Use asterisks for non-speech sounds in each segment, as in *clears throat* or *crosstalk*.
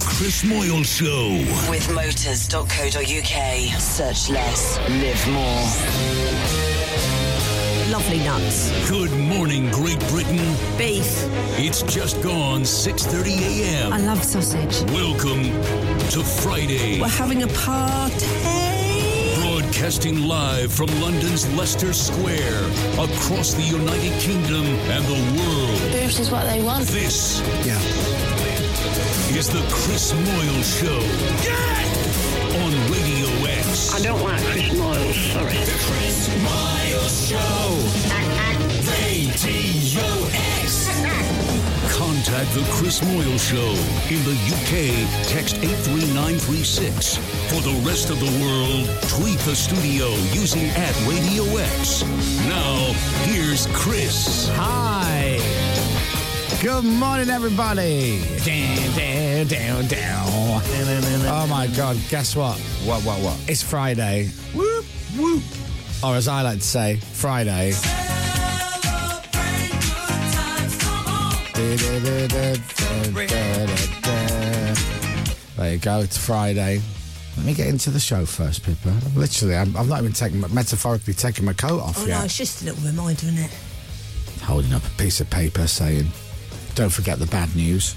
Chris Moyle Show. With motors.co.uk. Search less, live more. Lovely nuts. Good morning, Great Britain. Beef. It's just gone 6:30 a.m. I love sausage. Welcome to Friday. We're having a party. Broadcasting live from London's Leicester Square, across the United Kingdom and the world. Boobs is what they want. This yeah. is the Chris Moyle Show. Yes! On Radio X. I don't like Chris Moyle, sorry. The Chris Moyle Show. Radio X. Contact The Chris Moyle Show in the UK. Text 83936. For the rest of the world, tweet the studio using at Radio X. Now, here's Chris. Hi. Good morning, everybody. Down, down, down, down. Oh my God! Guess what? What? What? What? It's Friday. Whoop whoop. Or as I like to say, Friday. There you go. It's Friday. Let me get into the show first, Pippa. I'm literally, I'm, I've not even taken, metaphorically taken my coat off oh, yet. No, it's just a little reminder, isn't it? Holding up a piece of paper saying, "Don't forget the bad news."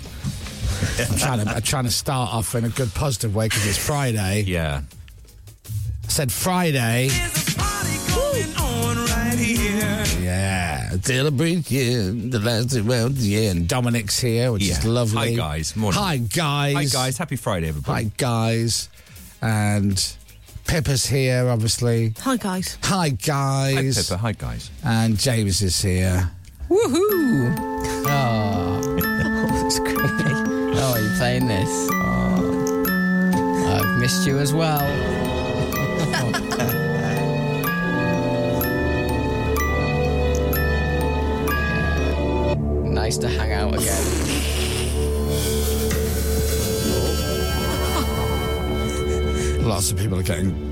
I'm trying to, I'm trying to start off in a good, positive way because it's Friday. Yeah. I said Friday. Yeah, celebration, the last round, yeah, and Dominic's here, which Yeah. is lovely. Hi, guys. Morning. Hi guys. Hi, guys. Happy Friday, Hi everybody. guys, and Pippa's here, obviously. Hi, guys. Hi guys, Pippa. Hi, guys. and James is here. Woohoo! Oh, *laughs* Oh, that's creepy. Oh, are you playing this? Oh. I've missed you as well. *laughs* nice to hang out again. lots of people are getting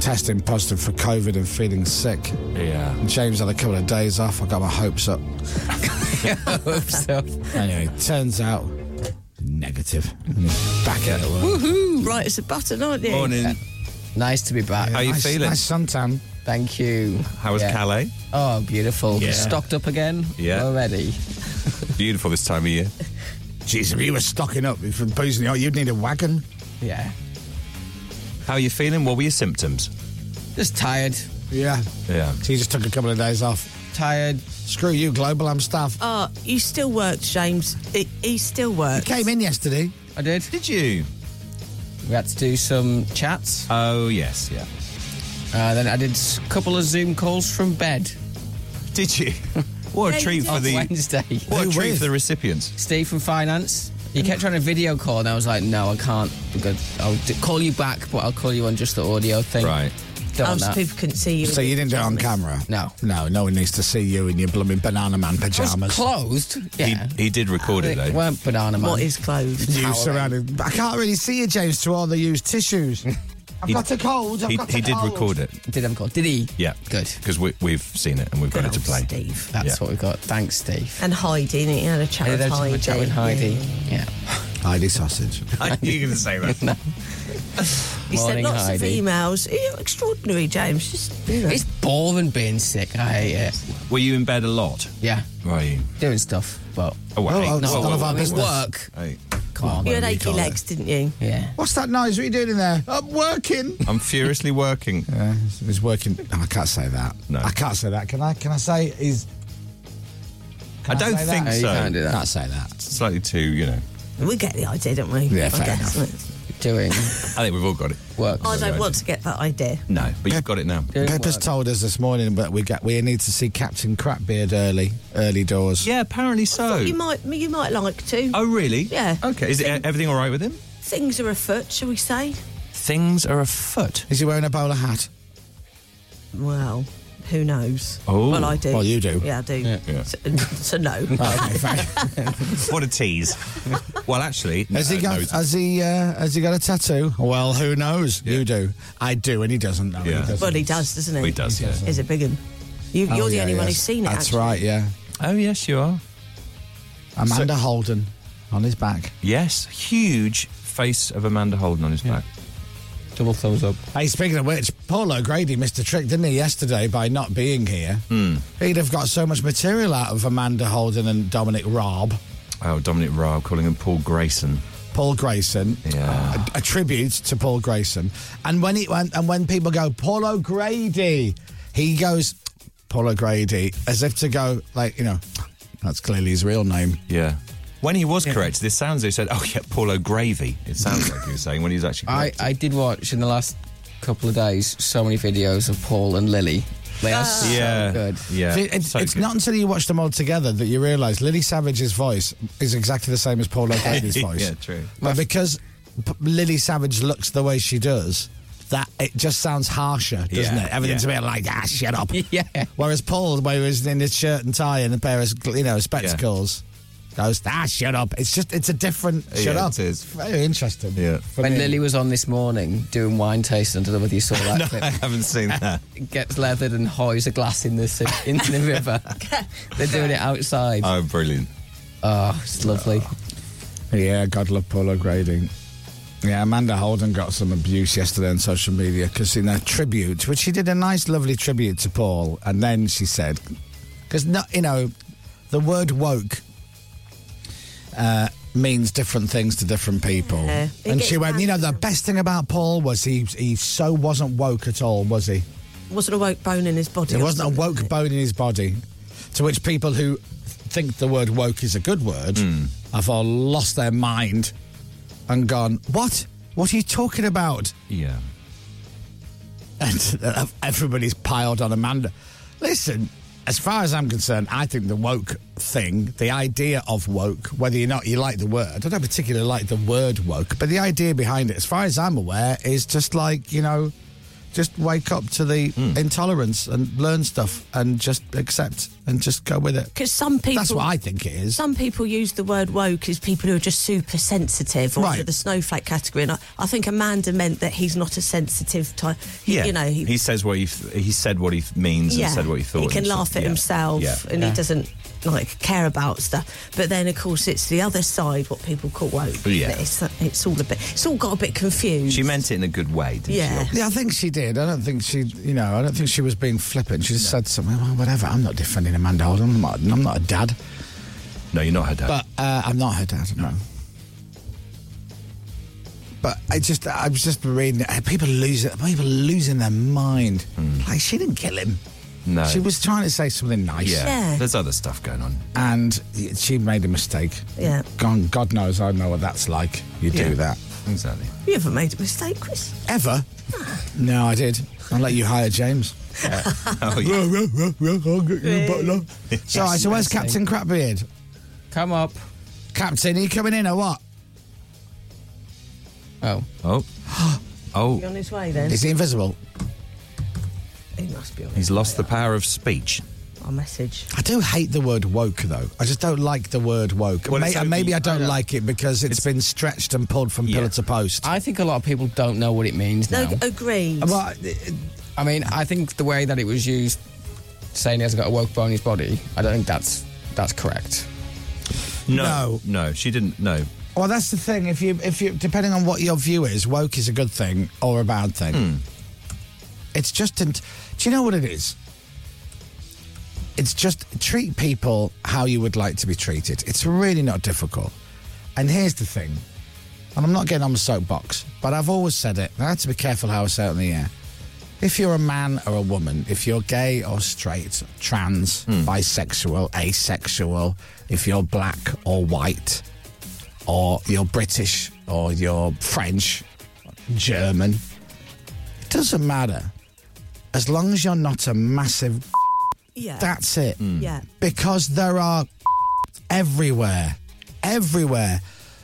testing positive for COVID and feeling sick. Yeah. James had a couple of days off. I got my hopes *laughs* up. Hoops up. Anyway, turns out negative. Back at it. work. Woohoo! Right, it's a button, aren't you? Morning. Nice to be back. How you Nice- feeling? Nice suntan. Thank you. How was Yeah. Calais? Oh, beautiful. Yeah. Stocked up again? Yeah. *laughs* Already. Beautiful this time of year. Jeez, if you were stocking up from boozing, oh, you'd need a wagon. Yeah. How are you feeling? What were your symptoms? Just tired. Yeah. Yeah. So you just took a couple of days off. Tired. Screw you, Global. I'm staff. Oh, you still worked, James. He, he still worked. Came in yesterday. I did. Did you? We had to do some chats. Oh, yes. Yeah. Uh, then I did a couple of Zoom calls from bed Did you? What a treat for on the Wednesday. what a Who treat with? for the recipients. Steve from finance. He kept trying to video call, and I was like, "No, I can't. I'm good. I'll d- call you back, but I'll call you on just the audio thing." Right. Don't Oh, want so that. people couldn't see you. So you didn't do it on camera? No. No, no one needs to see you in your blooming banana man I was pajamas. closed. Yeah. He, he did record it They though. weren't banana man. What is clothes? you surrounded. I can't really see you, James, to all the used *laughs* tissues. I've He- got a cold. I've He, got a he did cold. record it. Did have a call? Did he? Yeah. Good. Because we, we've seen it and we've got Good it to old play. Steve. That's Yeah. what we got. Thanks, Steve. And Heidi, didn't you? had a chat I with did Heidi. have a chat with Heidi. Yeah. Heidi *laughs* sausage. I knew you were going to *laughs* say that. He sent Morning, lots Heidi. of emails. You're extraordinary, James. Just, you know. It's boring being sick. I hate it. Were you in bed a lot? Yeah. Were you? Doing stuff, but Oh, wait. Oh, oh, no. none of I our mean, business. work. Hey, Come on. you had do you achy call it? legs, didn't you? Yeah. What's that noise? What are you doing in there? I'm working. I'm furiously working. Yeah, he's working. Oh, No, I can't say that. No. I can't say that. Can I? Can I say he's? I I don't say that? think No, you so. can't do that. Can't say that. Slightly too, you know. We get the idea, don't we? Yeah, I fair guess. Doing I think we've all got it. work. I Yeah. don't want to get that idea. No, but you've got it now. Doing Pepper's work. told us this morning that we get we need to see Captain Crapbeard early, early doors. Yeah, apparently Oh. so. You might, you might like to. Oh, really? Yeah. Okay. Is it, everything all right with him? Things are afoot, shall we say? Things are afoot. Is he wearing a bowler hat? Well, who knows? Oh. well, I do. Well, you do. Yeah, I do. Yeah. So, *laughs* so no. What a tease. well, actually, Has he no, got? no, it's- has he? Uh, has he got a tattoo? Well, who knows? Yeah. You do. I do, and he doesn't. know. Yeah. He doesn't. well, he does, doesn't he? He does, yeah. Is it big one? You, Oh, you're the yeah, only one yes. who's seen it. That's actually. right. Yeah, oh yes, you are. Amanda Holden. on his back. Yes, huge face of Amanda Holden on his back. Double thumbs up. Hey, speaking of which, Paul O'Grady missed a trick, didn't he, yesterday by not being here? Hmm, He'd have got so much material out of Amanda Holden and Dominic Raab. Oh, Dominic Raab calling him Paul Grayson. Paul Grayson, Yeah. a, a tribute to Paul Grayson. And when it went, and when people go Paul O'Grady, he goes Paul O'Grady as if to go like you know that's clearly his real name. Yeah. When he was correct, this sounds he said, "Oh yeah, Paul O'Gravy." It sounds like he was saying when he *laughs* was actually. I, Correct. I did watch in the last couple of days so many videos of Paul and Lily. They Ah. are so yeah, good. yeah. See, it's so it's good. not until you watch them all together that you realise Lily Savage's voice is exactly the same as *laughs* Paul O'Grady's voice. Yeah, true. But because P- Lily Savage looks the way she does, that it just sounds harsher, doesn't Yeah, it? Everything's yeah. a bit like ah, shut *laughs* up. Yeah. Whereas Paul, where he was in his shirt and tie and a pair of you know spectacles, goes ah, shut up. It's just it's a different shut Yeah, up. it is. very interesting. Yeah. for When me. Lily was on this morning doing wine tasting, I don't know whether you saw *laughs* that I clip. haven't *laughs* seen that. Gets leathered and hoys a glass in the si- in *laughs* the river. They're doing it outside. Oh, brilliant. Oh, it's lovely. Yeah, God love Paul O'Grady. Yeah, Amanda Holden got some abuse yesterday on social media because in her tribute, which she did a nice, lovely tribute to Paul, and then she said, because not you know, the word woke uh, means different things to different people, Yeah, it and gets she went, you know, the handled. best thing about Paul was he he so wasn't woke at all, was he? Wasn't a woke bone in his body. There or wasn't a something. woke bone in his body. To which people who think the word woke is a good word have all lost their mind and gone, What? What are you talking about? Yeah. And *laughs* everybody's piled on Amanda. Listen, as far as I'm concerned, I think the woke thing, the idea of woke, whether or not you like the word, I don't particularly like the word woke, but the idea behind it, as far as I'm aware, is just like, you know, just wake up to the intolerance and learn stuff and just accept and just go with it. *laughs* 'Cause some people. That's what I think it is. Some people use the word woke as people who are just super sensitive or Right. to the snowflake category. And I, I think Amanda meant that he's not a sensitive type. Yeah. You know, he, says what he th- he said what he th- means and said what he thought. He can and stuff. laugh at Yeah. himself Yeah. and he doesn't like care about stuff. But then of course it's the other side what people call woke. Yeah. That It's, it's all a bit it's all got a bit confused. She meant it in a good way, didn't she? Yeah. Yeah, I think she did. I don't think she, you know, I don't think she was being flippant. She just said something, well, whatever. I'm not defending Amanda Holden. I'm not, I'm not a dad. No, you're not her dad. But uh, I'm not her dad. No. But I just, I was just reading. it. People lose it. People losing their mind. Like she didn't kill him. Hmm. no. She was trying to say something nice. Yeah. Yeah. There's other stuff going on. And she made a mistake. Yeah. Gone. God knows I know what that's like. You Yeah. do that. Exactly. You haven't made a mistake, Chris. Ah. Ever? no, I did. I'll let you hire James. *laughs* Oh, yeah. *laughs* so, so where's Captain Crapbeard? Come up. Captain, are you coming in or what? Oh. Oh. Be Oh. on his way then. Is he invisible? he must be on his He's way. lost the power of speech. I'll message. I do hate the word woke, though. I just don't like the word woke. Well, May- it's and maybe only- I don't I know. like it because it's been stretched and pulled from pillar Yeah. to post. I think a lot of people don't know what it means No, oh, now. agreed. Well, uh, I mean, I think the way that it was used, saying he hasn't got a woke bone in his body, I don't think that's that's correct. No. No, she didn't. No. well, that's the thing. If you, if you, depending on what your view is, woke is a good thing or a bad thing. It's just, in, do you know what it is? It's just treat people how you would like to be treated. It's really not difficult. And here's the thing, and I'm not getting on the soapbox, but I've always said it, and I had to be careful how I say it on the air. If you're a man or a woman, if you're gay or straight, trans, bisexual, asexual, if you're black or white, or you're British or you're French, German, it doesn't matter. As long as you're not a massive, yeah. that's it yeah. because there are everywhere, everywhere.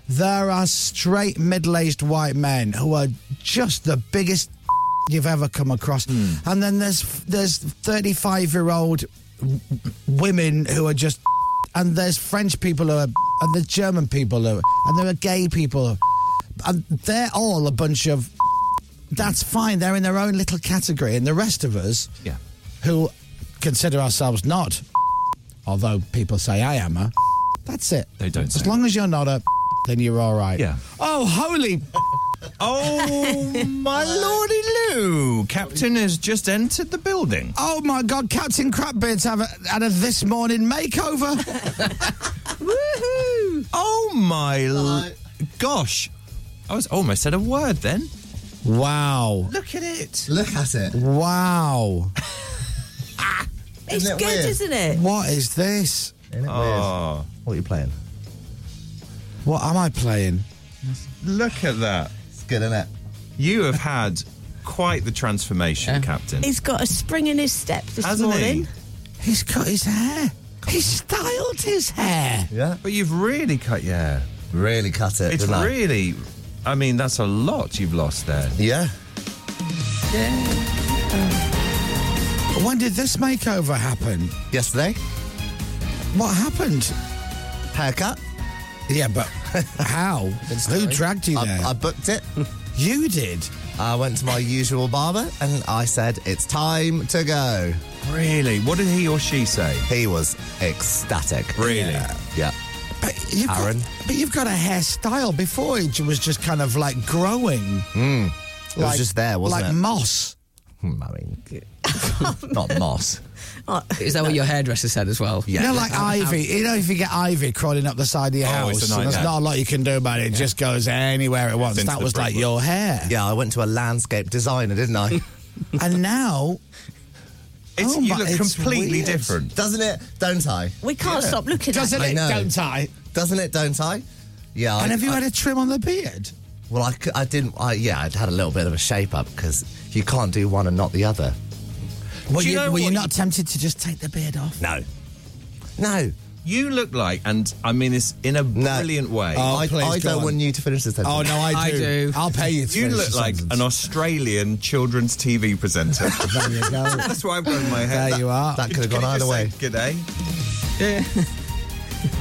There are straight middle-aged white men who are just the biggest you've ever come across, and then there's there's thirty-five-year-old w- women who are just, and there's French people who are, and there's German people who, are, and there are gay people, who- and they're all a bunch of. That's fine. They're in their own little category, and the rest of us Yeah. who consider ourselves not, although people say I am a, that's it. They don't As say long as you're not a, then you're all right. Yeah. Oh, holy. Oh, *laughs* my lordy Lou! Captain has just entered the building. Oh my God, Captain Crapbeard's have a, had a this morning *laughs* makeover. Woohoo! Oh, my l- gosh. I was almost said a word then. wow. Look at it. Look at it. Wow. It's Isn't it good, weird? isn't it? What is this? Isn't it weird? Oh, What are you playing? What am I playing? look at that. It's good, isn't it? You have had quite the transformation, Yeah. Captain. He's got a spring in his step this Hmm. Hasn't he? morning. He's cut his hair. He styled his hair. Yeah. But you've really cut your hair. Really cut it. It's didn't I? really, I mean, that's a lot you've lost there. Yeah. When did this makeover happen? Yesterday, What happened? haircut. Yeah, *laughs* but how? Who dragged you there? I, I booked it. you did. I went to my usual barber and I said, it's time to go. Really? What did he or she say? He was ecstatic. Really? Yeah. But you've Aaron. Got, but you've got a hairstyle before it was just kind of like growing. Hmm. It was just there, wasn't like it? moss. Hmm, I mean, not moss. Is that what your hairdresser said as well? you know, like ivy. You know, if you get ivy crawling up the side of your Oh, house, it's a there's nightmare. not a lot you can do about it. It just goes anywhere it wants. into That the was like brickwork. your hair. Yeah, I went to a landscape designer, didn't *laughs* I? And now, It's, Oh you my- look it's completely weird. different. Doesn't it? Don't I? We can't stop looking doesn't at I it? know. Don't I? Doesn't it? Don't I? Yeah. I, And have you I- had a trim on the beard? Well, I, c- I didn't. I, yeah, I'd had a little bit of a shape up because you can't do one and not the other. Were you you, know were you what- not tempted to just take the beard off? No. No. You look like, and I mean this in a brilliant way. Oh, I, please, I go don't on. want you to finish this sentence. Oh no, I I do. do. I'll pay you. to you finish look the like an sentence. Australian children's TV presenter. *laughs* There you go. That's why I've grown my hair. There you are. That could have Can gone either you just way. say Good day. *laughs*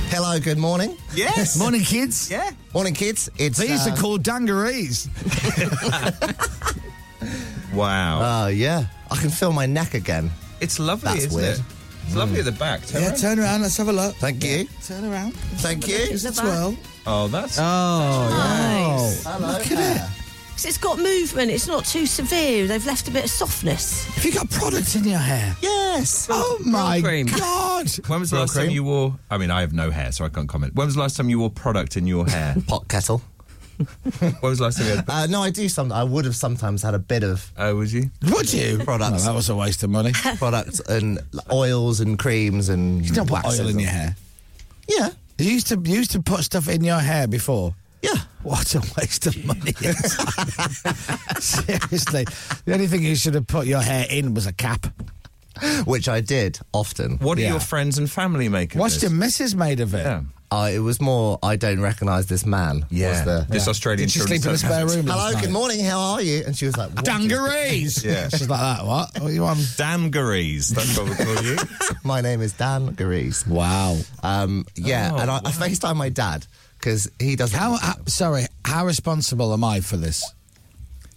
Hello, good morning. Yes. Morning, kids. Yeah. Morning, kids. It's These uh, are *laughs* called dungarees. Wow. Oh yeah, I can feel my neck again. it's lovely, that's isn't weird. Mm. it? It's lovely at the back. Turn around. turn around. Let's have a look. Thank you. Turn around. Thank you. it. oh, that's. Oh, Nice. Hello. Look at 'Cause It's got movement. It's not too severe. They've left a bit of softness. Have you got products in your hair? Yes. Oh my cream. god! *laughs* when was the last time cream. you wore? I mean, I have no hair, so I can't comment. When was the last time you wore product in your hair? *laughs* Pot kettle. when was the last time you had? Uh, no, I do. Some. I would have sometimes had a bit of Oh, was you? Would you? *laughs* Products. No, that was a waste of money. you *laughs* products and oils and creams and you don't put oil in your hair. Yeah. You used to you used to put stuff in your hair before. Yeah. What a waste of *laughs* money! Seriously, the only thing you should have put your hair in was a cap. Which I did often. What do Yeah. your friends and family make of What's the this? missus made of it? Yeah. Uh, it was more. I don't recognise this man. Yeah. Was the, This Australian Uh, Did she children's sleep in the spare home. room? last Hello. night? Good morning. How are you? And she was like, what is- *laughs* Dungarees. Yeah. she's *laughs* like that. What? What you on? Damgarees. That's what we call you. *laughs* My name is Dan Garees. Wow. Um, yeah, Oh, and I, I FaceTime my dad because he doesn't. How? Uh, sorry. How responsible am I for this?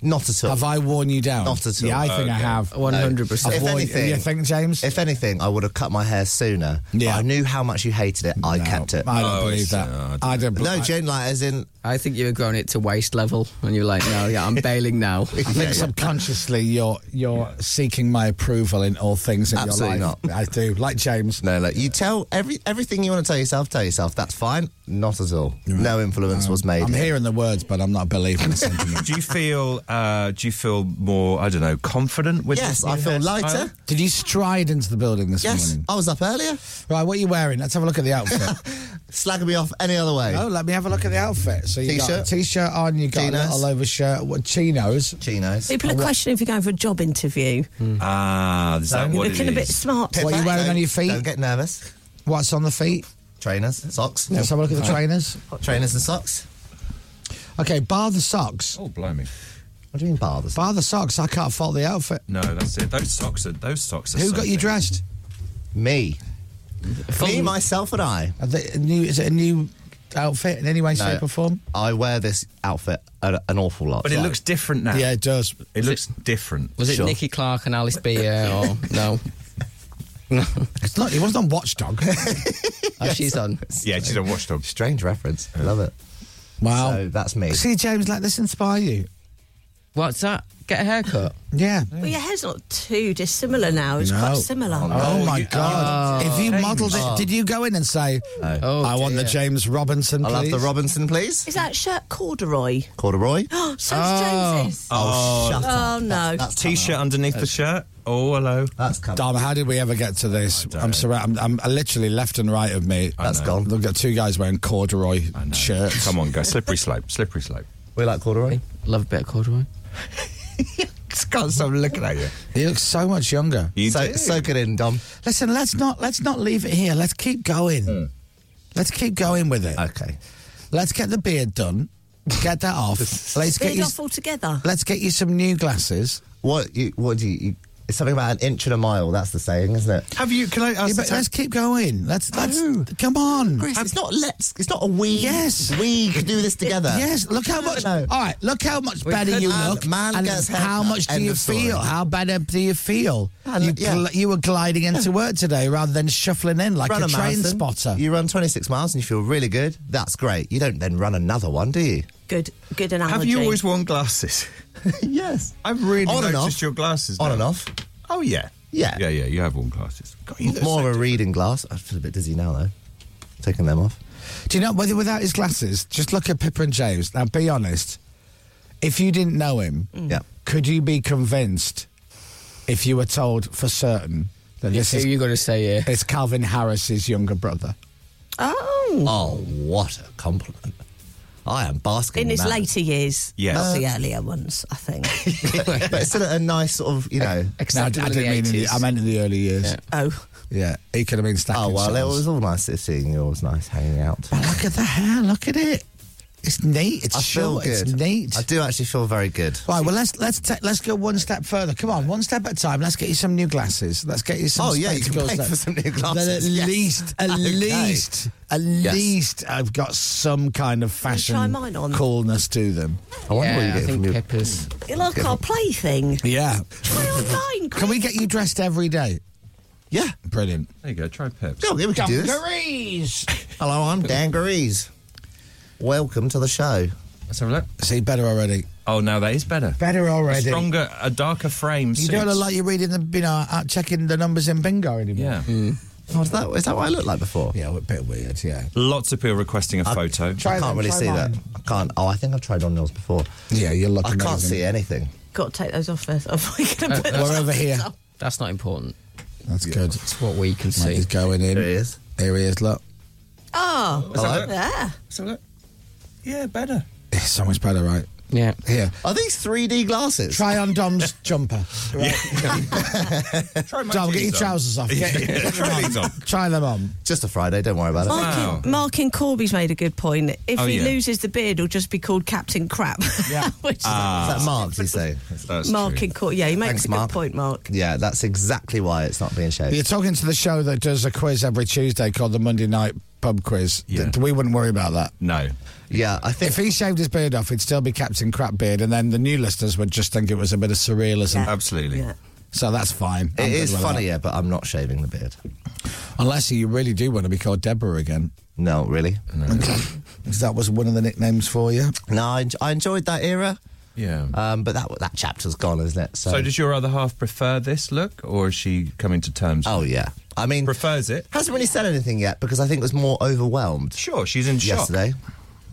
Not at all. Have I worn you down? Not at all. Yeah, I think I have. one hundred percent. If I've worn anything- you think, James? If anything, I would have cut my hair sooner. Yeah. But I knew how much you hated it. I No, kept it. I don't Oh, believe it's- that. no, I don't- I don't. bel- no, I- Jane, like as in, I think you were growing it to waist level, and you're like, no, *laughs* yeah, I'm bailing now. I think subconsciously you're you're seeking my approval in all things in Absolutely your life. I do, like James. no, like you tell every everything you want to tell yourself, tell yourself. That's fine. Not at all. No influence was made. Um, I'm hearing the words, but I'm not believing the *laughs* sentiment. Do you feel? Uh, do you feel more? I don't know. Confident with? Yes, this new I feel hairstyle? Uh, lighter. Did you stride into the building this Yes, morning? I was up *laughs* earlier. Right, what are you wearing? Let's have a look at *laughs* the outfit. Slagging me off any other way. oh, let me have a look at the outfit. So you got a T-shirt. t-shirt on, you got Chinos. a little overshirt, what chinos. Hmm. Chinos. People are questioning if you're going for a job interview. Ah, is that No. what You're it looking a bit is? smart. What are you wearing Don't- on your feet? Don't get nervous. What's on the feet? Trainers, socks. Let's have a look at the trainers. Trainers and socks. Okay, bar the socks. Oh, blimey! What do you mean bar the socks? Bar the socks. I can't fault the outfit. No, that's it. Those socks are. Those socks are. Who got you something. dressed? Me. Me, Full- myself, and I. Are they a new, is it a new outfit in any way, shape, or form? I wear this outfit a, an awful lot. But it Like, looks different now. Yeah, it does. It looks different. Was it Sure. Nicky Clark and Alice *laughs* Beer or no? It's not. It wasn't *laughs* on Watchdog. Oh, she's on. Yeah, she's a watchdog. strange reference. I Love it. Wow. So that's me. See, James, let this inspire you. What's that? Get a haircut. Yeah. Well, your hair's not too dissimilar now. It's No. quite similar. Oh. Oh, my God. if Oh, you modelled it, did you go in and say, Oh, I want the James Robinson, I'll have please? the Robinson, please. Is that shirt corduroy? *gasps* Corduroy. Oh, so Oh. is James's. Oh, shut up. Oh, no. That's coming. T-shirt underneath the shirt. Oh, hello. That's coming. Dom, how did we ever get to this? I'm surrounded. I'm, I'm literally left and right of me. That's gone. We've got two guys wearing corduroy shirts. Come on, guys. Slippery slope. Slippery slope. We like corduroy. Love a bit *laughs* of corduroy. Just can't stop looking at you. He looks so much younger. You so, do. soak it in, Dom. Listen, let's not let's not leave it here. Let's keep going. Let's keep going with it. Hmm. Okay. Let's get the beard done. Get that *laughs* off. Let's get Beard you. off altogether. Let's get you some new glasses. What you? What do you? you it's something about an inch and a mile. That's the saying, isn't it? Have you? Can I Yeah, ask? but the let's keep going. Let's let's come on. Chris, it's not let's. It's not a we. *laughs* Yes. we could do this together. Yes, look how much. No. All right, look how much better could- you man- look. man and gets how haircut, much do end you of story. feel? How better do you feel? And, you, yeah. gl- you were gliding into work today rather than shuffling in like Run a, a train marathon. spotter. You run 26 miles and you feel really good. That's great. You don't then run another one, do you? Good, good analogy. have you *laughs* always worn *laughs* glasses? yes. I've really On and noticed off. your glasses. On now. and off. Oh yeah. Yeah. Yeah, yeah. You have worn glasses. God, you look More so of a reading glass. I feel a bit dizzy now though. Taking them off. Do you know whether without his glasses? Just look at Pippa and James. Now, be honest. If you didn't know him, Yeah. could you be convinced if you were told for certain that this Who is you going to say here? it's Calvin Harris's younger brother? Oh. Oh, what a compliment! I am basking In his that. *laughs* later years. Yes. Not the earlier ones, I think. but still at a nice sort of you know. Except no, I, in didn't the mean. In the, 80s. I meant in the early years. oh. Yeah, he could have been stacking. Oh well, it shells. was all nice seeing you. It was nice hanging out. But look at the hair. Look at it. It's neat. It's I feel short. good. It's neat. I do actually feel very good. Right. Well, let's let's ta- let's go one step further. Come on, one step at a time. Let's get you some new glasses. Let's get you some. Oh, yeah, you can spectacles pay that- for some new that glasses, at yes. least, *laughs* at Okay. least, at Yes. least, I've got some kind of fashion try mine on? coolness to them. I wonder what yeah, you I get from think your. Pippa's. Like our plaything. Yeah. Try online, Can we get you dressed every day? Yeah, Brilliant. There you go. Try Pips. go. Yeah, we can do this. Dungarees. Hello, I'm Dan Garees. Welcome to the show. Let's have a look. See, better already. Oh, now that is better. Better already. Stronger, a darker frame. You don't look like you're reading the, you know, out checking the numbers in bingo anymore. Yeah. Oh, is that is that what I looked like before? Hmm. Yeah, a bit weird. Yeah. Lots of people requesting a photo. Try I can't them, really try see that. mine. I can't. Oh, I think I've tried on yours before. Yeah, you're I looking. can't amazing. see anything. Got to take those off first. *laughs* Are we going to put Uh, We're them over *laughs* here. That's not important. That's good. It's what we can Mate, see. he's going in. There he is. There he is. Look, Oh. Hello. Yeah. Let's have a look. Yeah, better. it's so much better, right? Yeah. Here, Are these 3D glasses? try *laughs* on Dom's jumper. *laughs* Right. Try my Dom, get your jeans on. trousers off. Get- Try these on. try them on. Just a Friday. Don't worry about it. *laughs* Mark, Wow. in, Mark in Corby's made a good point. If Oh, he yeah. loses the beard, he'll just be called Captain Crap. Yeah. *laughs* Which is Ah. Is that Mark? You say? That's Mark true. in Corby. Yeah, he makes Thanks, a good Mark. point, Mark. Yeah, that's exactly why it's not being shaved. You're talking to the show that does a quiz every Tuesday called the Monday Night Pub Quiz. Yeah. Th- We wouldn't worry about that. No. Yeah, I think If he shaved his beard off, he'd still be Captain Crap Beard, and then the new listeners would just think it was a bit of surrealism. Yeah. Absolutely. Yeah. So that's fine. I'm it good is with funnier, but I'm not shaving the beard. that. Unless you really do want to be called Deborah again. No, really. Because that was one of the nicknames for you. No, I, en- I enjoyed that era, Yeah. um, but that that chapter's gone, isn't it? So, so, does your other half prefer this look, or is she coming to terms? oh with it? yeah, I mean, prefers it. hasn't really said anything yet because I think was more overwhelmed Sure, she's in shock. yesterday.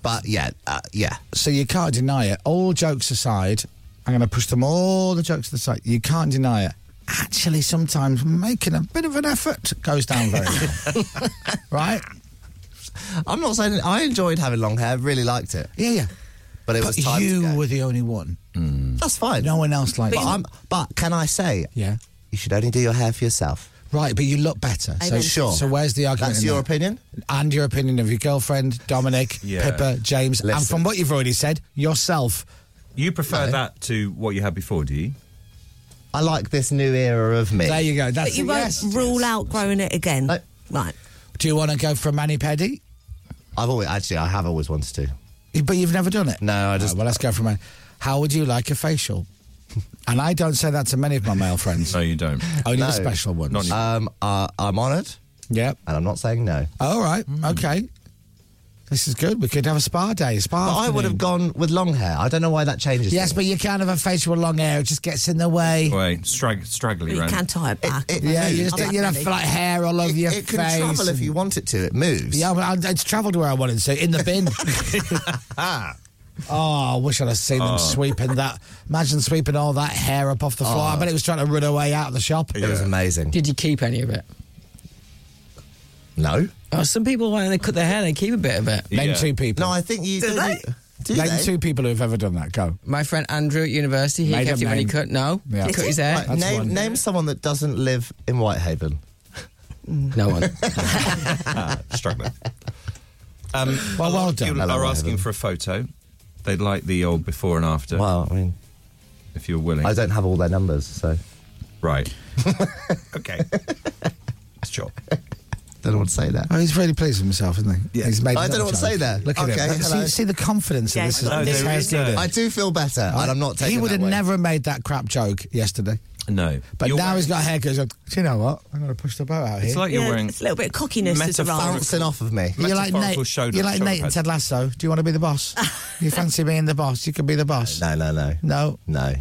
But yeah, uh, yeah, *laughs* so you can't deny it. All jokes aside, I'm going to push them all the jokes to the side. You can't deny it. Actually, sometimes making a bit of an effort goes down very *laughs* well, right? I'm not saying I enjoyed having long hair, really liked it, Yeah, yeah. but it But was time you to go. Mm. were the only one. That's fine. No one else liked but it. I'm, but can I say? Yeah. you should only do your hair for yourself. Right, but you look better. So Amen. Sure. So where's the argument? That's in your that? opinion. and your opinion of your girlfriend, *laughs* Dominic, Yeah. Pippa, James, Listen. and from what you've already said, yourself. You prefer that to what you had before, do you? I like this new era of me. There you go. That's But you a won't yes. rule out growing it again. No. Right. Do you want to go for a mani pedi? I've always actually I have always wanted to. But you've never done it. No, I just- well, let's go for mine. How would you like a facial? *laughs* and I don't say that to many of my male friends. No, you don't. *laughs* Only the No. special ones. Not Um, uh, I'm honoured, yep. and I'm not saying no. All right. Okay. This is good. We could have a spa day. Spa. But I would have afternoon. gone with long hair. I don't know why that changes. Yes, but you can't have a face with long hair. It just gets in the way. Wait, strag- straggly You round. can tie it back. it- Yeah, you I'm just you have happy. like hair all over it, your it face. can travel if and- you want it to. It moves. Yeah, well, I, it's travelled where I wanted to, in the bin. *laughs* oh, I wish I'd have seen them sweeping that. Imagine sweeping all that hair up off the floor. I bet it was trying to run away out of the shop. Oh. it was amazing. Did you keep any of it? No, Oh, some people when they cut their hair, they keep a bit of it. Them Yeah. two people. no, I think you Do do. they? you- do Them they? two people who've ever done that. Go. My friend Andrew at university, he Made kept a it when he name. cut. No, Yeah. he cut his hair. Right, That's name one. name someone that doesn't live in Whitehaven. No *laughs* one. Ah, Straggler. Um, Well, well done. people Hello, are Ivan. asking for a photo. They'd like the old before and after, Well, I mean, if you're willing. I don't have all their numbers, so *laughs* Right. okay. Sure. don't know what to say there. Oh, he's really pleased with himself, isn't he? Yeah. He's made I it don't up, know what to Charlie. say there. Look at Okay, him. hello. See, see the confidence Yeah, in this. no, this there hair's is no- doing. I do feel better, and I'm not taking. He would that have way. never made that crap joke yesterday. No. But You're now wearing- he's got a haircut. He's like, do you know what? I'm going to push the boat out here. It's like you're Yeah, wearing. it's a little bit of cockiness as well. metaphorical- bouncing off of me. You're like metaphorical Nate. shoulder- you're like shoulder Nate and pads. Ted Lasso. Do you want to be the *laughs* boss? you fancy being the boss? You can be the boss. No, no, no, No. no.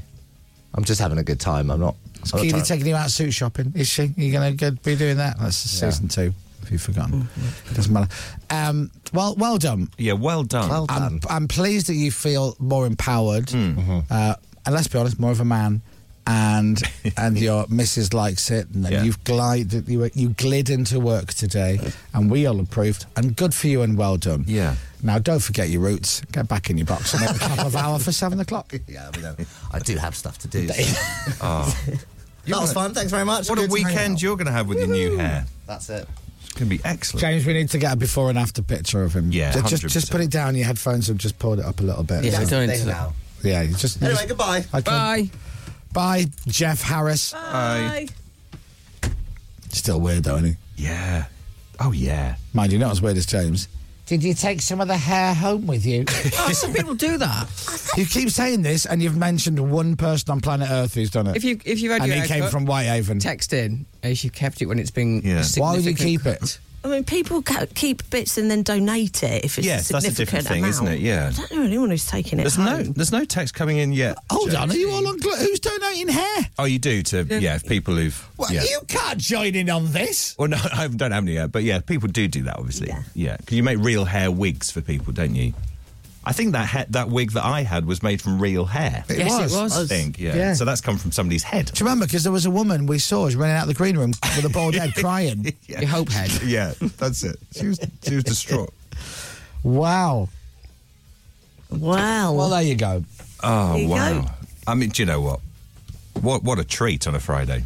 I'm just having a good time. I'm not. Is I'm not Keely trying- taking you out suit shopping? Is she? Are you going to be doing that? That's season two. If you've Mm, forgotten, it doesn't matter. Um, well, well done. Yeah, well done. Um, Well done. Mm-hmm. I'm, I'm pleased that you feel more empowered. Hmm. Uh, and let's be honest, more of a man. *laughs* And and your missus likes it, and Yeah. you've glided, you, you glid into work today, and we all approved. And good for you, and well done. Yeah. Now don't forget your roots. Get back in your box *laughs* and make a cup of hour for seven o'clock. *laughs* Yeah, I, mean, uh, I do have stuff to *laughs* do. so- Oh. that was fun. Thanks very much. what a Good to hang weekend out. you're going to have with your new hair. That's it. It's going to be excellent. James, we need to get a before and after picture of him. Yeah, just just, just 100%. put it down. Your headphones and just pulled it up a little bit. Yeah, So- I don't Stay into that. now. yeah. You just you Anyway, just- goodbye. okay. Bye. Bye, Jeff Harris. Bye. Still weird though, isn't he? Yeah. Oh, yeah. Mind you, not as weird as James. Did you take some of the hair home with *laughs* you? Oh, some people do that. you keep saying this, and you've mentioned one person on planet Earth who's done it. If you if you had and he your came haircut, from Whitehaven. text in as you kept it when it's been. Yeah. Why would you keep significant it? I mean, people ca- keep bits and then donate it if it's Yes, a that's a significant different thing, amount. isn't it? Yeah. I don't know anyone who's taking it. There's no, home. there's no text coming in yet. Hold James. on, are you all on? Gl- who's donating hair? Oh, you do to yeah, people who've Well, yeah. You can't join in on this. Well, no, *laughs* I don't have any yet, but yeah, people do do that, obviously. Yeah, because you make real hair wigs for people, don't you? I think that ha- that wig that I had was made from real hair. It Yes, was. it was. I think, yeah. Yeah. So that's come from *laughs* somebody's head. Do you remember? Because there was a woman we saw she was running out of the green room with a bald head *laughs* crying. Yeah. Your *laughs* hope head. yeah, that's it. She was she was distraught. Wow. Wow. Well, there you go. Oh There you wow! go. I mean, do you know what? What what a treat on a Friday.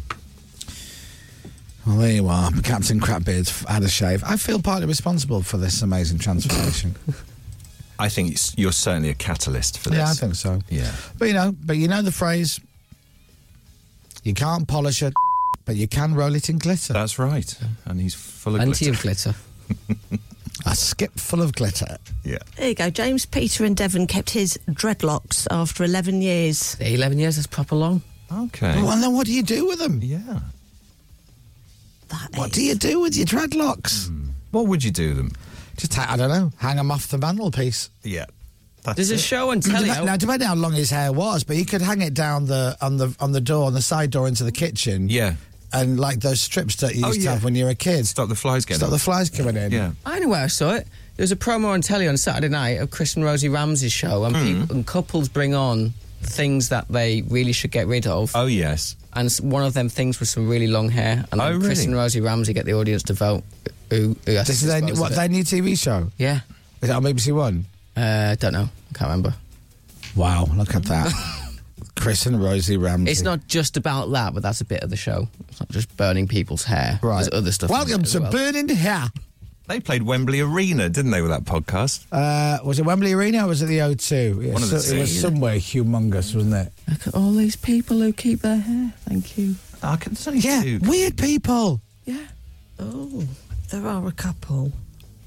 Well, there you are. Captain Crapbeard's f- had a shave. I feel partly responsible for this amazing transformation. *laughs* I think it's, you're certainly a catalyst for this. yeah, I think so. Yeah. But you know, but you know the phrase. You can't polish a, *laughs* but you can roll it in glitter. That's right, and he's full of Plenty glitter. of glitter. *laughs* a skip full of glitter. yeah. there you go. James, Peter, and Devon kept his dreadlocks after 11 years. Eleven years is proper long. Okay. Well, then what do you do with them? Yeah. That What is- do you do with your dreadlocks? Hmm. What would you do with them? Just ha- I don't know. Hang them off the mantelpiece. Yeah. That's There's a it. show on telly. Dep- now, depending how long his hair was, but he could hang it down the on the on the door on the side door into the kitchen. Yeah. and like those strips that you Oh, used to yeah. have when you were a kid. Stop the flies getting. Stop in. the flies coming in. Yeah. I know where I saw it. There was a promo on telly on Saturday night of Chris and Rosie Ramsey's show, Hmm. and, people, and couples bring on things that they really should get rid of. Oh yes. And s- one of them things was some really long hair. And then Oh, Chris really? and Rosie Ramsey get the audience to vote who, who has This to is their, dispose what of their it. new TV show. Yeah. Is it on BBC One? Uh, don't know. Can't remember. Wow, look at *laughs* that. Chris and Rosie Ramsey. It's not just about that, but that's a bit of the show. It's not just burning people's hair. right. There's other stuff. in Welcome it as to well. Burning Hair. They played Wembley Arena, didn't they, with that podcast? Uh, was it Wembley Arena or was it the O2? It One of was, the it was two. somewhere humongous, wasn't it? Look at all these people who keep their hair. Thank you. I can, there's only Yeah, two. weird people. Yeah. Oh, there are a couple.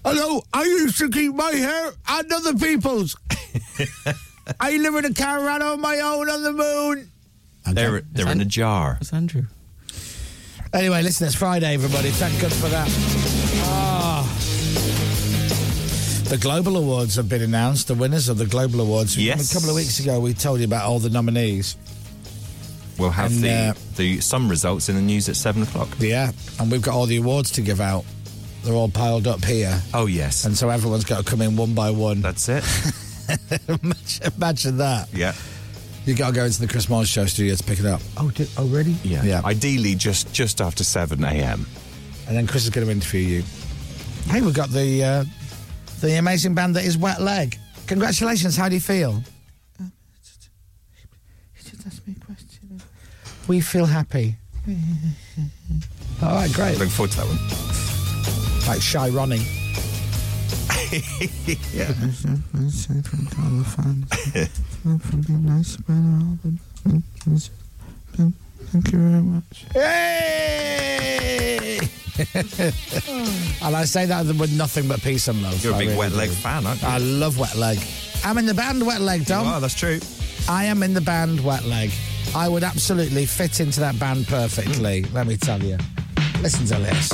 Hello, I used to keep my hair and other people's. *laughs* I live in a caravan on my own on the moon. They're they're in a jar. That's Andrew. Anyway, listen, it's Friday, everybody. Thank God for that. Ah. The Global Awards have been announced, the winners of the Global Awards. Yes. A couple of weeks ago, we told you about all the nominees. We'll have And, the, uh, the some results in the news at seven o'clock. Yeah. And we've got all the awards to give out. They're all piled up here. Oh yes, And so everyone's got to come in one by one. that's it. *laughs* imagine, imagine that. yeah, you got to go into the Chris Miles show studio to pick it up. Oh, did, oh really? yeah, Yeah. Ideally, just just after seven a.m. and then Chris is going to interview you. Hey, we've got the uh, the amazing band that is Wet Leg. Congratulations. How do you feel? Uh, He just asked me a question. We feel happy. All right, great. Looking forward to that one. Like shy Ronnie. *laughs* Yeah. Thank you very much. Hey! *laughs* and I say that with nothing but peace and love. You're a I big really wet leg do. fan, aren't you? I love Wet Leg. I'm in the band Wet Leg, Dom. oh, that's true. I am in the band Wet Leg. I would absolutely fit into that band perfectly, let me tell you. Listen to this.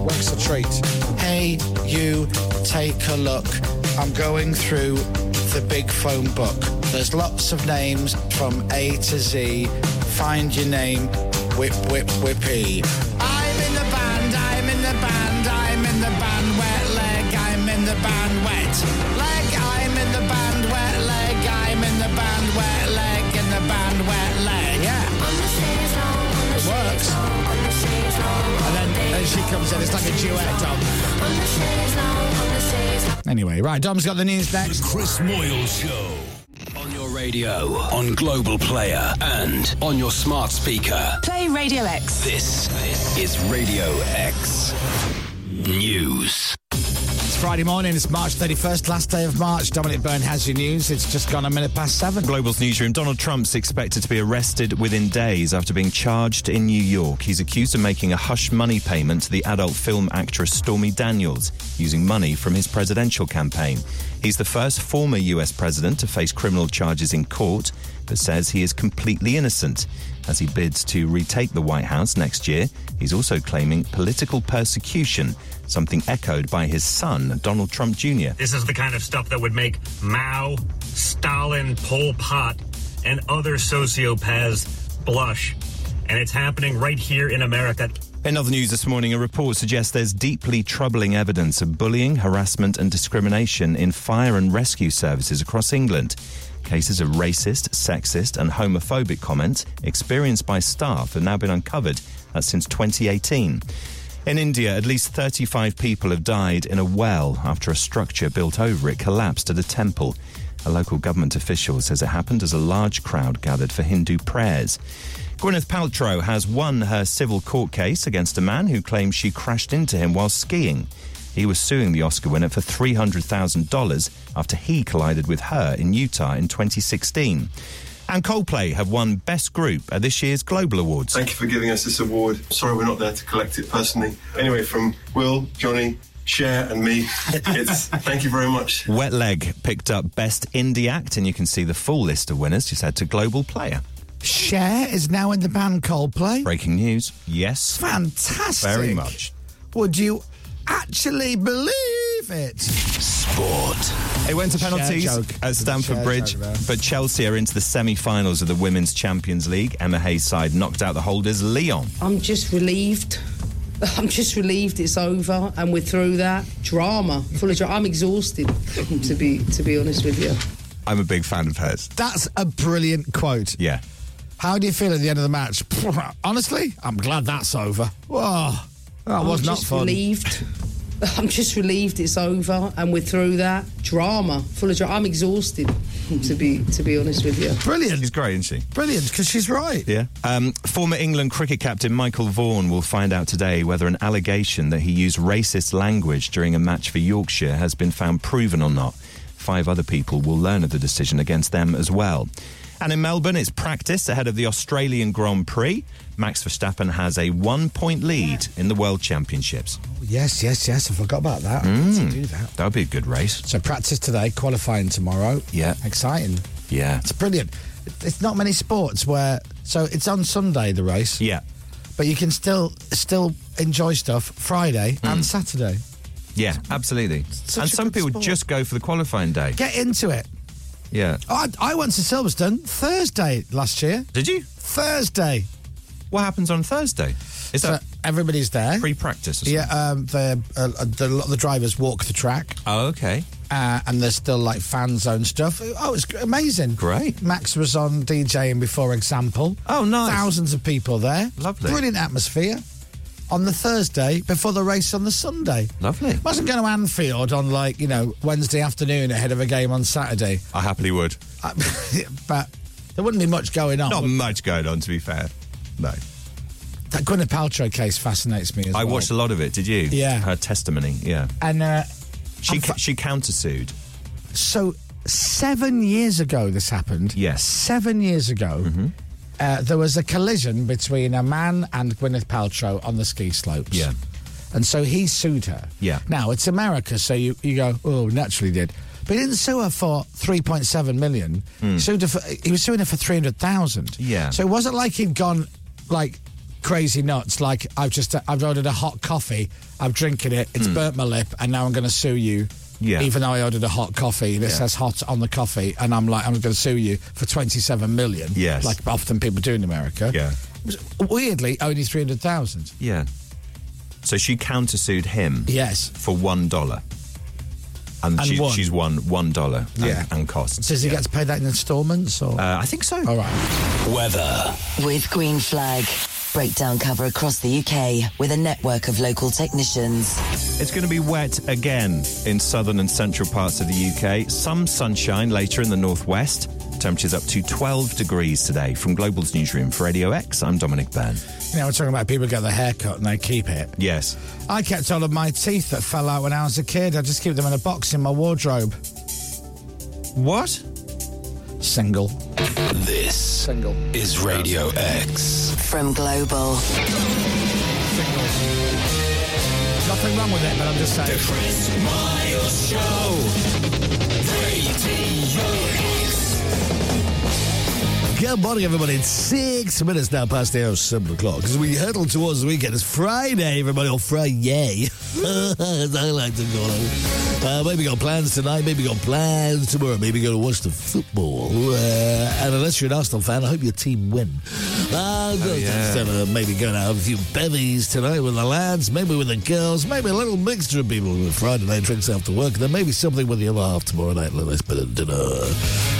Works a treat. Hey, you, take a look. I'm going through the big phone book. There's lots of names from A to Z. Find your name, whip, whip, whippy. I'm in the band, I'm in the band, I'm in the band, wet leg, I'm in the band, wet leg, I'm in the band, wet leg, I'm in the band, wet leg, in the band, wet leg. Yeah. It works. And then, then she comes in, it's like a duet, Dom. Anyway, right, Dom's got the news next. Chris Moyle Show. On your radio, on Global Player, and on your smart speaker. Play Radio X. This is Radio X News. It's Friday morning, it's March 31st, last day of March. Dominic Byrne has your news. It's just gone a minute past seven. Global's newsroom. Donald Trump's expected to be arrested within days after being charged in New York. He's accused of making a hush money payment to the adult film actress Stormy Daniels using money from his presidential campaign. He's the first former US president to face criminal charges in court, but says he is completely innocent. As he bids to retake the White House next year, he's also claiming political persecution, something echoed by his son, Donald Trump Jr. This is the kind of stuff that would make Mao, Stalin, Pol Pot, and other sociopaths blush. And it's happening right here in America. In other news this morning, a report suggests there's deeply troubling evidence of bullying, harassment, and discrimination in fire and rescue services across England. Cases of racist, sexist, and homophobic comments experienced by staff have now been uncovered. That's since 2018. In India, at least 35 people have died in a well after a structure built over it collapsed at a temple. A local government official says it happened as a large crowd gathered for Hindu prayers. Gwyneth Paltrow has won her civil court case against a man who claims she crashed into him while skiing. He was suing the Oscar winner for $300,000 after he collided with her in Utah in 2016. And Coldplay have won Best Group at this year's Global Awards. Thank you for giving us this award. Sorry we're not there to collect it personally. Anyway, from Will, Johnny, Cher, and me, *laughs* it's thank you very much. Wet Leg picked up Best Indie Act, and you can see the full list of winners. Just head to Global Player. Cher is now in the band Coldplay. Breaking news. Yes. Fantastic. Very much. Would you actually believe it? Sport. It went to Share penalties joke. at Stamford Share Bridge, joke there. but Chelsea are into the semi finals of the Women's Champions League. Emma Hayes' side knocked out the holders, Lyon. I'm just relieved. *laughs* I'm just relieved it's over and we're through that drama. Full of drama. I'm exhausted, *laughs* to be to be honest with you. I'm a big fan of hers. That's a brilliant quote. Yeah. How do you feel at the end of the match? *laughs* Honestly, I'm glad that's over. Whoa, that was I'm not just fun. relieved. *laughs* I'm just relieved it's over and we're through that drama. Full of drama. I'm exhausted, *laughs* to be to be honest with you. She's Brilliant, great, isn't she? brilliant, because she's right. Yeah. Um, former England cricket captain Michael Vaughan will find out today whether an allegation that he used racist language during a match for Yorkshire has been found proven or not. Five other people will learn of the decision against them as well. And in Melbourne, it's practice ahead of the Australian Grand Prix. Max Verstappen has a one point lead in the World Championships. Yes, yes, yes. I forgot about that. I need to do that. That would be a good race. So practice today, qualifying tomorrow. Yeah. exciting. Yeah. It's brilliant. It's not many sports where. So it's on Sunday the race. Yeah. but you can still still enjoy stuff Friday Mm. and Saturday. Yeah, absolutely. such and a some good people sport. just go for the qualifying day. Get into it. Yeah. I, I went to Silverstone Thursday last year. Did you? Thursday. What happens on Thursday? Is that everybody's there? Free practice. Or something? Yeah, um, the, uh, the a lot of the drivers walk the track, Oh, okay. uh, and there's still like fan zone stuff. Oh, it's g- amazing! Great. Max was on DJing before example. Oh, nice. Thousands of people there. Lovely. Brilliant atmosphere. On the Thursday before the race on the Sunday. Lovely. Wasn't going to Anfield on like you know Wednesday afternoon ahead of a game on Saturday, I happily would. I- but there wouldn't be much going on. Not much going on, to be fair. No. That Gwyneth Paltrow case fascinates me as I well. watched a lot of it. Did you? Yeah. Her testimony. Yeah. and uh, She ca- she countersued. So seven years ago, this happened. Yes. Mm-hmm. Seven years ago, uh, there was a collision between a man and Gwyneth Paltrow on the ski slopes. Yeah. And so he sued her. Yeah. Now it's America, so you, you go, oh, naturally did. But he didn't sue her for three point seven million. Hmm. He sued her for, he was suing her for three hundred thousand. Yeah. So it wasn't like he'd gone like crazy nuts. Like I've just I've ordered a hot coffee. I'm drinking it. It's burnt my lip, and now I'm going to sue you. Hmm. Yeah. Even though I ordered a hot coffee and it Yeah. says hot on the coffee, and I'm like, I'm going to sue you for 27 million. Yes. Like often people do in America. Yeah. It was Weirdly, only 300,000. Yeah. So she countersued him. Yes. For one dollar. And, And she, won. she's won one dollar. and- Yeah. And, costs. Does he Yeah. get to pay that in installments or? Uh, I think so. All right. Weather. With Green Flag. Breakdown cover across the UK with a network of local technicians. It's going to be wet again in southern and central parts of the UK. Some sunshine later in the northwest. Temperatures up to 12 degrees today. From Global's newsroom for Radio X, I'm Dominic Byrne. You know, we're talking about people get their hair cut and they keep it. Yes. I kept all of my teeth that fell out when I was a kid. I just keep them in a box in my wardrobe. What? Single. This is Radio X. From Global. Nothing wrong with it, but I'm just saying. Chris Miles Show. Good morning, everybody. It's six minutes now past the hour of seven o'clock. As we hurtle towards the weekend, it's Friday, everybody, or Friday, *laughs* as I like to call it. Uh, maybe got plans tonight, maybe got plans tomorrow, maybe going to watch the football. Uh, and unless you're an Arsenal fan, I hope your team win. Uh, instead of maybe going to have a few bevies tonight with the lads, maybe with the girls, maybe a little mixture of people with Friday night drinks after work, and then maybe something with the other half tomorrow night, like this bit of dinner.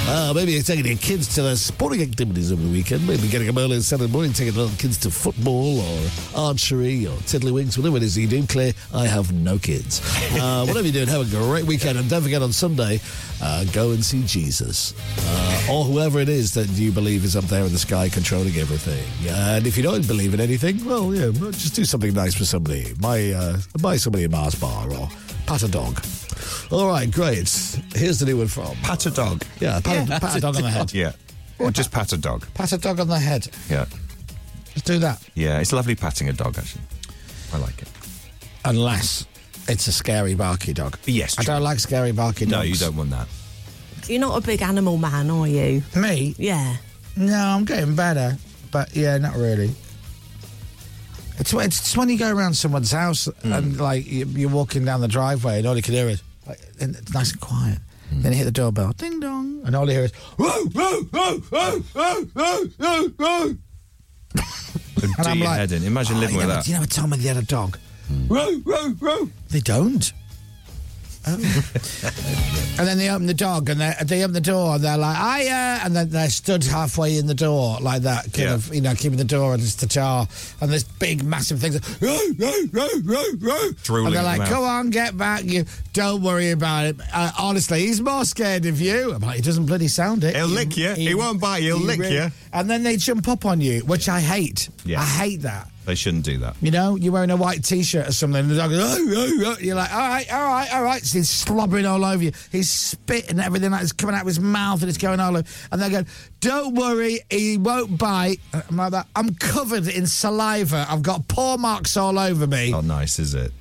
Uh, maybe you're taking your kids to their sporting activities over the weekend, maybe getting them early on Saturday morning, taking the little kids to football or archery or tiddlywinks, whatever it is you do. Clear, I have no kids. Uh, whatever you're doing, have a great weekend, and don't forget on Sunday, uh, go and see Jesus uh, or whoever it is that you believe is up there in the sky controlling everything. And if you don't believe in anything, well, yeah, well, just do something nice for somebody. Buy, uh, buy somebody a Mars bar or pat a dog. All right, great. Here's the new one from Pat a dog. Yeah, pat, Yeah, pat a dog on the head. Yeah. Or just pat a dog. Pat a dog on the head. Yeah. Just do that. Yeah. It's lovely patting a dog, actually. I like it. Unless it's a scary barky dog. Yes. I don't like scary barky dogs. No, you don't want that. You're not a big animal man, are you? Me? Yeah. No, I'm getting better, but yeah, not really. It's, when- it's just when you go around someone's house and like you- you're walking down the driveway and all you can hear is like, and it's nice and quiet. Then you hit the doorbell, ding dong, and all you hear is whoa, whoa, whoa, whoa, whoa, whoa, whoa, whoa. Do And I'm your like, "Oh, head in. Imagine living you with never, that. You never told me they had a dog. Hmm. Whoa, whoa, whoa. They don't. Oh. *laughs* And then they open the dog and they they open the door and they're like, "Hiya!" and then they're stood halfway in the door like that, kind Yeah. of you know, keeping the door and it's ajar, and this big massive thing, and Drooling they're at like, the mouth. "Go on, get back! You don't worry about it." Uh, honestly, he's more scared of you. I'm like, "He doesn't bloody sound it. He'll lick you. He won't bite you. He'll lick you. And then they jump up on you, which I hate. Yeah. I hate that. They shouldn't do that. You know, you're wearing a white T-shirt or something, and the dog goes, oh, oh, oh. you're like, all right, all right, all right. So he's slobbering all over you. He's spitting and everything like it's coming out of his mouth and it's going all over. And they're going, don't worry, he won't bite. And I'm like that. I'm covered in saliva. I've got paw marks all over me. Not nice, is it?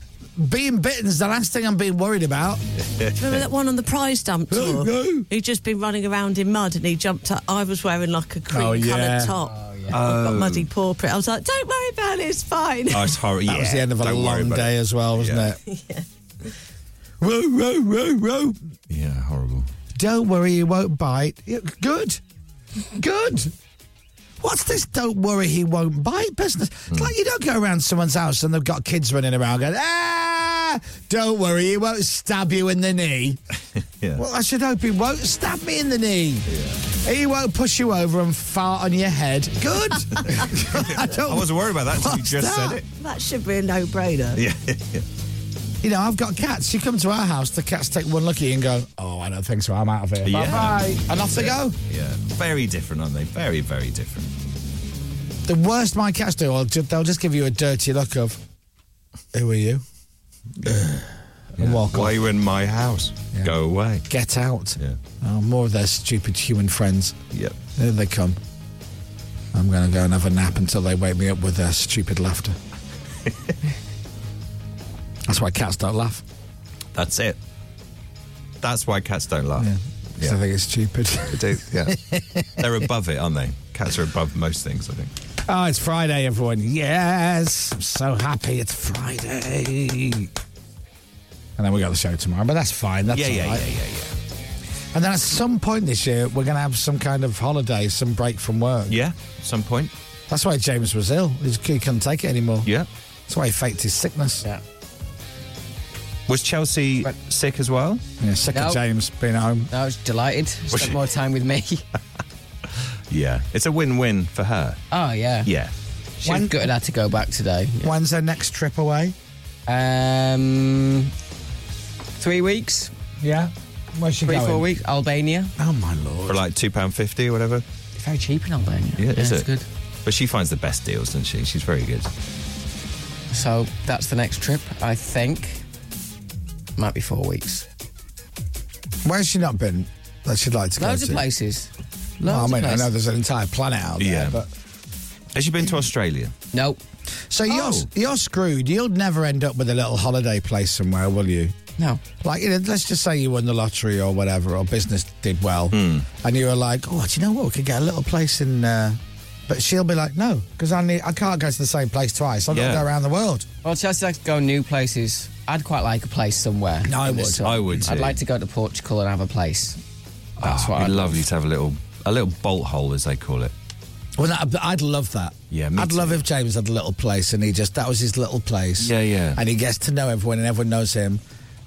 Being bitten's the last thing I'm being worried about. Remember *laughs* that one on the prize dump tour? no. He'd just been running around in mud and he jumped up. I was wearing like a cream coloured top. I've Oh. got muddy paw print. I was like, don't worry about it, it's fine. *laughs* Oh, it's horrible. That was the end of a Don't worry long about day it. as well, wasn't it? *laughs* Whoa, whoa, whoa, whoa. Yeah, *laughs* horrible. Don't worry, he won't bite. Yeah, Good. Good. What's this don't worry, he won't bite business? It's Hmm. like you don't go around someone's house and they've got kids running around going, ah, don't worry, he won't stab you in the knee. *laughs* Yeah. Well, I should hope he won't stab me in the knee. He won't push you over and fart on your head. *laughs* Good. *laughs* I, don't, I wasn't worried about that until you What's just that? said it. That should be a no-brainer. Yeah. You know, I've got cats. You come to our house, the cats take one look at you and go, oh, I don't think so. I'm out of here. Yeah. Bye-bye. And off they go. Yeah. Very different, aren't they? Very, *sighs* very different. The worst my cats do, I'll ju- they'll just give you a dirty look of, who are you? And walk Why are you in my house? Go away. Get out. Yeah. Oh, more of their stupid human friends. Yep. Here they come. I'm going to go and have a nap until they wake me up with their stupid *laughs* laughter. That's why cats don't laugh. That's it. That's why cats *laughs* don't laugh. Yeah. 'Cause Yeah. I think it's stupid. *laughs* They do, yeah. *laughs* They're above it, aren't they? Cats are above most things, I think. Oh, it's Friday, everyone. Yes. I'm so happy it's Friday. And then we got the show tomorrow, but that's fine. That's yeah, yeah, all right. yeah, yeah, yeah. And then at some point this year, we're going to have some kind of holiday, some break from work. Yeah, some point. That's why James was ill. He's- He couldn't take it anymore. Yeah. That's why he faked his sickness. Yeah. Was Chelsea sick as well? Yeah, sick No. of James being at home. I was delighted. Spent she- more time with me. Yeah. It's a win win for her. Oh yeah. Yeah. She When- was gutted I had to go back today. When's their next trip away? Um, three weeks, Yeah. Where's she three going? four weeks. Albania. Oh, my Lord. For like £2.50 or whatever. Very cheap in Albania. Yeah, is it's it? good. But she finds the best deals, doesn't she? She's very good. So that's the next trip, I think. Might be four weeks. Where's she not been that she'd like to go Loads to? of places. Well, I Loads of mean, I know places. there's an entire planet out there, Yeah. but... Has she been to Australia? Nope. So you're, you're screwed. You'll never end up with a little holiday place somewhere, will you? No. Like, you know, let's just say you won the lottery or whatever, or business did well, Hmm. and you were like, "Oh, do you know what? We could get a little place in." Uh... But she'll be like, "No, because I need, I can't go to the same place twice. I've got Yeah. to go around the world." Well, Chelsea likes to go new places. I'd quite like a place somewhere. No, I in this would. summer. I would I'd too. like to go to Portugal and have a place. That's Oh, what it'd I'd be lovely to have a little a little bolt hole, as they call it. Well, that, I'd love that. Yeah, me I'd too. love if James had a little place, and he just that was his little place. Yeah, yeah. And he gets to know everyone, and everyone knows him.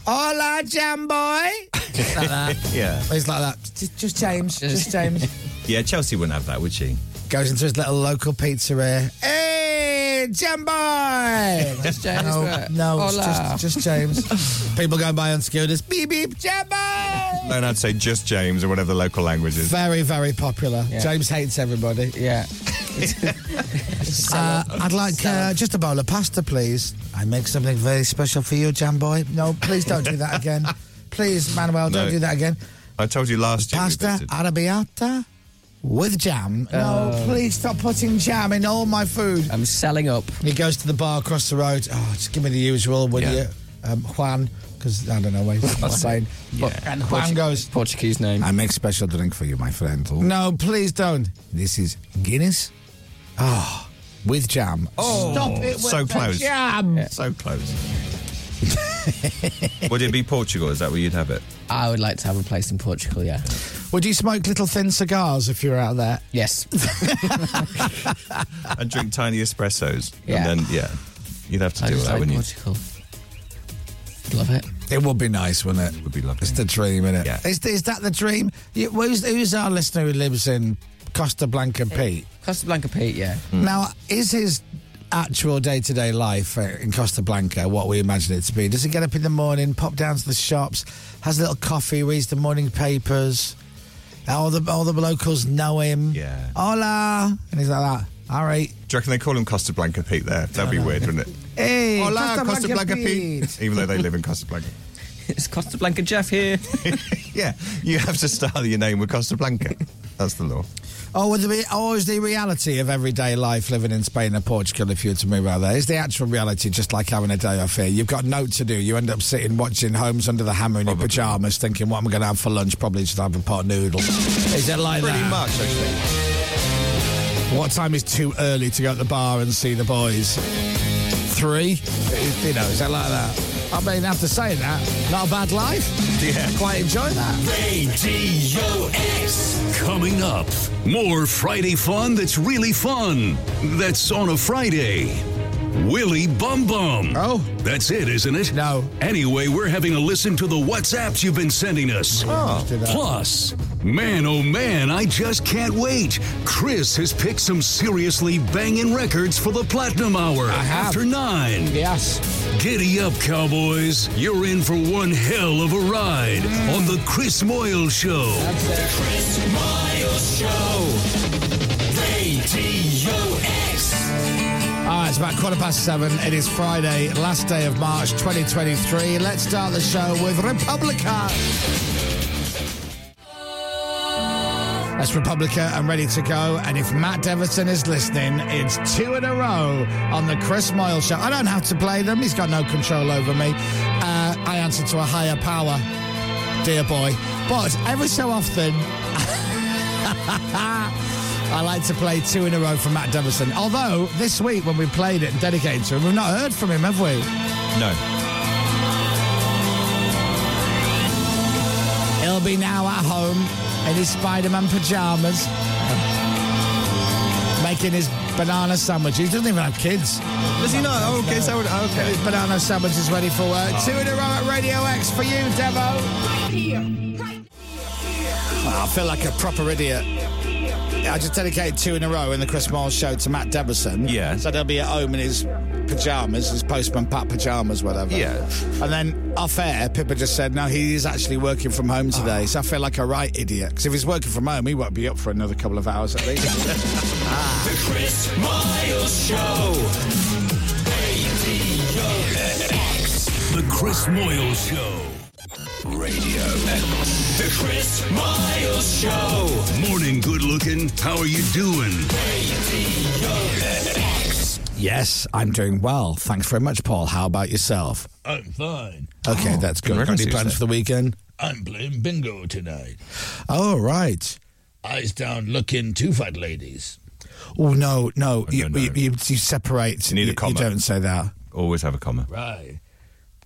Hola, Jam boy. *laughs* like that. Yeah. He's like that. Just, just James. Just *laughs* James. Yeah, Chelsea wouldn't have that, would she? Goes into his little local pizzeria. Hey, Jamboy! *laughs* Just James, No, right? no it's Hola. just, just *laughs* James. People going by on scooters. Beep, beep, Jamboy! Then I'd say just James or whatever the local language is. Very, very popular. Yeah. James hates everybody. *laughs* Yeah. Uh, I'd like uh, just a bowl of pasta, please. I make something very special for you, Jamboy. No, please don't do that *laughs* again. Please, Manuel, don't No. do that again. I told you last year. we Pasta visited. arrabbiata with jam. Uh, No, please stop putting jam in all my food. I'm selling up. He goes to the bar across the road. Oh, just give me the usual, will Yeah. you, um, Juan? Because I don't know where *laughs* he's saying. But, and Juan Portu- goes. Portuguese name. I make special drink for you, my friend. No, please don't. This is Guinness. Oh, with jam. Oh, Stop it with so the close. jam. So close. Would it be Portugal? Is that where you'd have it? I would like to have a place in Portugal, Oh, yeah. Would you smoke little thin cigars if you were out there? Yes. *laughs* And drink tiny espressos. Yeah. And then, yeah. You'd have to I do just that, like wouldn't you? Portugal. Love it. It would be nice, wouldn't it? Would be lovely. It's the dream, isn't it? Yeah. Is, is that the dream? You, who's, who's our listener who lives in Costa Blanca, Pete? Casablanca Pete, yeah. Hmm. Now, is his actual day to day life uh, in Costa Blanca what we imagine it to be? Does he get up in the morning, pop down to the shops, has a little coffee, reads the morning papers? All the all the locals know him. Yeah. Hola, and he's like that. All right. Do you reckon they call him Costa Blanca Pete there? That'd be weird, wouldn't it? Hey, Hola, Costa Blanca Pete. Even though they live in Costa Blanca. *laughs* It's Casablanca Jeff here. *laughs* Yeah, you have to start your name with Costa Blanca. That's the law. Oh, would there be, oh, is the reality of everyday life living in Spain or Portugal if you were to move out there? Is the actual reality just like having a day off here? You've got no to do. You end up sitting watching Homes Under the Hammer in your pyjamas thinking, what am I going to have for lunch? Probably just have a pot noodle. Is it like Pretty that? much, actually. What time is too early to go to the bar and see the boys? Three? You know, is that like that? I mean, after saying that, not a bad life. Yeah. Quite enjoy that. Radio X. Coming up, more Friday fun that's really fun. That's on a Friday. Willy Bum Bum. Oh. That's it, isn't it? No. Anyway, we're having a listen to the WhatsApps you've been sending us. Oh. Plus, man, oh man, I just can't wait. Chris has picked some seriously banging records for the Platinum Hour after nine. Yes. Giddy up, Cowboys. You're in for one hell of a ride on The Chris Moyle Show. The Chris Miles Show. Radio X. All right, it's about quarter past seven. It is Friday, last day of March 2023. Let's start the show with Republica. That's Republica and ready to go. And if Matt Deverson is listening, it's two in a row on the Chris Moyle Show. I don't have to play them. He's got no control over me. Uh, I answer to a higher power, dear boy. But every so often, *laughs* I like to play two in a row for Matt Deverson. Although this week when we played it and dedicated to him, we've not heard from him, have we? No. He'll be now at home in his Spider-Man pajamas, making his banana sandwich. He doesn't even have kids. Does he not? Oh, okay, so I would- oh, okay. His banana sandwich is ready for work. Oh. Uh, Two in a row at Radio X for you, Devo. Oh, I feel like a proper idiot. I just dedicated two in a row in the Chris Miles show to Matt Deberson. Yeah. So he'll be at home in his pajamas, his postman Pat pajamas, whatever. Yeah. And then off air, Pippa just said, no, he is actually working from home today. So I feel like a right idiot. Because if he's working from home, he won't be up for another couple of hours at least. *laughs* Ah. The Oh, Chris Miles Show. Radio X. The Chris Moyle Show. Radio X. The Chris Miles Show. Morning, good looking. How are you doing? Radio X. yes, I'm doing well. Thanks very much, Paul. How about yourself? I'm fine. Okay, Oh, that's good. Got reference any you plans said. for the weekend? I'm playing bingo tonight. Oh, right. Eyes down, look in, two fat ladies. Oh, no, no. you, You, you, you separate. You need a comma. You don't say that. Always have a comma. Right.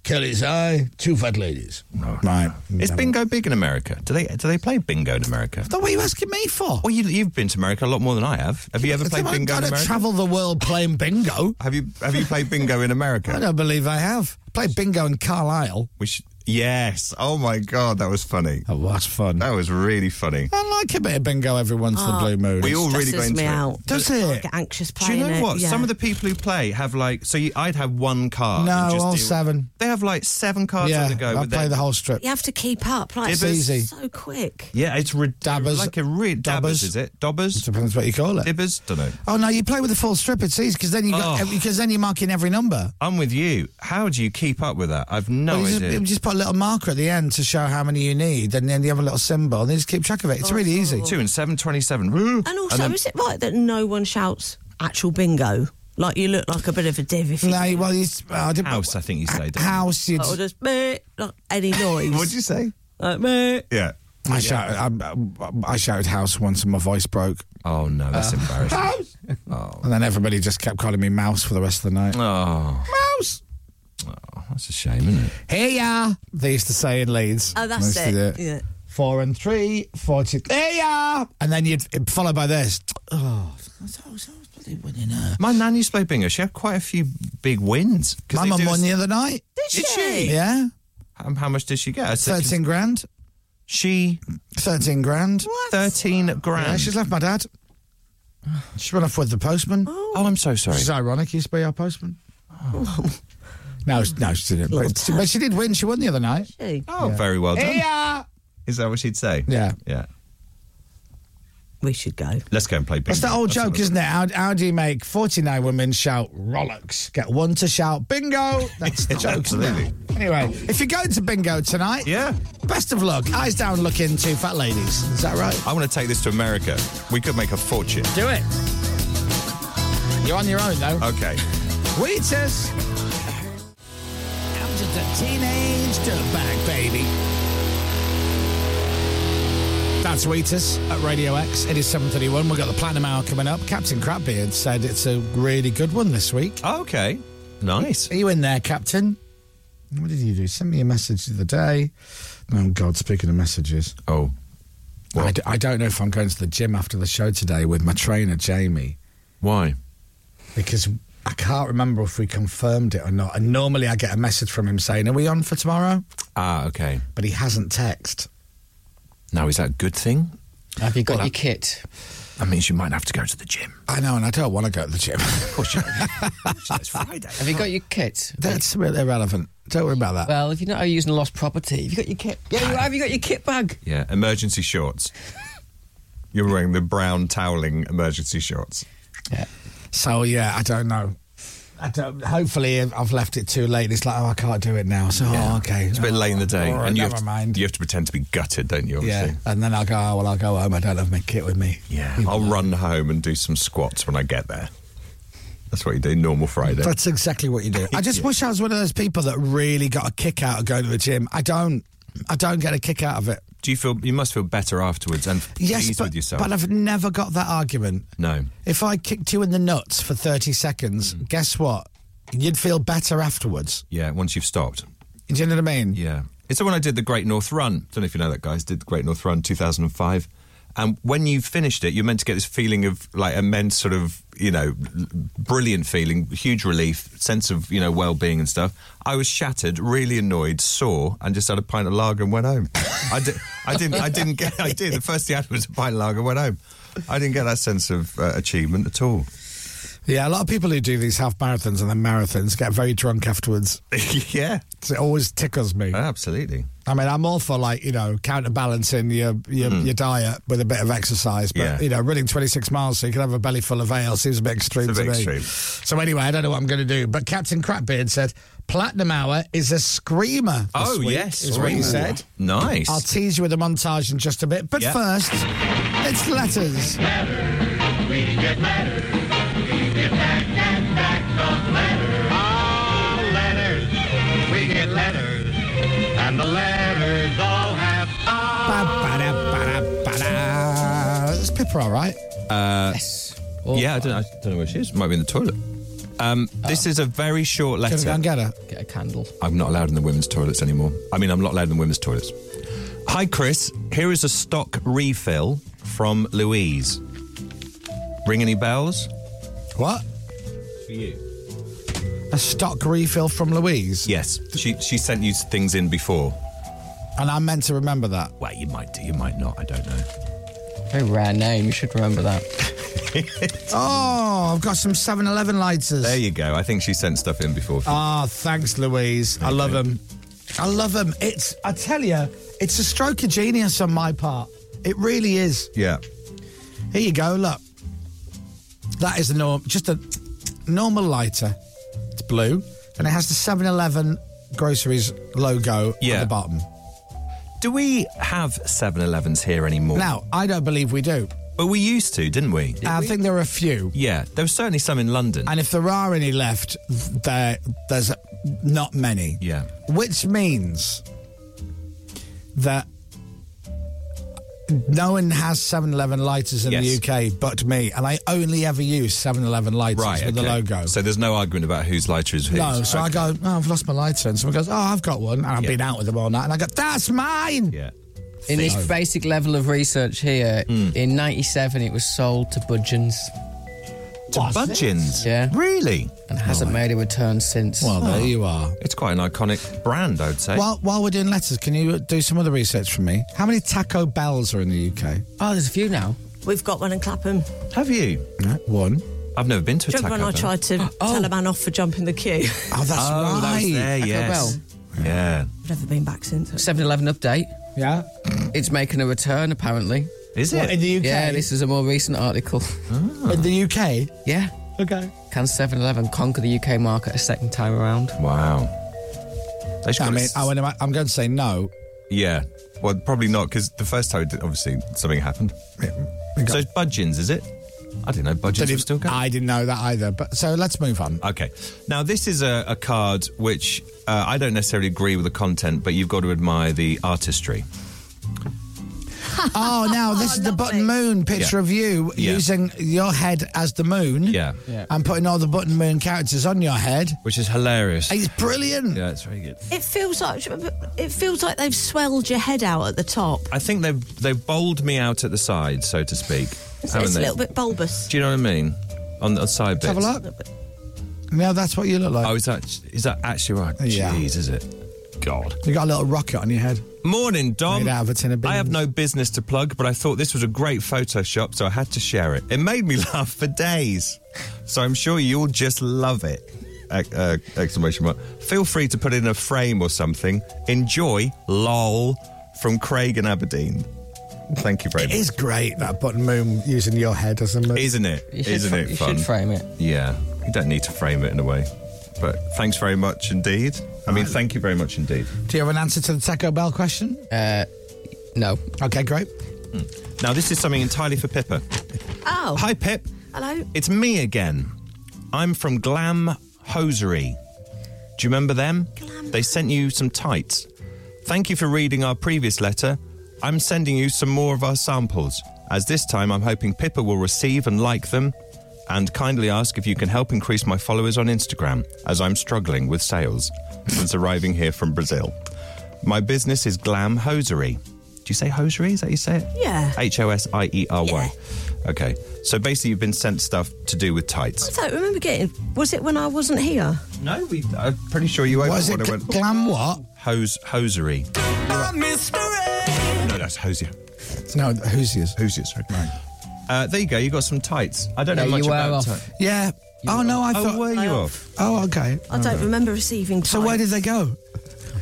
Kelly's eye, two fat ladies. Right. Is bingo big in America? Do they do they play bingo in America? What are you asking me for? Well, you, you've been to America a lot more than I have. Have you ever played I've bingo got in to America? travel the world playing bingo. have you Have you played bingo *laughs* in America? I don't believe I have. I played bingo in Carlisle. Which yes. Oh my god, that was funny. That was fun. That was really funny. I like a bit of bingo every once in a blue moon. We all really go Oh, stresses into me it. out. Does I it? get anxious Do playing you know it, what? yeah. Some of the people who play have like so. You, I'd have one card. No, and just all deal- seven. They have like seven cards yeah, on the go. I with play their- the whole strip. You have to keep up. Like, It's it's easy. so quick. Yeah, it's re- dabbers. Like a re- dabbers, Dabbers. is it? Dobbers. Depends what you call it. Dibbers. Don't know. Oh no, you play with the full strip. It's easy because then you got Oh. because then you're marking every number. I'm with you. How do you keep up with that? I've no Well, you idea. just, you just put a little marker at the end to show how many you need, and then you have a little symbol, and you just keep track of it. It's really easy. Oh. Two and seven twenty-seven. Woo. And also, then- is it right that no one shouts actual bingo? Like, you look like a bit of a div if you. No, well, it's, uh, I didn't. House, I think you say. don't you? House, you'd, Or just, meh, like any noise. *laughs* What'd you say? Like, meh. Yeah. I shouted. I, I shouted house once, and my voice broke. Uh, Oh no, that's embarrassing. *laughs* House. And then everybody just kept calling me mouse for the rest of the night. Oh, Mouse. that's a shame, isn't it? Here ya. They used to say in Leeds. Oh, They that's used to it. do Yeah. Four and three, four two. There ya. And then you'd followed by this. Oh, My nan used to play bingo. She had quite a few big wins. 'Cause my they mum do- won the other night. Did she? Yeah, Um, how much did she get? I said, thirteen grand. She Thirteen grand. thirteen grand. Yeah, she's left my dad. She went off with the postman. Oh, I'm so sorry. Which is ironic. He used to be our postman. Oh. No, she- no, she didn't. But she, but she did win. She won the other night. Oh, very well done. Yeah. Is that what she'd say? Yeah. Yeah. We should go. Let's go and play bingo. That's that old That's joke, what- isn't it? How, how do you make 49 women shout rollocks? Get one to shout bingo. That's the *laughs* Yeah, joke. isn't it? absolutely. Anyway, if you're going to bingo tonight, yeah, best of luck. Eyes down, look in, two fat ladies. Is that right? I want to take this to America. We could make a fortune. Do it. You're on your own, though. Okay. Wheatus. I'm just a teenage dirtbag, baby. Da Now tweet us at Radio X. It is 7.31. We've got the Platinum Hour coming up. Captain Crabbeard said it's a really good one this week. Okay. Nice. Are you in there, Captain? What did you do? Send me a message the other day. Oh, God, speaking of messages. Oh. I d- I don't know if I'm going to the gym after the show today with my trainer, Jamie. Why? Because I can't remember if we confirmed it or not. And normally I get a message from him saying, Are we on for tomorrow? Ah, okay. But he hasn't text. Now, is that a good thing? Have you got your kit? That means you might have to go to the gym. I know, and I don't want to go to the *laughs* gym. Of course you don't. it's Friday. Have you got your kit? That's really irrelevant. Don't worry about that. Well, if you know how you're using lost property, have you got your kit? Yeah, you have. You got your kit bag. Yeah, emergency shorts. You're wearing the brown toweling emergency shorts. So yeah, I don't know. I don't. Hopefully, I've left it too late. It's like, oh, I can't do it now. So oh, okay, It's a bit late in the day. All right, and you never have, to, mind. you have to pretend to be gutted, don't you? Yeah, Obviously? and then I'll go. Oh, well, I'll go home. I don't have my kit with me. Yeah. I'll run home and do some squats when I get there. That's what you do, normal Friday. That's exactly what you do. I just wish I was one of those people that really got a kick out of going to the gym. I don't. I don't get a kick out of it. do you feel you must feel better afterwards and Yes, pleased but, with yourself? but I've never got that argument. no. If I kicked you in the nuts for thirty seconds, Mm. guess what? You'd feel better afterwards. Yeah, once you've stopped. Do you know what I mean? Yeah. It's the one I did the Great North Run. Don't know if you know that, guys. Did the Great North Run 2005. And when you finished it, you're meant to get this feeling of like immense sort of, you know, l- brilliant feeling, huge relief, sense of, you know, well being and stuff. I was shattered, really annoyed, sore, and just had a pint of lager and went home. I, di- I didn't, I didn't get, I did. The first thing I had was a pint of lager and went home. I didn't get that sense of uh, achievement at all. Yeah, a lot of people who do these half marathons and then marathons get very drunk afterwards. *laughs* yeah. Oh, So it always tickles me. Absolutely. I mean, I'm all for like you know counterbalancing your your, your diet with a bit of exercise, but Mm. Yeah. you know running 26 miles so you can have a belly full of ale seems a bit extreme It's a to bit me. extreme. So anyway, I don't know what I'm going to do. But Captain Crapbeard said Platinum Hour is a screamer. this Oh, week," yes. is what he Ooh. said. Nice. I'll tease you with a montage in just a bit, but Yeah. first, it's letters. We get letters, and the letters all have Ba-ba-da-ba-da-ba-da. Is Pippa all right? Uh, Oh, yeah, I don't, know, I don't know where she is. Might be in the toilet. Um, This is a very short letter. Can I go and get her? Get a candle. I'm not allowed in the women's toilets anymore. I mean, I'm not allowed in the women's toilets. Hi, Chris. Here is a stock refill from Louise. Ring any bells? What? For you. A stock refill from Louise, Yes. She she sent you things in before. and I'm meant to remember that. Well, you might do, you might not. I don't know. Very rare name. You should remember *laughs* that. Oh, I've got some 7 Eleven lighters. There you go. I think she sent stuff in before. Ah, thanks, Louise. I love them. I love them. It's, I tell you, it's a stroke of genius on my part. It really is. Yeah. Here you go. Look, that is a norm, just a normal lighter. It's blue, and it has the 7-Eleven groceries logo at Yeah. the bottom. Do we have 7-Elevens here anymore? Now, I don't believe we do. But we used to, didn't we? I think there are a few, Yeah. There was certainly some in London. and if there are any left, there there's not many. yeah. which means that no one has 7-Eleven lighters in Yes. the UK but me, and I only ever use 7-Eleven lighters Right. with the okay. logo. So there's no argument about whose lighter is whose. No, so I go, oh, I've lost my lighter, and someone goes, oh, I've got one, and I've been out with them all night, and I go, that's mine. Yeah. In this basic level of research here, Hmm. in '97 it was sold to Budgeons. To Budgeons? Yeah. Really? And hasn't made a return since. Well, there you are. It's quite an iconic brand, I would say. While, while we're doing letters, can you do some other research for me? How many Taco Bells are in the UK? Oh, there's a few now. We've got one in Clapham. Have you? No, one. I've never been to Oh. a Remember Taco when Bell. I *gasps* tried to tell a man off for jumping the queue? *laughs* Oh, that's oh, that was right. there, Taco yes. Yeah. I've never been back since. 7-Eleven update. Yeah. It's making a return apparently. Is Ah. What, in the UK? Yeah, this is a more recent article. In the UK? Yeah. Okay. Can 7-Eleven conquer the UK market a second time around? Wow. They should I call it mean, s- I, went- I'm going to say no. yeah. Well, probably not, because the first time, it did- obviously, something happened. So it's Budgeons, is it? I didn't know Budgeons were still going. I didn't know that either. But so let's move *laughs* on. Okay. Now, this is a, a card which uh, I don't necessarily agree with the content, but you've got to admire the artistry. oh, now this is the button moon picture Yeah. of you Yeah. using your head as the moon. Yeah. Yeah. And putting all the button moon characters on your head. Which is hilarious. It's brilliant. Yeah, it's very good. It feels like it feels like they've swelled your head out at the top. I think they they bowled me out at the side, so to speak. It's, haven't it's a they? little bit bulbous. Do you know what I mean? On the side bits. Let's have a look. Now that's what you look like. Oh, is that is that actually right? Yeah. Jeez, is it? God. You got a little rocket on your head. Morning, Dom. Made out of a tin of I have beans. no business to plug, but I thought this was a great Photoshop, so I had to share it. It made me *laughs* laugh for days, so I'm sure you'll just love it. Ec- uh, exclamation mark. Feel free to put in a frame or something. Enjoy, lol, from Craig and Aberdeen. Thank you very It much. is great that button moon using your head as a moon. Isn't it? You should Isn't fr- it you fun? should frame it. Yeah. You don't need to frame it in a way. But thanks very much indeed. I mean, thank you very much indeed. Do you have an answer to the Taco Bell question? Uh, no. Okay, great. Now, this is something entirely for Pippa. Oh. Hi, Pip. Hello. It's me again. I'm from Glam Hosiery. Do you remember them? They sent you some tights. Thank you for reading our previous letter. I'm sending you some more of our samples, as this time I'm hoping Pippa will receive and like them, and kindly ask if you can help increase my followers on Instagram, as I'm struggling with sales since arriving here from Brazil. My business is Glam Hosiery. Do you say hosiery? Is that how you say it? Yeah. H O S I E R Y. Okay. So basically, you've been sent stuff to do with tights. So remember getting was it when I wasn't here? No, we. I'm pretty sure you opened Was it one. I went, glam what? Hose, hosiery. No, that's hosier. No, Hoosiers. Hoosiers, sorry. Uh, there you go. You got some tights. I don't Yeah, know much you were about off. tights. Yeah. oh no, I Oh, thought. were you off? Oh, okay. I don't remember receiving. So where did they go?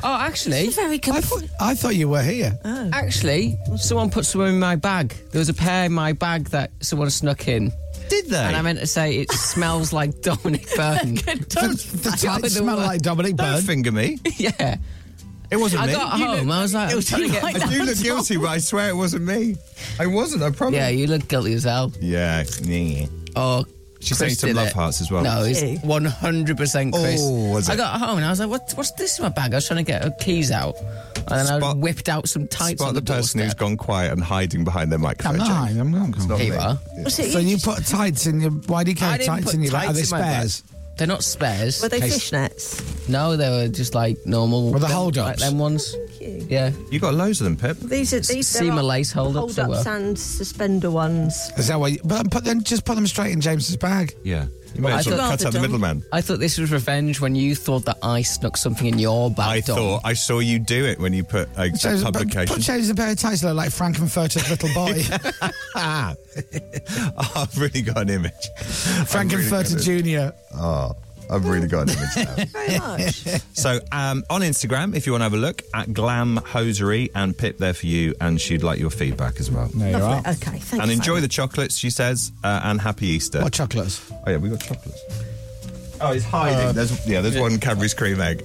Oh, actually, very I thought, I thought you were here. Oh. Actually, someone put some in my bag. There was a pair in my bag that someone snuck in. Did they? And I meant to say *laughs* it smells like Dominic Byrne. The tights smell like Dominic Don't Byrne. finger *laughs* me. yeah. It wasn't I me. got You home. look I was like, guilty I'm trying to like get that. You down look to- guilty, but I swear it wasn't me. I wasn't. I promise. Yeah, you look guilty as hell. Yeah. Oh. She's Chris saying some did love it. hearts as well. No, it's She? 100% Chris. Oh, was I it? got home and I was like, what, what's this in my bag? I was trying to get her keys out. And then I whipped out some tights Spot on the, the, person who's gone quiet and hiding behind their *laughs* microphone. I'm not. Jack. hiding, I'm not. It's not Here me. you are. Yeah. Was it So you put tights in your. Why do you I carry didn't tights put in your? Are tights they in my bag. spares? They're not spares. Were they Okay. fishnets? No, they were just like normal. Were they them- hold-ups? Oh, Like them ones. Yeah. You got loads of them, Pip. These are these Seam are a lace hold-ups hold or what? ups and suspender ones. Is that why? You, but put them, just put them straight in James's bag. Yeah. You may I as well thought- cut out the middleman. I thought this was revenge when you thought that I snuck something in your bag. I Dom. thought I saw you do it when you put a James, but- publication. Put *laughs* James a pair of tights that look like Frankenfurter's little boy. *laughs* Ah. I've really got *laughs* an image. Frankenfurter Junior. Oh, I've really got *laughs* an image now. Very much. so um, on Instagram, if you want to have a look at Glam Hosiery and Pip there for you, and she'd like your feedback as well. There you are. Okay, thank and you. enjoy the chocolates, she says, uh, and happy Easter. What chocolates? oh yeah, we got chocolates. Oh, it's hiding. Uh, there's yeah, there's one Cadbury's cream *laughs* egg.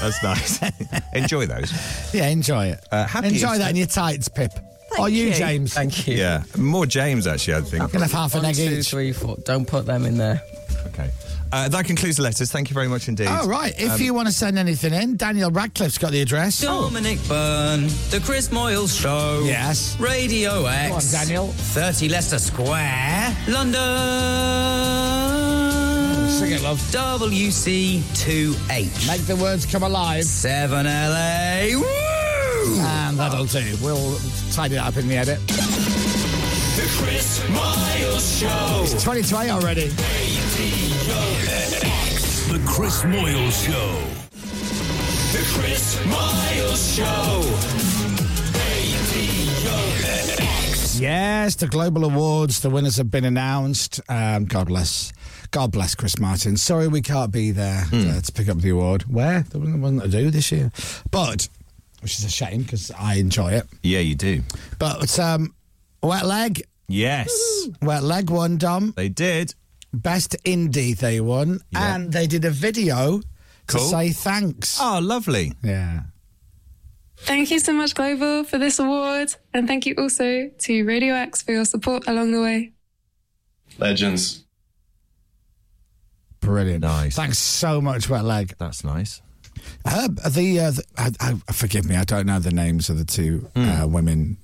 That's nice. *laughs* enjoy those. Yeah, enjoy it. Uh, happy enjoy Easter. that in your tights, Pip. or you, James? Thank you. Yeah, more James actually. I think. Gonna have half an One, egg two, each. three, four. Don't put them in there. Okay. Uh, that concludes the letters. Thank you very much indeed. All right. If Um, you want to send anything in, Daniel Radcliffe's got the address. Dominic Byrne, The Chris Moyles Show. Yes. Radio X. Go on, Daniel. 30 Leicester Square, London. Sing it, love. WC2H. Make the words come alive. 7 LA. Woo! And that'll do. We'll tidy that up in the edit. The Chris Miles Show. It's 20 to 8 already. The Chris Moyles Show. The Chris Miles Show. Yes, the Global Awards, the winners have been announced. Um, God bless. God bless Chris Martin. Sorry we can't be there uh, to pick up the award. Where? There wasn't wasn't to do this year. But, which is a shame because I enjoy it. Yeah, you do. But um, Wet Leg, Yes, Wet Leg won, Dom. they did. Best Indie they won. Yeah. And they did a video to Cool. say thanks. Oh, lovely. Yeah. Thank you so much, Global, for this award. And thank you also to Radio X for your support along the way. Legends. Brilliant. Nice. Thanks so much, Wet Leg. That's nice. Hmm. Herb, the, uh, the I, I, forgive me, I don't know the names of the two uh, women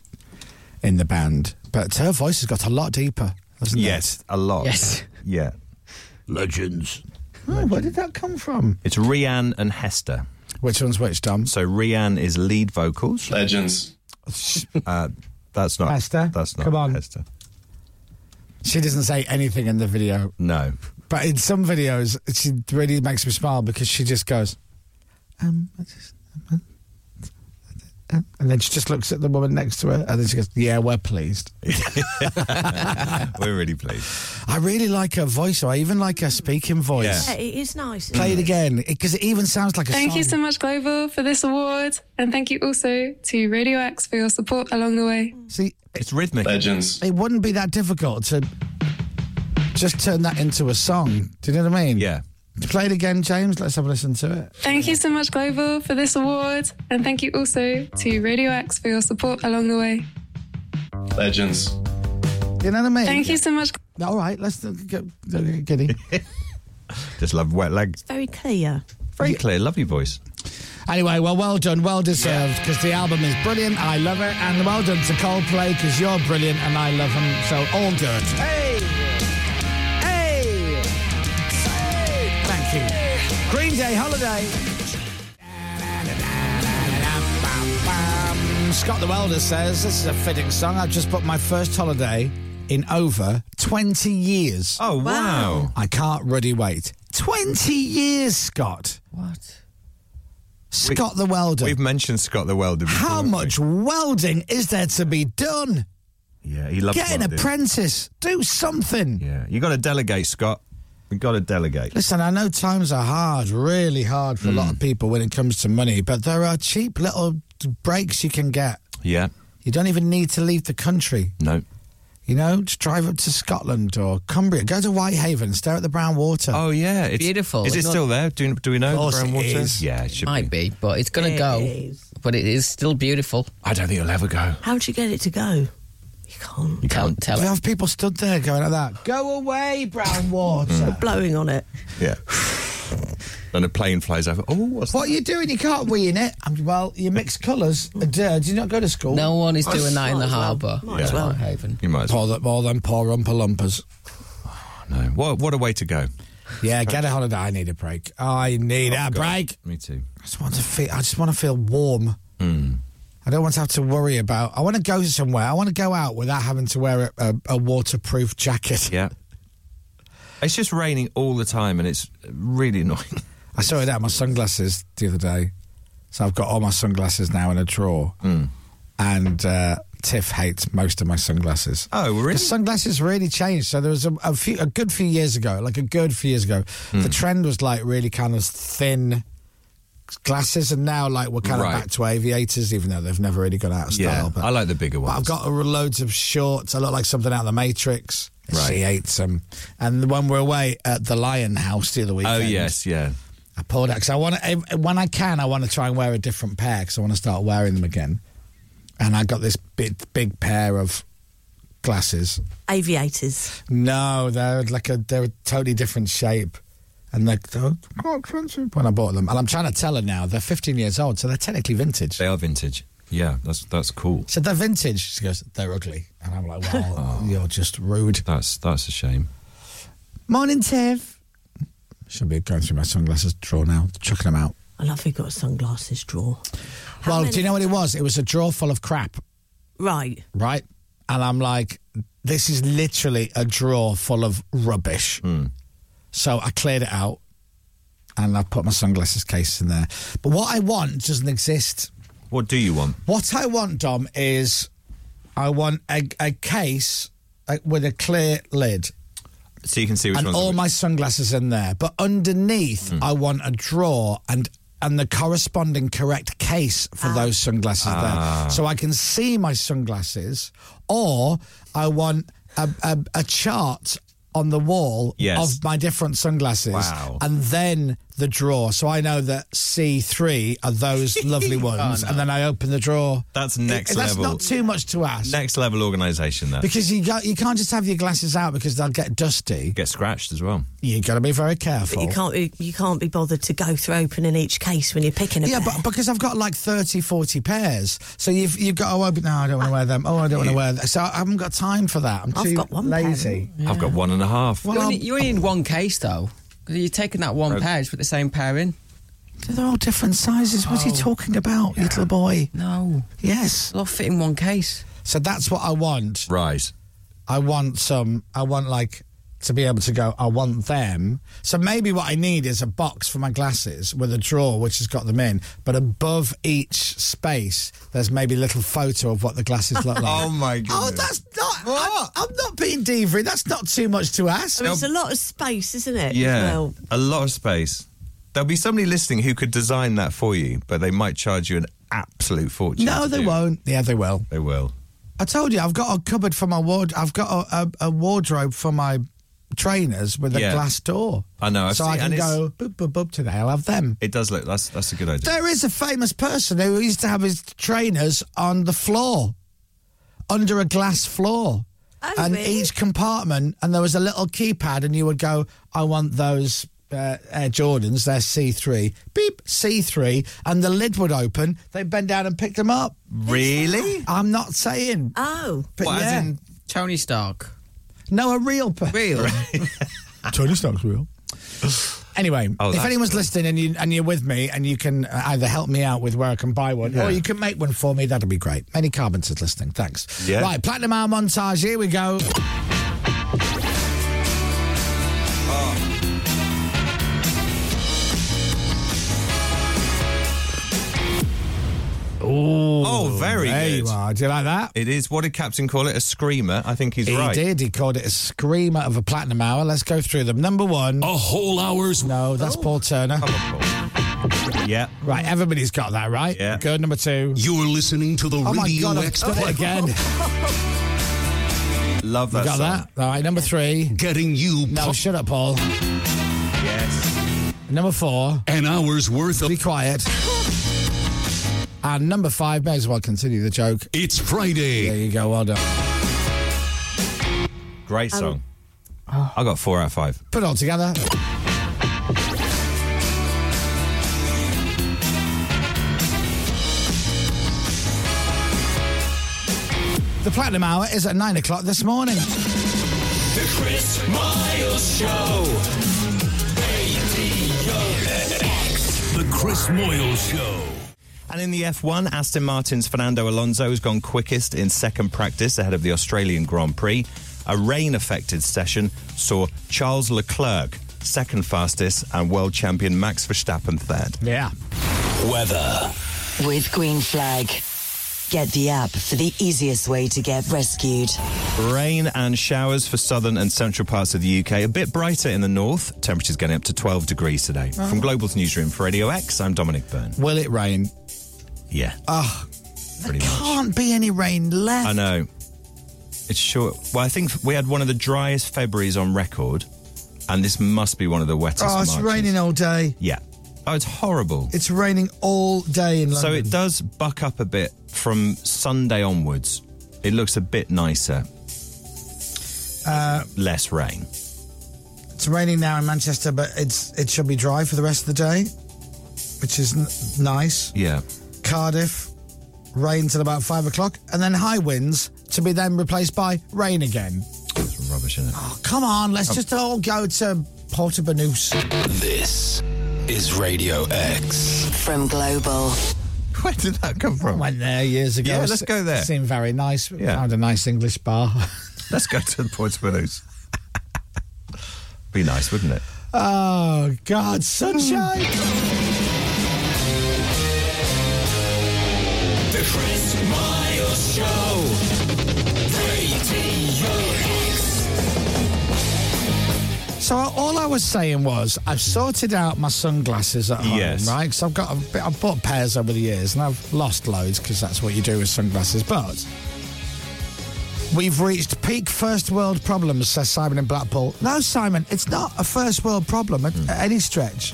in the band, but her voice has got a lot deeper. Hasn't Yes, a lot. Yes. Yeah. Legends. Oh, where did that come from? It's Rianne and Hester. Which one's which, Dom? So Rianne is lead vocals. Legends. *laughs* Uh, that's not Hester. That's not Come on. Hester. She doesn't say anything in the video, No. but in some videos, she really makes me smile because she just goes, um, I just- um, uh, and then she just looks at the woman next to her, and then she goes, "Yeah, we're pleased." *laughs* We're really pleased. I really like her voice. I even like her speaking voice. Yeah, it is nice. Play it again because it even sounds like a Thank song. you so much, Global, for this award, and thank you also to Radio X for your support along the way. See, It's rhythmic. It wouldn't be that difficult to just turn that into a song. Do you know what I mean? Yeah. Play it again, James. Let's have a listen to it. Thank you so much, Global, for this award, and thank you also to Radio X for your support along the way. Legends. Do you know what I mean? Thank you so much. All right, let's go, go, go giddy. *laughs* Just love wet legs. Very clear. Very clear. Lovely voice. Anyway, well, well done, well deserved, because the album is brilliant. I love it, and well done to Coldplay, because you're brilliant, and I love them. So all good. Hey! Hey! Thank you. Green Day holiday. Um, Scott the Welder says this is a fitting song. I've just booked my first holiday in over 20 years. Oh wow! I can't really wait. 20 years, Scott. What? Scott the Welder. We've mentioned Scott the Welder. Before, How haven't much welding is there to be done? we? Yeah, he loves. Get an welding. apprentice. Do something. Yeah, you got to delegate, Scott. We got to delegate. Listen, I know times are hard, really hard for a Hmm. lot of people when it comes to money, but there are cheap little breaks you can get. Yeah. You don't even need to leave the country. No. You know, just drive up to Scotland or Cumbria. Go to Whitehaven, stare at the brown water. Oh yeah, it's Beautiful. Is it Not- still there? Do, do we know course the brown it water? is. Yeah, it should Might be, but it's going to It go. is. But it is still beautiful. I don't think it'll ever go. How'd you get it to go? You can't tell We it. have people stood there going like that. Go away, *laughs* Hmm. brown water. Blowing on it. *sighs* Yeah. and a plane flies over. Oh, what's what are you doing? You can't wee in it. And, well, you mix colours. Uh, Did you not go to school? No one is doing that in might the as well. harbour. Might as in well. Whitehaven. You might as well All, the, all them poor rumpa lumpers. know. What, what a way to go. Yeah, get a holiday. I need a break. I need a break. Oh, Me too. Hmm. I just want to feel. I just want to feel warm. I don't want to have to worry about. I want to go somewhere. I want to go out without having to wear a, a, a waterproof jacket. Yeah. It's just raining all the time, and it's really annoying. I saw it out of my sunglasses the other day, so I've got all my sunglasses now in a drawer. Hmm. And uh, Tiff hates most of my sunglasses. Oh, really? The sunglasses really changed. So there was a, a few, a good few years ago, like a good few years ago, Hmm. the trend was like really kind of thin glasses, and now like we're kind Right. of back to aviators, even though they've never really gone out of style. yeah, but I like the bigger ones. but I've got a- loads of shorts. I look like something out of the Matrix. Right. She ate some. And when we were away at the Lion House the other weekend, Oh yes, yeah. I pulled out because I want to. When I can, I want to try and wear a different pair because I want to start wearing them again. And I got this big, big pair of glasses. Aviators. No, they're like a they're a totally different shape, and they're, they're quite expensive when I bought them. And I'm trying to tell her now they're 15 years old, so they're technically vintage. They are vintage. Yeah, that's that's cool. So they're vintage. She goes, they're ugly, and I'm like, *laughs* well, you're just rude. Oh. That's that's a shame. Morning, Tiff. Should be going through my sunglasses drawer now, chucking them out. I love you got a sunglasses drawer. How well, many- do you know what it was? It was a drawer full of crap, Right. right? And I'm like, this is literally a drawer full of rubbish. Hmm. So I cleared it out and I put my sunglasses case in there. But what I want doesn't exist. What do you want? What I want, Dom, is I want a, a case uh, with a clear lid. So you can see which Hmm. and ones. all are- my sunglasses in there. But underneath, I want a drawer and and the corresponding correct case for those sunglasses Ah. there, so I can see my sunglasses. Or I want a, a, a chart on the wall Yes. of my different sunglasses, Wow. and then the drawer. So I know that C3 are *laughs* those lovely ones. And then I open the drawer. That's next That's level. not too much to ask. Next level organisation, that. Because you got, you can't just have your glasses out because they'll get dusty. Get scratched as well. You got to be very careful. But you can't be- you can't be bothered to go through opening each case when you're picking a yeah, pair. but because I've got like 30, 40 pairs. So you've you've got, oh, I- no, I don't want to wear them. Oh, I don't want to wear them. So I haven't got time for that. I'm I've too got one lazy. I've got one and a half. you, only, you only need one case though, 'cause you're taking that one pouch with the same pair in. They're all different sizes. What are you talking about, little boy? Oh. No. Yes. They'll fit in one case. So that's what I want. Right. I want some. I want like to be able to go. I want them. So maybe what I need is a box for my glasses with a drawer which has got them in, but above each space there's maybe a little photo of what the glasses *laughs* look like. Oh, my Oh, goodness. that's not. I, I'm not being deviant. That's not too much to ask. I mean, it's a lot of space, isn't it? Yeah. Well, A lot of space. There'll be somebody listening who could design that for you, but they might charge you an absolute fortune. No, to they do. won't. Yeah, they will. They will. I told you, I've got a cupboard for my ward. I've got a, a, a wardrobe for my trainers with a Yeah. glass door. I know. I've so seen, I and can it's- go boop boop boop today. I'll have them. It does look. That's that's a good idea. There is a famous person who used to have his trainers on the floor, under a glass floor. and each compartment, and there was a little keypad, and you would go, I want those uh, Air Jordans, they're C3. Beep, C3. And the lid would open, they'd bend down and pick them up. Really? I'm not saying. Oh. But What, as yeah. in Tony Stark. No, a real person. Real. *laughs* Tony Stark's real. Anyway, Oh, if that's anyone's good. listening and you and you're with me and you can uh, either help me out with where I can buy one Yeah. or you can make one for me, that'd be great. Many carpenters listening, thanks. Yeah. Right, platinum hour montage. Here we go. Oh, very there good. you are. Do you like that? It is. What did Captain call it? A screamer. I think he's he right. did. He called it a screamer of a platinum hour. Let's go through them. Number one, a whole hour's. Oh. No, that's Paul Turner. Yeah. Right, everybody's got that, right? Yeah. Good. Number two. You're listening to the Oh my Radio God, I've X done it again. Love You that. got song. that? All right, number three. Getting you No, shut up, Paul. Yes. Number four. an hour's worth of. Be quiet. and number five, may as well continue the joke. It's There Friday. you go, well done. Great song. I got four out of five. Put it all together. The Platinum Hour is at nine o'clock this morning. The Chris Miles Show. The Chris Moyle Show. And in the F1, Aston Martin's Fernando Alonso has gone quickest in second practice ahead of the Australian Grand Prix. A rain affected session saw Charles Leclerc second fastest and world champion Max Verstappen third. Yeah. Weather. With Green Flag. Get the app for the easiest way to get rescued. Rain and showers for southern and central parts of the UK. A bit brighter in the north. Temperatures getting up to 12 degrees today. From Global's newsroom for Radio X, I'm Dominic Byrne. Oh. Will it rain? Yeah. Ah, pretty much. Can't be any rain left. I know. It's short. Well, I think we had one of the driest Februaries on record, and this must be one of the wettest. Oh, it's Marches. raining all day. Yeah. Oh, it's horrible. It's raining all day in London. so it does buck up a bit from Sunday onwards. It looks a bit nicer. Less rain. Uh, It's raining now in Manchester, but it's it should be dry for the rest of the day, which is n- nice. Yeah. Cardiff, rain till about five o'clock, and then high winds to be then replaced by rain again. It's rubbish, isn't it? Oh, come on, let's just all go to Portabanus. This is Radio X. From Global. Where did that come from? Went there years ago. Yeah, let's go there. Seemed very nice. Yeah. Found a nice English bar. Let's go to the Portsmouth. *laughs* be nice, wouldn't it? oh God, sunshine. The Chris Miles Show. Radio X. So all I was saying was I've sorted out my sunglasses at home, Yes. right? Because I've got I've, I've bought pairs over the years and I've lost loads because that's what you do with sunglasses. But we've reached peak first world problems, says Simon in Blackpool. No, Simon, it's not a first world problem at, at any stretch.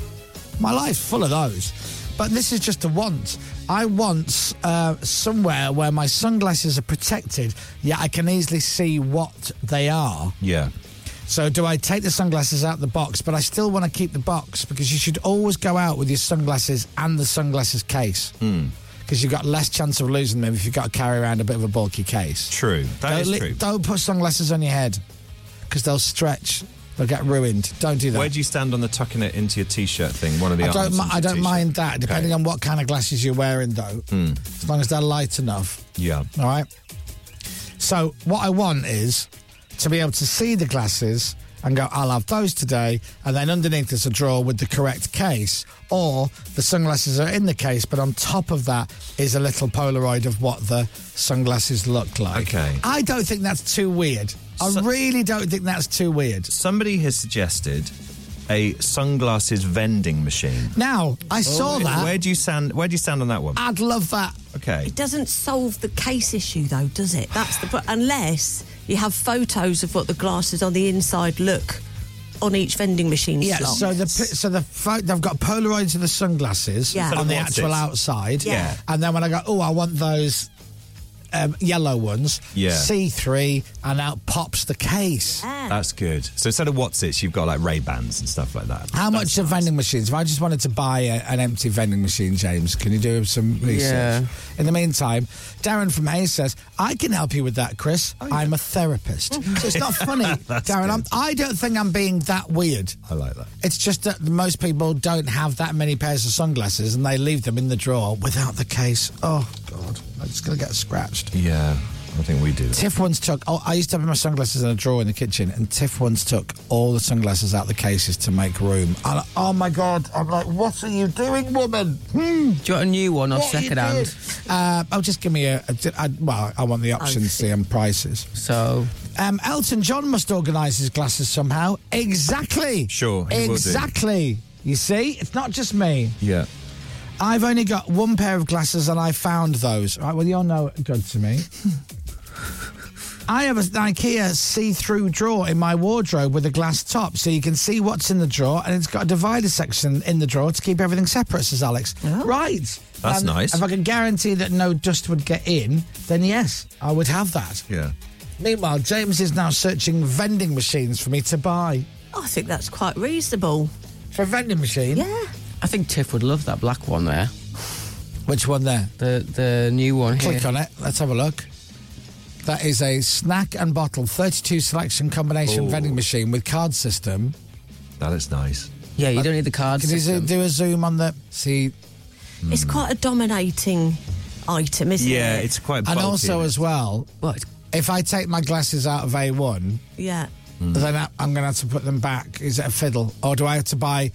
My life's full of those. But this is just a want. I want uh, somewhere where my sunglasses are protected, yet I can easily see what they are. Yeah. So do I take the sunglasses out the box, but I still want to keep the box because you should always go out with your sunglasses and the sunglasses case. Hmm. Because you've got less chance of losing them if you've got to carry around a bit of a bulky case. True. don't That is li- true. Don't put sunglasses on your head because they'll stretch. They'll get ruined. Don't do that. Where do you stand on the tucking it into your t-shirt thing? One of the I don't. arms mi- into I your don't t-shirt. mind that, depending on what kind of glasses you're wearing, though. Mm. As long as they're light enough. Yeah. All right. So what I want is to be able to see the glasses and go, I'll have those today, and then underneath is a drawer with the correct case, or the sunglasses are in the case, but on top of that is a little Polaroid of what the sunglasses look like. Okay. I don't think that's too weird. I really don't think that's too weird. Somebody has suggested a sunglasses vending machine. Now I saw Oh, that. Where do you stand? Where do you stand on that one? I'd love that. Okay. It doesn't solve the case issue, though, does it? That's the pro- unless you have photos of what the glasses on the inside look on each vending machine Yeah, slot. so the pi- so the fo- they've got Polaroids of the sunglasses Yeah. Instead on of the what's actual it? outside. Yeah. And then when I go, oh, I want those um, yellow ones. Yeah. C three, and out pops the case. That's good. So instead of what's it, you've got like Ray Bans and stuff like that. How much are vending machines? If I just wanted to buy a, an empty vending machine, James, can you do some research? Yeah. In the meantime, Darren from Hayes says, I can help you with that, Chris. Oh, I'm a therapist. *laughs* so it's not funny, *laughs* That's Darren. I'm, I don't think I'm being that weird. I like that. It's just that most people don't have that many pairs of sunglasses and they leave them in the drawer without the case. Oh, God. I'm just going to get scratched. Yeah, I think we do that. Tiff once took. Oh, I used to have my sunglasses in a drawer in the kitchen, and Tiff once took all the sunglasses out the cases to make room. And oh my god, I'm like, what are you doing, woman? Hmm. Do you want a new one or What are you second hand? doing? Uh, oh, just give me a. a I, well, I want the options and prices. So, um, Elton John must organise his glasses somehow. Exactly. Sure, he will do. Exactly. You see, it's not just me. Yeah. I've only got one pair of glasses and I found those. Right, well, you're no good to *laughs* me. I have an IKEA see through drawer in my wardrobe with a glass top so you can see what's in the drawer and it's got a divider section in the drawer to keep everything separate, says Alex. Oh. Right. That's nice. If I could guarantee that no dust would get in, then yes, I would have that. Yeah. Meanwhile, James is now searching vending machines for me to buy. I think that's quite reasonable. For a vending machine? Yeah. I think Tiff would love that black one there. Which one there? The the new one. Click here. on it. Let's have a look. That is a snack and bottle 32 selection combination Ooh. vending machine with card system. That is nice. Yeah, you don't need the Can card you zo- system. Hmm. do a zoom on the see? It's quite a dominating item, isn't it? And also as well, if I take my glasses out of A1, yeah. Hmm. then I- I'm going to have to put them back. Is it a fiddle, or do I have to buy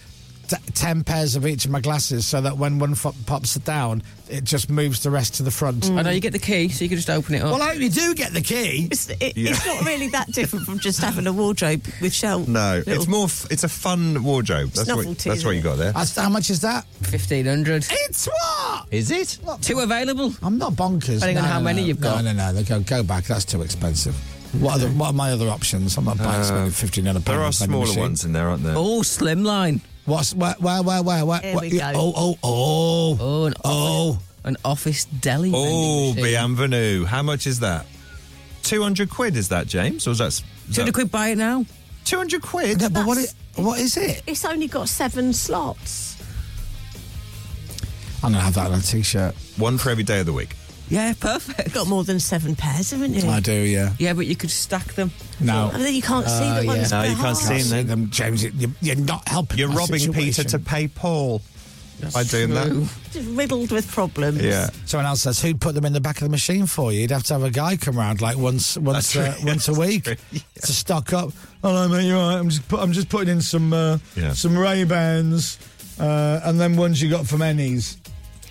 t- ten pairs of each of my glasses so that when one fo- pops down, it just moves the rest to the front? I know you get the key, so you can just open it up. Well, I hope you do get the key. It's, it, Yeah. it's not really that different from just having a wardrobe with shelves. No, Little- it's more. F- it's a fun wardrobe. That's what. novelty, That's isn't what you it? got there. That's- how much is that? Fifteen hundred. It's what? Is it? Two available. I'm not bonkers. Depending on No, how no, many no. you've got. No, no, no. They go, go back. That's too expensive. What are, the, what are my other options? I'm not buying Uh, spending fifteen hundred pounds. There are smaller ones in there, aren't there? Oh, slimline. What's where? Where? Where? Where? where Here what- we you- go. Oh, oh, oh. Oh, an office, an office deli. Oh, bienvenue. How much is that? 200 quid is that, James? Or is that. Is 200 quid, buy it now. 200 quid? but what is, what is it? It's only got seven slots. I'm gonna have that on a t-shirt. One for every day of the week. Yeah, perfect. Got more than seven pairs, haven't you? I do, yeah. Yeah, but you could stack them. Ah, No. And then you can't see the ones. No, you can't behind. see them. Ah, James, you, you're not helping. You're my robbing Peter situation. to pay Paul by doing that. Just riddled with problems. Yeah. Someone else says, "Who'd put them in the back of the machine for you? You'd have to have a guy come round like once, once, uh, once a week to stock up." Hello, mate. You all right? I'm just, put, I'm just putting in some, uh, Yeah. some Ray Bans, uh, and then ones you got from Ennies.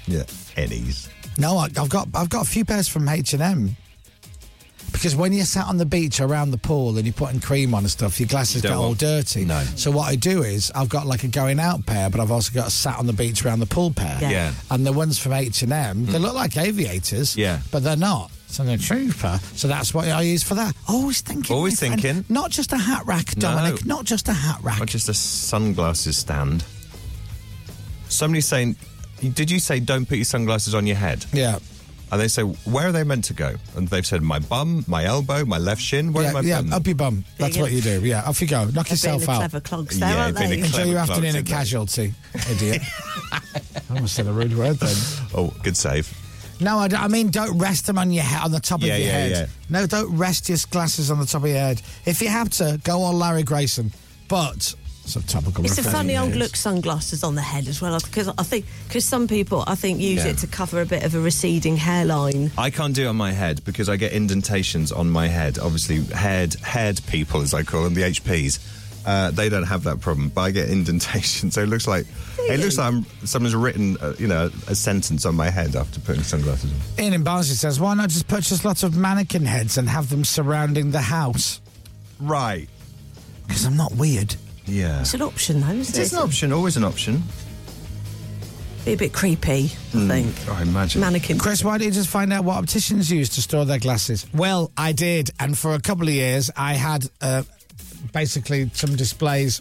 Yeah. Pennies. No, I, I've got, I've got a few pairs from H and M. Because when you're sat on the beach around the pool and you're putting cream on and stuff, your glasses don't get all want- dirty. No. So what I do is I've got like a going out pair, but I've also got a sat on the beach around the pool pair. Yeah. Yeah. Mm. And the ones from H and M, they look like aviators. Yeah. But they're not. So they're cheaper. So that's what I use for that. Always thinking. Always my friend. thinking. Not just a hat rack, No. Dominic. Not just a hat rack. Not just a sunglasses stand. Somebody's saying, "Did you say don't put your sunglasses on your head?" Yeah. And they say, "Where are they meant to go?" And they've said, "My bum, my elbow, my left shin. Where's my yeah, yeah bum?" up your bum. That's you what you do. Yeah, off you go. Knock They're yourself being the out. clever clogs there, Yeah, aren't being the they? clever Enjoy your clogs, afternoon at aren't they? casualty, *laughs* idiot. I almost said a rude word then. Oh, good save. No, I, don't- I mean don't rest them on your head, on the top Yeah, of your yeah, head. yeah. No, don't rest your glasses on the top of your head. If you have to, go on Larry Grayson. But it's a topical. It's a reference. funny old look, sunglasses on the head as well, because I think because some people I think use Yeah. it to cover a bit of a receding hairline. I can't do it on my head because I get indentations on my head. Obviously, haired haired people, as I call them, the HPs. Uh, they don't have that problem, but I get *laughs* indentations. So it looks like it looks like I'm, someone's written, uh, you know, a sentence on my head after putting sunglasses on. Ian in Barnsley says, "Why not just purchase lots of mannequin heads and have them surrounding the house?" Right. Because I'm not weird. Yeah, It's an option though, isn't it it? is an option. Always an option. Be a bit creepy. Mm, I imagine. Mannequin. Chris, why don't you just find out what opticians use to store their glasses? Well, I did, and for a couple of years, I had uh, basically some displays,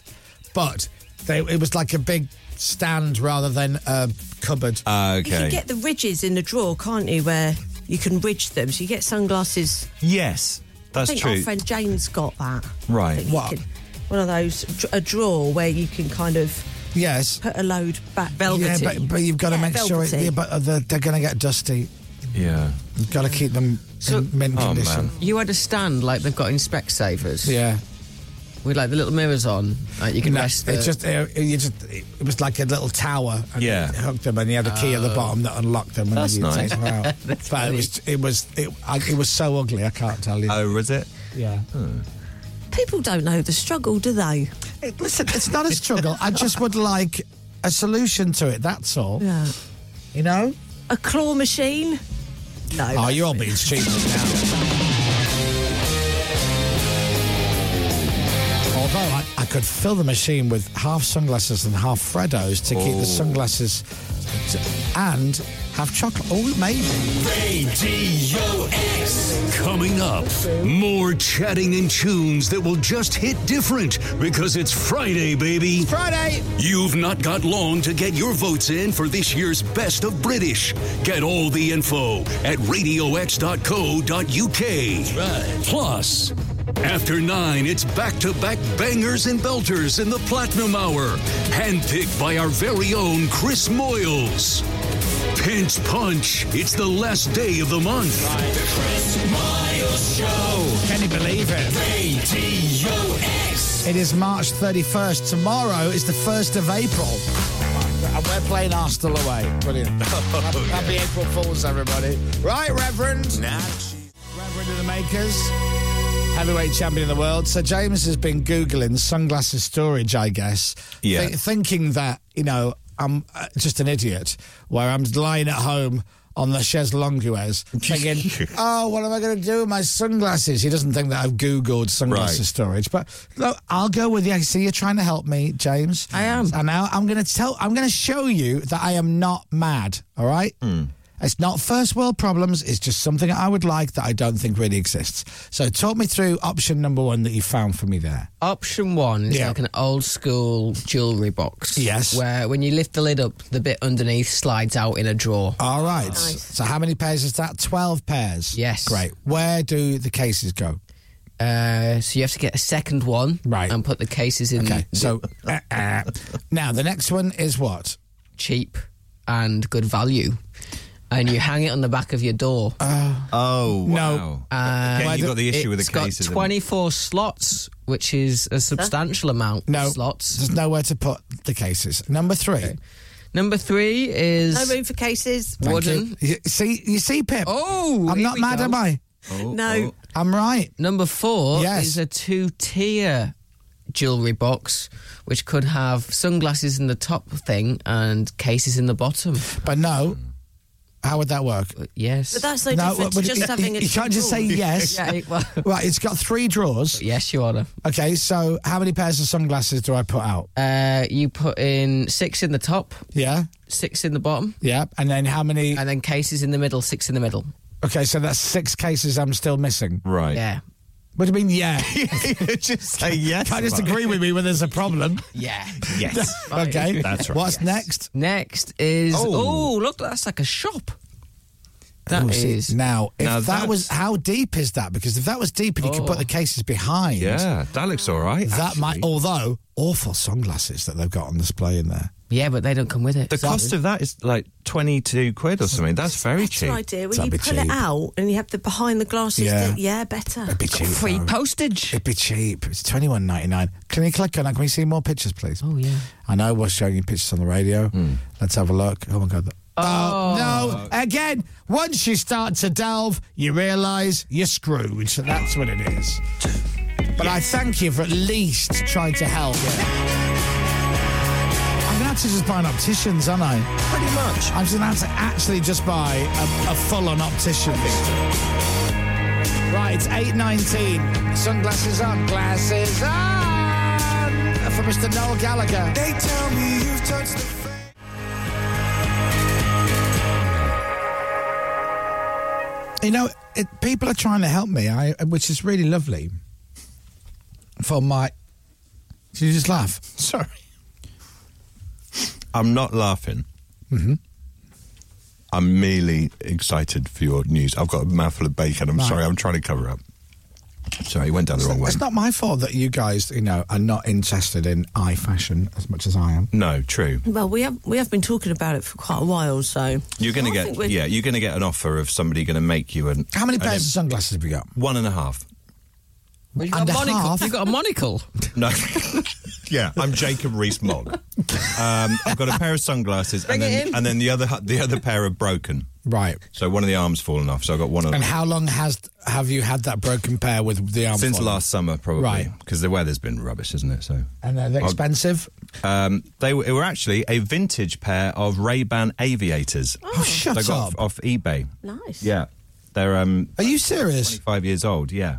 but they, it was like a big stand rather than a cupboard. Uh, You can get the ridges in the drawer, can't you? Where you can ridge them, so you get sunglasses. Yes, that's I think true. Our friend Jane's got that. I Right. think you can- one of those dr- a drawer where you can kind of yes put a load back. Yeah, but, but you've got to Yeah, make sure it, velvety. yeah, but uh, they're, they're going to get dusty. Yeah. Oh, You've got to keep them in mint condition. You had a stand like they've got in Specsavers. Yeah. With like the little mirrors on, like you can No, rest. It just, it, it- you just, it was like a little tower. And Yeah. it hooked them, and you had a key at the Oh. bottom that unlocked them, and *laughs* That's then you nice. take them out. but it was, it was, it, I, it was so ugly. I can't tell you. Oh, was it? Yeah. Hmm. People don't know the struggle, do they? listen, it's not a struggle. I just would like a solution to it. That's all. Yeah. You know. A claw machine. No. Oh, you're all being stupid now. Although I, I could fill the machine with half sunglasses and half Freddos to Oh. keep the sunglasses t- and have chocolate. Oh, maybe. Radio X. Coming up, more chatting and tunes that will just hit different because it's Friday, baby. Friday! You've not got long to get your votes in for this year's Best of British. Get all the info at radiox.co.uk. Plus, after nine, it's back to back bangers and belters in the Platinum Hour, handpicked by our very own Chris Moyles. Pinch Punch, it's the last day of the month. Can you believe it? Radio X. It is March 31st. Tomorrow is the 1st of April. And we're playing Arsenal away. Brilliant. *laughs* Oh, Happy happy April Fools, everybody. Right, Reverend? Reverend of the Makers. Heavyweight champion of the world. So James has been Googling sunglasses storage, I guess. Yeah. thi- thinking that, you know, I'm uh, just an idiot, where I'm lying at home on the chaise longues thinking, oh, what am I going to do with my sunglasses? He doesn't think that I've Googled sunglasses Right. storage, but no, I'll go with you. See, you're trying to help me, James. I am. And now I'm going to tell, I'm going to show you that I am not mad, all right? It's not first world problems. It's just something I would like that I don't think really exists. So, talk me through option number one that you found for me there. Option one is Yeah. like an old school jewellery box. Yes. Where when you lift the lid up, the bit underneath slides out in a drawer. All right. So, how many pairs is that? 12 pairs. Yes. Great. Where do the cases go? Uh, so you have to get a second one. Right. And put the cases in. Okay. So *laughs* uh, uh, now the next one is what? Cheap and good value. And you hang it on the back of your door. Uh, oh, no. Again, you've got the issue with the cases, It's haven't got you? 24 slots, which is a substantial amount No. of slots. There's nowhere to put the cases. Number three. Number three is. No room for cases. Thank You. You- See, you see, Pip. Oh, I'm here not we mad, go. am I? No. I'm right. Number four Yes. is a two tier jewellery box, which could have sunglasses in the top thing and cases in the bottom. Uh, But no. How would that work? Yes. But that's no different to but just you, having you, a you can't just say drawer. yes. Yeah, it- well- *laughs* Right, it's got three drawers. Yes, Your Honour. Okay, so how many pairs of sunglasses do I put out? Uh, you put in six in the top. Yeah. Six in the bottom. Yeah. And then how many? And then cases in the middle, six in the middle. Okay, so that's six cases I'm still missing. Right. Yeah. What do you mean, yeah? *laughs* just say yes. Can't just Mark. agree with me when there's a problem. Yeah. Yes. *laughs* okay. *laughs* That's right. What's next? Next is oh, look, that's like a shop. That Oh, is see, now. If Now that was how deep is that? Because if that was deep and you could Oh. put the cases behind, Yeah, that looks all right. that might. actually. Although awful sunglasses that they've got on display in there. Yeah, but they don't come with it. The cost of that is like 22 quid or something. That's very cheap. an idea. When you pull it out and you have the behind the glasses, Yeah. yeah, yeah better. It'd be cheap. though. postage. It'd be cheap. It's twenty one ninety nine. Can you click on that? Can we see more pictures, please? Oh yeah. I know we're showing you pictures on the radio. Let's have a look. Oh my god. Oh, no! Again, once you start to delve, you realise you're screwed. So that's what it is. But I thank you for at least trying to help. I'm gonna have to just buy an optician's, aren't I? Pretty much. I'm just gonna have to actually just buy a, a full-on optician's. Right, it's 8.19. Sunglasses on, glasses on for Mr. Noel Gallagher. They tell me you've touched the You know, it, people are trying to help me, I, which is really lovely. For my. Did you just laugh? Sorry. I'm not laughing. Mm-hmm. I'm merely excited for your news. I've got a mouthful of bacon. I'm Right. sorry. I'm trying to cover up. Sorry, it went down the wrong way. It's not my fault that you guys, you know, are not interested in eye fashion as much as I am. No, true. Well, we have we have been talking about it for quite a while, so You're going to think get we're- yeah. You're going to get an offer of somebody going to make you an. How many an- pairs of sunglasses have we got? One and a half. Well, you've And got a a monocle. half. You've got a monocle. *laughs* No. yeah, I'm Jacob Rees-Mogg. Um, I've got a pair of sunglasses, Bring and it then in. and then the other hu- the other pair are broken. Right. So one of the arms fallen off. So I've got one of And how long has have you had that broken pair with the arm? since falling? last summer probably. Right. Because the weather's been rubbish, isn't it? So And they're expensive. Um, they were, it were actually a vintage pair of Ray Ban aviators. Oh, shut they got up. Off, off eBay. Nice. Yeah, they're. Um, Are you serious? Twenty five years old. Yeah,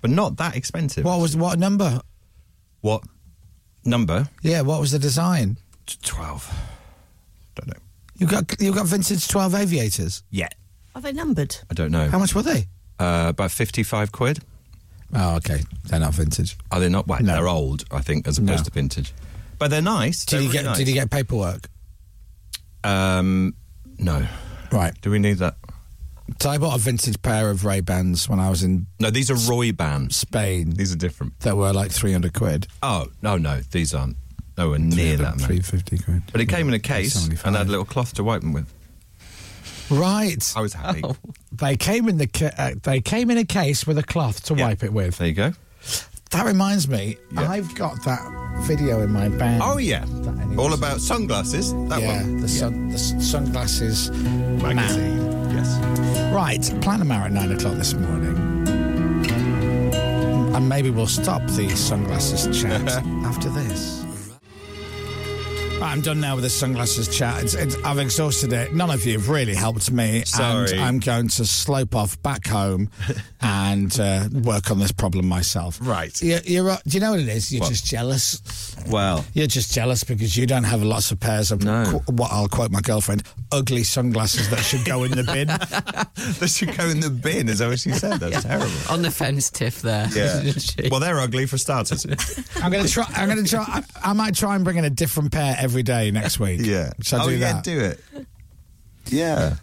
but not that expensive. What was what number? What number? Yeah, what was the design? T- Twelve. Don't know. You got you got vintage twelve aviators. Yeah, Are they numbered? I don't know. How much were they? Uh, about fifty five quid. Oh, okay. They're not vintage. Are they not? Well, They're old, I think, as opposed No. to vintage. But they're nice. Did you get Did you get paperwork? get? Um, no. Right. Do we need that? So I bought a vintage pair of Ray Bans when I was in No, these are Roy Bans. Spain. These are different. that were like three hundred quid. Oh no, no, these aren't. Nowhere near that, Three mate. fifty quid. But it came in a case and had a little cloth to wipe them with. Right. I was happy. Oh. They came in the ca- uh, they came in a case with a cloth to wipe it with. There you go. That reminds me, I've got that video in my bag. Oh yeah, all about sunglasses. That yeah, one. The, Sun, the s- sunglasses magazine. Yes. Right, Planamar at nine o'clock this morning. And maybe we'll stop the sunglasses *laughs* chat after this. Right, I'm done now with the sunglasses chat. It's, it's, I've exhausted it. None of you have really helped me. Sorry. And I'm going to slope off back *laughs* home and uh, work on this problem myself. Right. You're, you're, uh, do you know what it is? You're just jealous. Well, You're just jealous because you don't have lots of pairs of qu- what I'll quote my girlfriend ugly sunglasses that should go in the *laughs* bin. they should go in the bin. Is that what she *laughs* said? That's terrible. On the fence tiff there. *laughs* Yeah. well, they're ugly for starters. I'm gonna try. I'm gonna try. I, I might try and bring in a different pair every day next week. yeah. Shall I oh do yeah, that? do it. Yeah.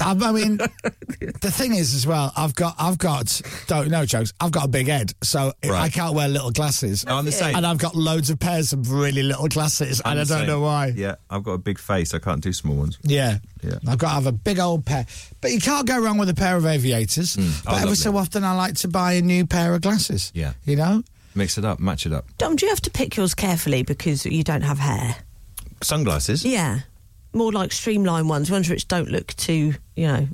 I, I mean, the thing is, as well, I've got, I've got, don't no jokes. I've got a big head, so it- I Right. can't wear little glasses. No, I'm the same. And I've got loads of pairs of really little glasses, I'm and I the don't same. know why. Yeah, I've got a big face. I can't do small ones. Yeah. Yeah. I've got to have a big old pair, but you can't go wrong with a pair of aviators. Oh, But every lovely. so often, I like to buy a new pair of glasses. Yeah. you know, Mix it up, match it up. Dom, do you have to pick yours carefully because you don't have hair? Sunglasses. Yeah, more like streamlined ones, ones which don't look too, you know.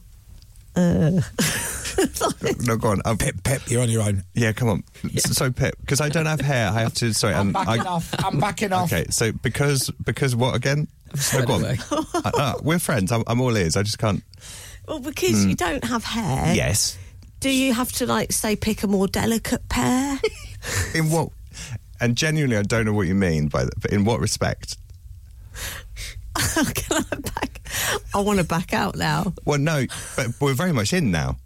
Uh, No, go on. I'm- Pip, Pip, you're on your own. Yeah, come on. So, Pip, because I don't have hair, I have to. Sorry, I'm um, backing I- off. I'm backing off. Okay, so because because what again? No, go on. Anyway. Uh, uh, we're friends. I'm, I'm all ears. I just can't. well, because you don't have hair. Hmm. Yes. Do you have to like say pick a more delicate pair? *laughs* In what? And genuinely, I don't know what you mean by that. But in what respect? Can I back? I want to back out now. Well, no, but we're very much in now.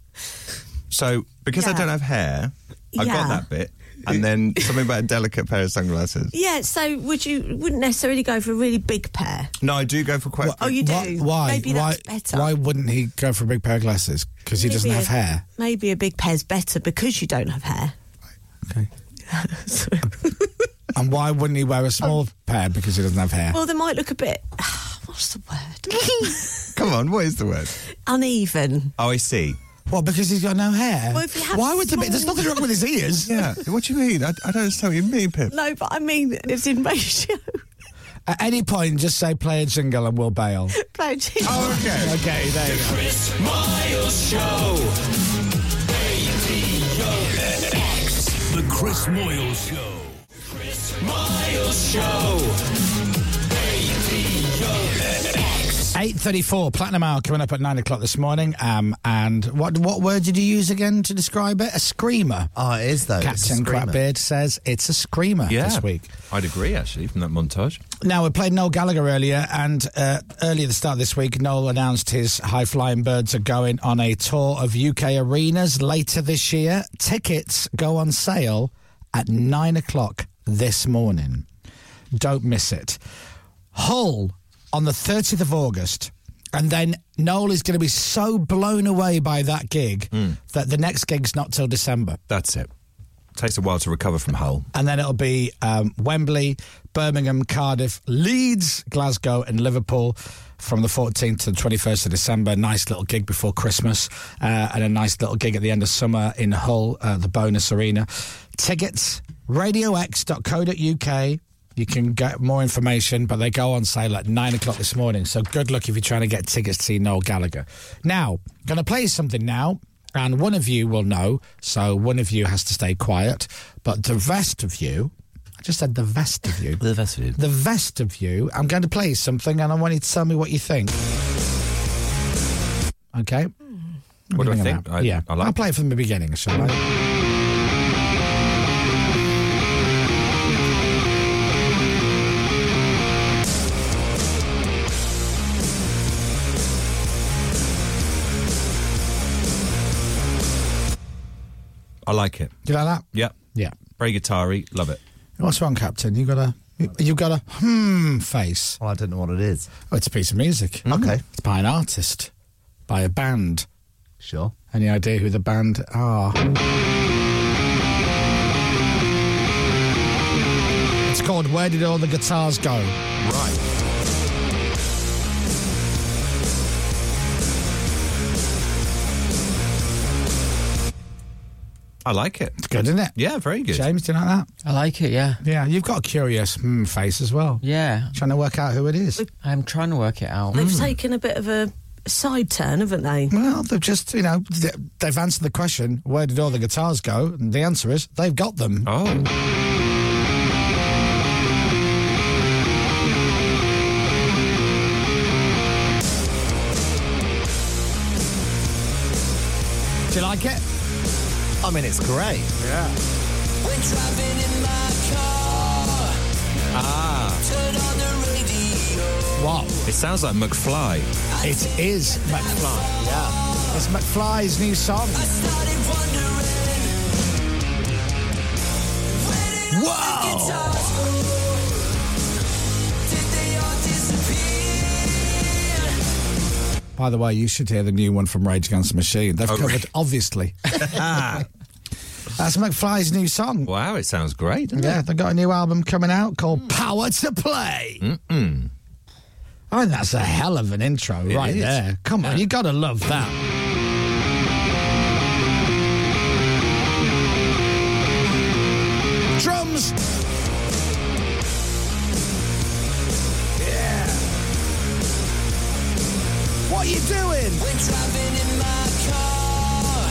So because I Yeah. don't have hair, I Yeah. got that bit, and then something about a delicate pair of sunglasses. Yeah, so would you wouldn't necessarily go for a really big pair? No, I do go for quite. Oh, you do? Why? Maybe why? that's better. Why wouldn't he go for a big pair of glasses? Because he doesn't Maybe have a- *laughs* hair. Maybe a big pair's better because you don't have hair. And why wouldn't he wear a small pair because he doesn't have hair? Um, Well, they might look a bit. *sighs* What's the *laughs* word? Come on, what is the word? Uneven. Oh, I see. Well, because he's got no hair. Well, if you have why would the bit? There's small- nothing wrong with his ears. Yeah. What do you mean? I, I don't understand what you mean, Pip. No, but I mean it's in ratio. At any point, just say play a jingle and we'll bail. oh, okay. Okay, there you go. Chris Miles Show. The Chris Moyles Show. Chris Miles Show. 8.34, Platinum Hour coming up at 9 o'clock this morning. Um, and what what word did you use again to describe it? A screamer. Oh, it is, though. It's a Captain screamer. Crabbeard says it's a screamer this week. I'd agree actually from that montage. Now, we played Noel Gallagher earlier, and uh, earlier at the start of this week, Noel announced his High Flying Birds are going on a tour of UK arenas later this year. Tickets go on sale at 9 o'clock this morning. Don't miss it. Hull on the 30th of August. And then Noel is going to be so blown away by that Mm. gig that the next gig's not till December. That's it. Takes a while to recover from Hull. And then it'll be um, Wembley, Birmingham, Cardiff, Leeds, Glasgow, and Liverpool from the 14th to the 21st of December. Nice little gig before Christmas, uh, and a nice little gig at the end of summer in Hull, uh, the Bonus Arena. Tickets, radiox.co.uk. You can get more information, but they go on sale at nine o'clock this morning. So good luck if you're trying to get tickets to see Noel Gallagher. Now, going to play something now, and one of you will know. So one of you has to stay quiet, but the rest of you, I just said the rest of *laughs* you, the rest of you, the rest of you. I'm going to play something, and I want you to tell me what you think. Okay. What do I of think? that? I- yeah, I like I'll play it from the beginning, shall I? I like it. Do you like that? Yep. Yeah. Very guitar-y. Love it. What's wrong, Captain? You got a you got a hmm face. Well, I don't know what it is. Oh, it's a piece of music. Okay, it's by an artist, by a band. Sure. Any idea who the band are? It's called "Where Did All the Guitars Go." Right. I like it. It's good, isn't it? Yeah, very good. James, do you like that? I like it, yeah. Yeah, you've got a curious hmm face as well. Yeah. Trying to work out who it is. I'm trying to work it out. They've taken a bit of a side turn, haven't they? Mm. Well, they've just, you know, th- they've answered the question, where did all the guitars go? And the answer is, they've got them. Oh. Do you like it? I mean, it's great. Yeah. When driving in my car, Ah. turn on the radio. What? It sounds like McFly. It is McFly, yeah. It's McFly's new song. Wow! By the way, you should hear the new one from Rage Against the Machine. Oh, They've covered, *laughs* obviously. That's McFly's new song. Wow, it sounds great. *laughs* doesn't Yeah, they've got a new album coming out called Power to Play. it? Mm-mm. I think that's a hell of an intro It right is. there. Come on, you got to love that. Drums. Yeah. What are you doing? When driving in my car,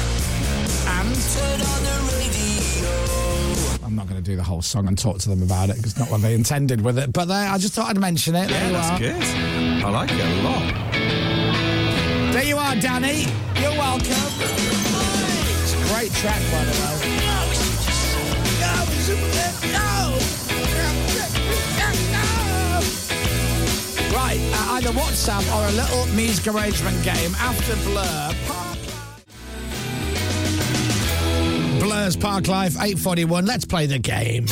and turn on the radio. I'm not going to do the whole song and talk to them about it because it's not what they intended with it. But there, I just thought I'd mention it. there Yeah, you that's are. good. I like it a lot. There you are, Danny. You're welcome. It's a great track, by the way. Right, uh, either WhatsApp or a little music arrangement game after Blur. That's Park Life, 841. Let's play the game.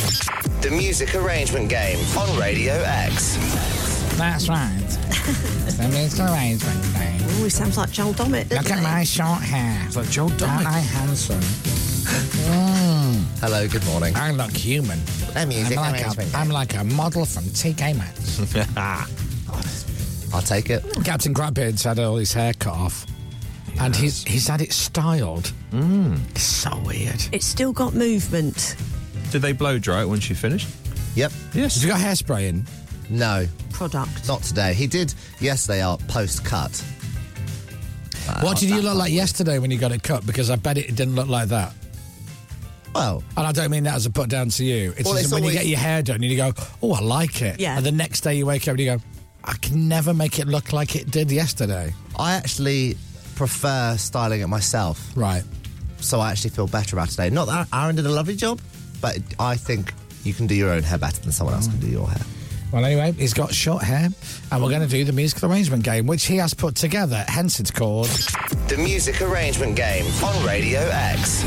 The music arrangement game on Radio X. That's right. *laughs* the music arrangement game. Oh, he sounds like Joel Dommett. Look at my short hair. It's like Joel Dommett. Aren't I handsome? Hello, good morning. I look human. music I'm like, arrangement a, I'm like a model from TK Maxx. *laughs* I'll take it. Captain Crabbeard's had all his hair cut off. And he's, he's had it styled. Mm. It's so weird. It's still got movement. Did they blow dry it once you finished? Yep. Yes. Have you got hairspray in? No. Product. Not today. He did yesterday, our post cut. what did you look like yesterday when you got it cut? Because I bet it didn't look like that. Well, and I don't mean that as a put down to you. It's, Well, just it's when you always- get your hair done and you go, "Oh, I like it," Yeah. and the next day you wake up and you go, "I can never make it look like it did yesterday." I actually prefer styling it myself. Right. So I actually feel better about today. Not that Aaron did a lovely job, but I think you can do your own hair better than someone else can do your hair. Well, anyway, he's got short hair, and we're going to do the musical arrangement game, which he has put together. Hence, it's called. The music arrangement game on Radio X.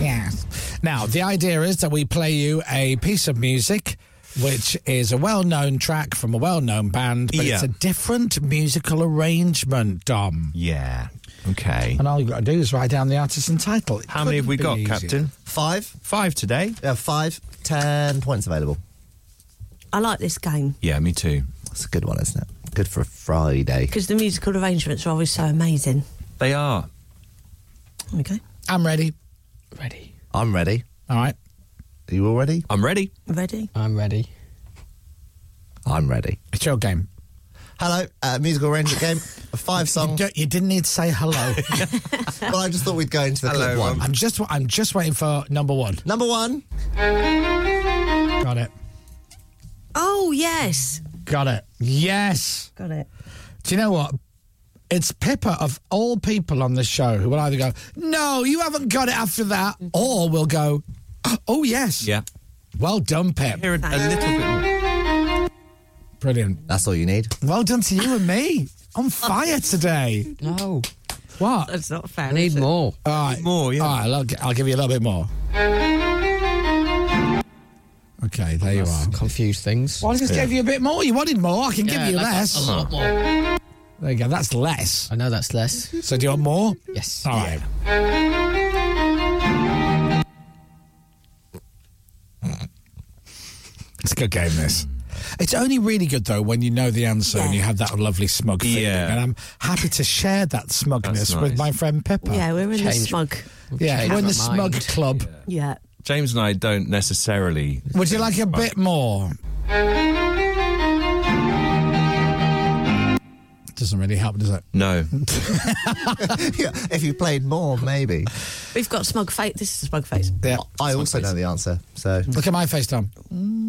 Yes. Now, the idea is that we play you a piece of music, which is a well known track from a well known band, but it's Yeah. a different musical arrangement, Dom. Yeah. Okay. And all you've got to do is write down the artist and title. It How many have couldn't we be got, easier. Captain? Five. Five today. Yeah, five, ten points available. I like this game Yeah, me too. That's a good one, isn't it? Good for a Friday. because the musical arrangements are always so amazing. They are. Okay. I'm ready. I'm ready. All right. Are you all ready? I'm ready. Ready? I'm ready. I'm ready. It's your game. Hello, uh, musical arrangement game. Five songs. You, didn't need to say hello. *laughs* well, I just thought we'd go into the clip um, one. I'm just I'm just waiting for number one. Number one. Got it. Oh, yes. Got it. Yes. Got it. Do you know what? It's Pippa of all people on the show who will either go, "No, you haven't got it after that," or will go, "Oh yes, yeah, well done, Pip." Here a, little bit. Brilliant. That's all you need. Well done to you and me. On fire today. No. What? That's not fair. need more. All right. More, yeah. All right, I'll, g- I'll give you a little bit more. Okay, there you are. Confuse things. Well, I just gave you a bit more. You wanted more. I can Yeah, give you that's less. A lot more. There you go. That's less. I know that's less. So do you want more? Yes. All right. It's a good game, this. It's only really good though when you know the answer and you have that lovely smug feeling. Yeah. And I'm happy to share that smugness That's with nice. my friend Pepper. Yeah, we're in the Change. smug. Yeah, Changed we're in my the smug mind. club. Yeah. James and I don't necessarily. Would you like a bit more? Doesn't really help, does it? No. *laughs* yeah, if you played more, maybe. We've got smug face. This is smug face. Yeah. I also know the answer. So Look at my face, Tom.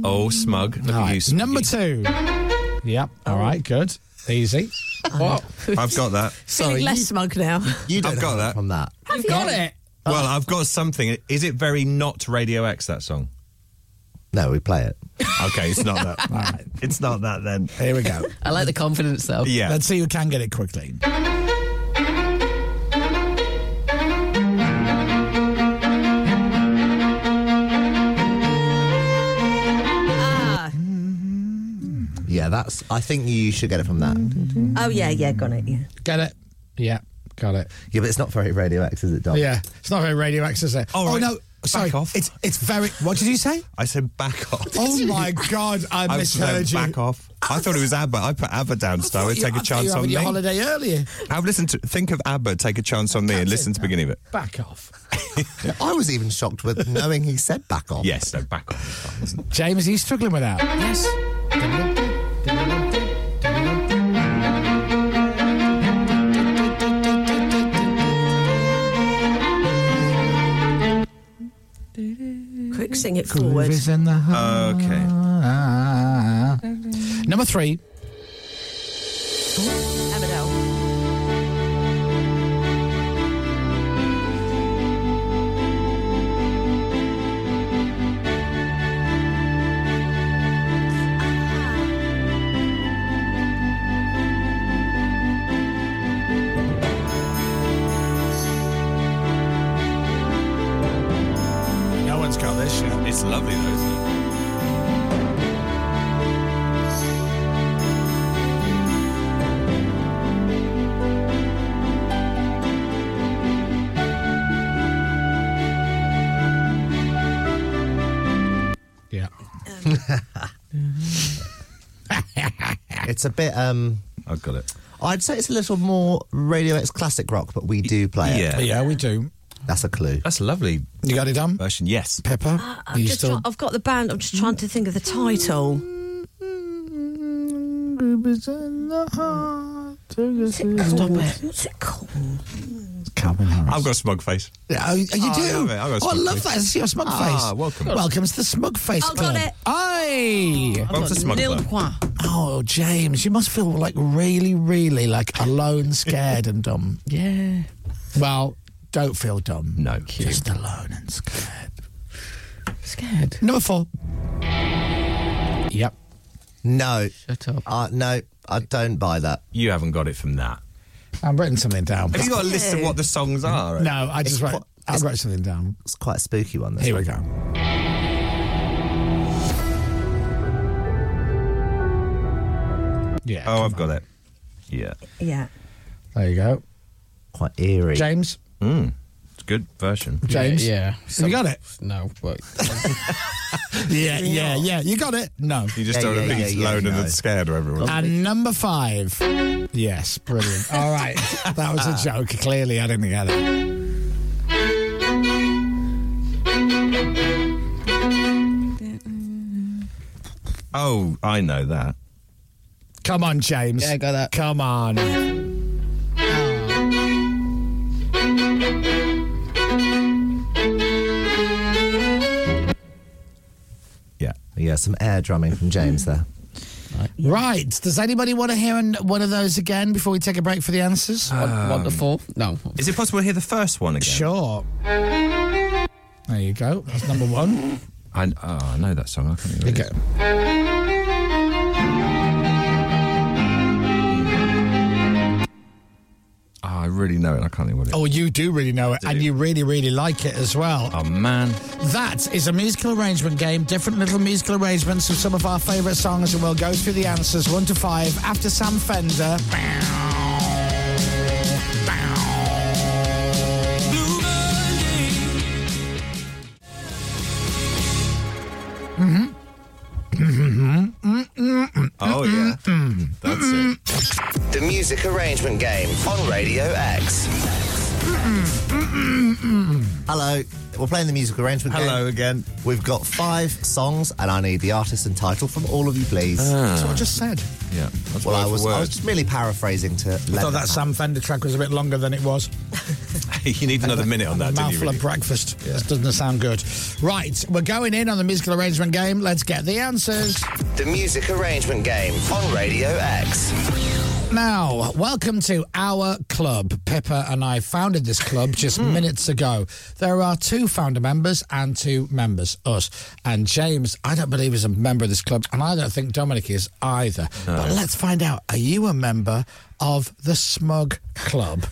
Oh, smug. Look All at right. you. smug. Number two. Yep. All right. Good. Easy. What? I've got that. Feeling less smug now. you don't I've got have that. from that. Have you Got it. Oh. Well, I've got something. Is it very not Radio X that song? No, we play it. Okay, it's not *laughs* that. All right. It's not that then. Here we go. I like the confidence though. Yeah. Let's see who can get it quickly. Ah. *laughs* Yeah, that's. I think you should get it from that. Oh, yeah, yeah, got it. Yeah. Get it? Yeah. Got it. Yeah, but it's not very Radio X, is it, Dom? Yeah. It's not very radio X, is it? All Oh right. no. Sorry. Back off. It's it's very. What did you *laughs* say? I said back off. Oh my God! I, I was misheard saying you. back off. I thought it was ABBA. I put ABBA down, so I would You- take I a thought chance you were on having me. your holiday earlier. Have listened to. Think of ABBA. Take a chance on me and listen to the beginning of it. Back off. *laughs* I was even shocked with knowing he said back off. Yes, no, back off. Listen. James, are you struggling with that? Yes. Quick, sing it Groove forward. is in the heart. Okay. Number three. Emmerdale. It's got this. Yeah. It's lovely though, isn't it? Yeah. *laughs* it's a bit. um I've got it. I'd say it's a little more Radio X classic rock, but we do play yeah. it. Yeah, we do. That's a clue. That's lovely. You got it done? Version, yes. Pepper? I'm just try- Uh, I've got the band. I'm just trying to think of the title. Stop it. What's it called? Calvin Harris. I've got a smug face. Yeah, oh, you do. I love it. I've got Oh, a I smug love face. that. It's your smug face. Ah, welcome. Welcome to the smug face. I've club. got it. Aye. Welcome to the smug club. Oh, James, you must feel like really, really like alone, scared, and dumb. Yeah. Well, don't feel dumb. No. Just alone and scared. Scared. Number four. Yep. No. Shut up. Uh, no, I don't buy that. You haven't got it from that. I'm writing something down. Have you got a list of what the songs are? No, I just It's wrote. quite- I wrote something down. It's quite a spooky one. Here we go. Yeah. Oh, I've got it. Yeah. Yeah. There you go. Quite eerie. James. Mm. It's a good version. James. yeah. Have you got it? No, but Yeah, yeah, yeah. You got it. No. You just don't think it's alone and scared or everyone. And number five. Yes, brilliant. All *laughs* right. That was a joke. Clearly, I didn't get it. Oh, I know that. Come on, James. Yeah, got that. Come on. Yeah. Yeah, some air drumming from James there. Right. Does anybody want to hear an- one of those again before we take a break for the answers? Um, wonderful. No. Um, Is it possible to hear the first one again? Sure. There you go. That's number one. I, oh, I know that song. I can't think of it. Oh, I really know it. I can't think what it is. Oh, you do really know it, and you really, really like it as well. Oh, man. That is a musical arrangement game, different little musical arrangements of some of our favourite songs, and we'll go through the answers one to five after Sam Fender. Oh, yeah. That's it. The music arrangement game on Radio X. Hello. We're playing the music arrangement game. Hello again. We've got five songs, and I need the artist and title from all of you, please. That's what I just said. Ah, Yeah. That's well, word I for was, I word. was just merely paraphrasing to. I thought that Sam Fender track was a bit longer than it was. *laughs* you need another minute on A that, didn't you? mouthful Really? of breakfast. This doesn't sound good. Right, we're going in on the musical arrangement game. Let's get the answers. The music arrangement game on Radio X. Now, welcome to our club. Pippa and I founded this club just Hmm. minutes ago. There are two founder members and two members, us. And James, I don't believe is a member of this club, and I don't think Dominic is either. But let's find out are you a member of the Smug *laughs* Club?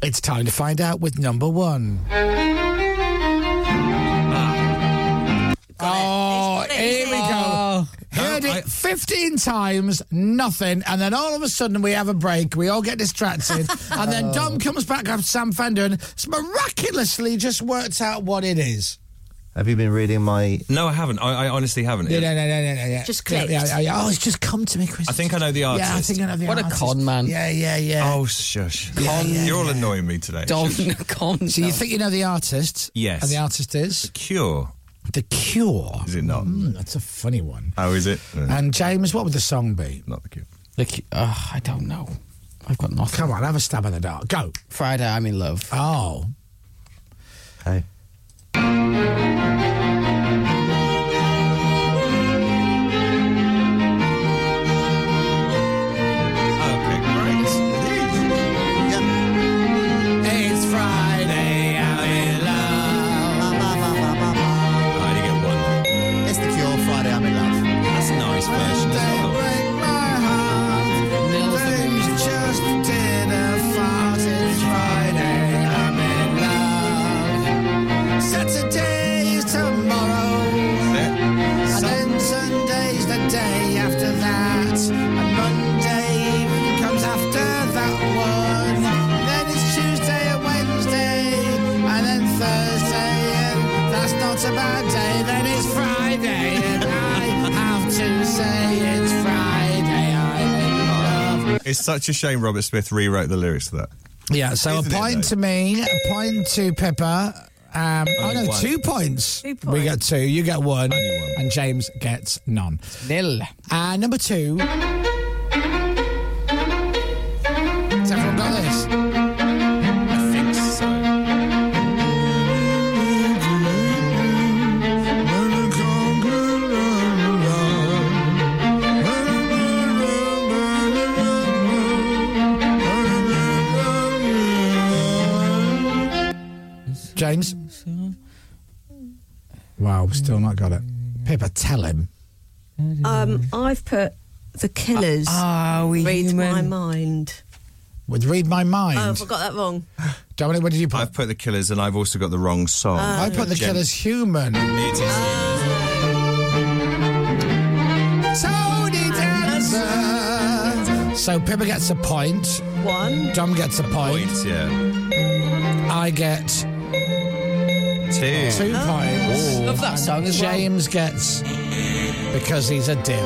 it's time to find out with number one. Oh, here we go. Heard it 15 times, nothing. And then all of a sudden we have a break. We all get distracted. and then Dom comes back after Sam Fender and miraculously just works out what it is. Have you been reading my? No, I haven't. I, I honestly haven't. Yeah, yeah, yeah, yeah, yeah, yeah. Just Yeah, clicked. yeah, yeah, yeah. Oh, it's just come to me, Chris. I think I know the artist. Yeah, I think I know the What a artist. con man. Yeah, yeah, yeah. Oh, shush. Yeah, yeah, You're all annoying me today. *laughs* Don con. So you think you know the artist? Yes. And the artist is? Cure, The Cure. is it not? Mm, that's a funny one. How is it? No, And James, what would the song be? Mm. not the Cure. Like, oh, I don't know. I've got nothing. Come on, have a stab in the dark. Go. Friday, I'm in love. Oh. Hey. Okay, great. It's Friday, I'm in love. I only get one. It's the Cure. Friday, I'm in love. That's a nice version as well. Friday, I'm in love. Um, It's such a shame Robert Smith rewrote the lyrics to that. Yeah, so a Isn't it, point though? to me, a point to Pippa. Um, oh Only no, one. two points. We got two. You get one, and James gets none. Nil. Uh, number two. Has everyone got this? I think so. James. Wow, we've still not got it. Pippa, tell him. Um, I've put the Killers. read my mind. Would read my mind. Oh, I got that wrong. Dominic, what did you put? I've put the Killers, and I've also got the wrong song. I put the Jen- killer's human. Tony Dancer. So Pippa gets a point. One. Dom gets a point. Points, yeah. I get Two. two points. Oh. Love that song And as well. James gets because he's a div.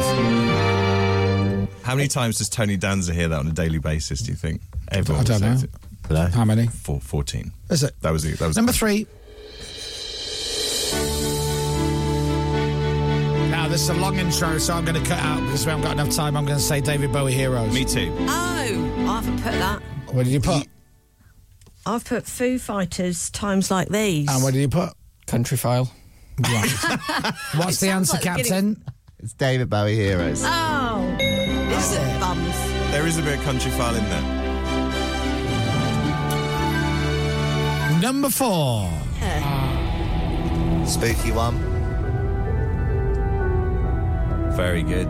How many times does Tony Danza hear that on a daily basis? Do you think everyone? I don't says know. It. How many? Four, Fourteen. Is it? That was it. That was Number three. Now this is a long intro, so I'm going to cut out because we haven't got enough time. I'm going to say David Bowie heroes. Me too. Oh, I haven't put that. What did you put? I've put Foo Fighters times like these. And what did you put? Country file. *laughs* What's the answer, like the Captain? It's David Bowie Heroes. Oh, is it bums? There is a bit of country file in there. Number four. Spooky one. Very good.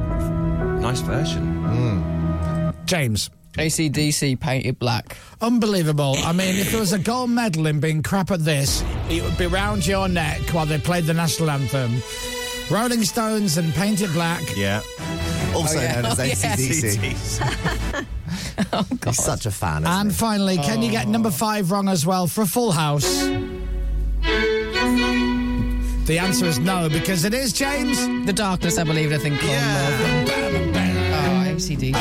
Nice version. James. ACDC painted black. Unbelievable. I mean, if there was a gold medal in being crap at this, it would be round your neck while they played the national anthem. Rolling Stones and Paint It Black. Yeah. Ah. Also Oh, yeah. known as *laughs* Oh, yeah. *laughs* ACDC. He's such a fan. Isn't Oh. And finally, can you get number five wrong as well for a full house? The answer is no, because it is, James. The Darkness, I believe, I think. called Oh, ACDC.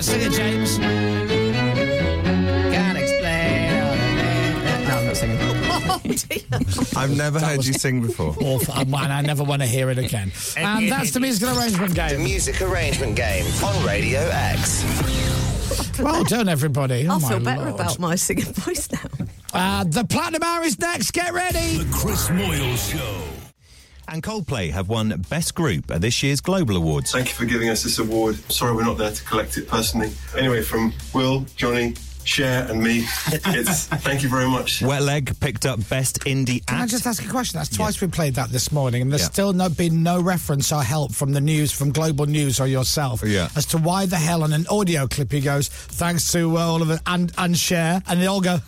Sing it, James. Can't explain. all of it. No, I'm *laughs* not singing. Oh, dear. I've never heard you sing before. *laughs* Awful. And I never want to hear it again. *laughs* And that's the musical arrangement game. The music arrangement game on Radio X. Well done, everybody. Oh, I my feel better Lord. about my singing voice now. Uh, the Platinum Hour is next. Get ready. The Chris Moyle Show. And Coldplay have won Best Group at this year's Global Awards. Thank you for giving us this award. Sorry we're not there to collect it personally. Anyway, from Will, Johnny, Cher, and me, it's thank you very much. Wet Leg picked up Best Indie Can I Act. just ask a question? That's twice we played that this morning, and there's still not been no reference or help from the news, from Global News or yourself, Yeah. as to why the hell on an audio clip he goes, thanks to uh, all of it and and share, and they all go,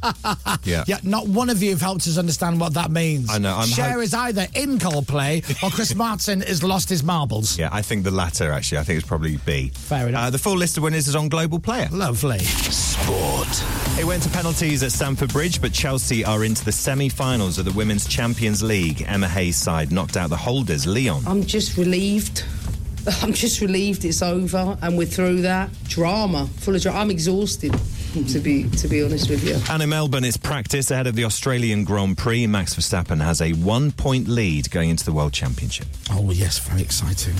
*laughs* Yeah. yeah. Not one of you have helped us understand what that means. I know, I'm Cher hope- is either in Coldplay or *laughs* Chris Martin has lost his marbles. Yeah, I think the latter, actually. I think it's probably B. Fair enough. Uh, the full list of winners is on Global Player. Lovely. Sport. It went to penalties at Stamford Bridge, but Chelsea are into the semi finals of the Women's Champions League. Emma Hayes' side knocked out the holders, Leon. I'm just relieved. *laughs* I'm just relieved it's over and we're through that drama. Full of drama. I'm exhausted. *laughs* To be to be honest with you. And in Melbourne, it's practice ahead of the Australian Grand Prix. Max Verstappen has a one point lead going into the World Championship. Oh, yes, very exciting.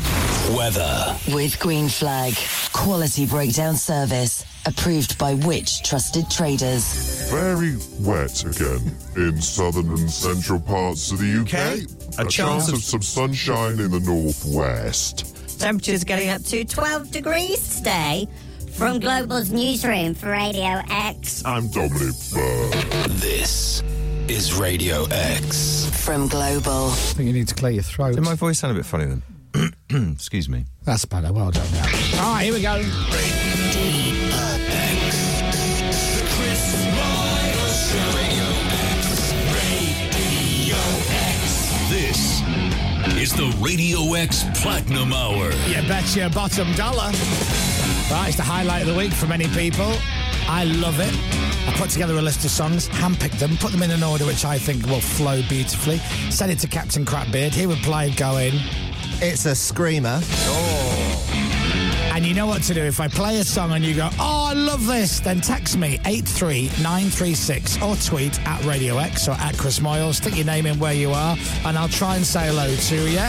Weather. With Green Flag. Quality breakdown service. Approved by which trusted traders? Very wet again in southern and central parts of the UK. A chance of- some sunshine in the northwest. Temperatures getting up to 12 degrees today. From Global's newsroom for Radio X. I'm Dominic Byrne. This is Radio X. From Global. I think you need to clear your throat. Did my voice sound a bit funny then? *clears throat* Excuse me. That's better. Well done. Now. All right, here we go. The Chris Moyle Show. Radio X. Radio X. This is the Radio X Platinum Hour. You bet your bottom dollar. Right, it's the highlight of the week for many people. I love it. I put together a list of songs, handpicked them, put them in an order which I think will flow beautifully. Sent it to Captain Crapbeard. He replied, going, It's a screamer. Oh. And you know what to do. If I play a song and you go, oh, I love this, then text me 83936 or tweet at Radio X or at Chris Moyle. Stick your name in where you are and I'll try and say hello to you.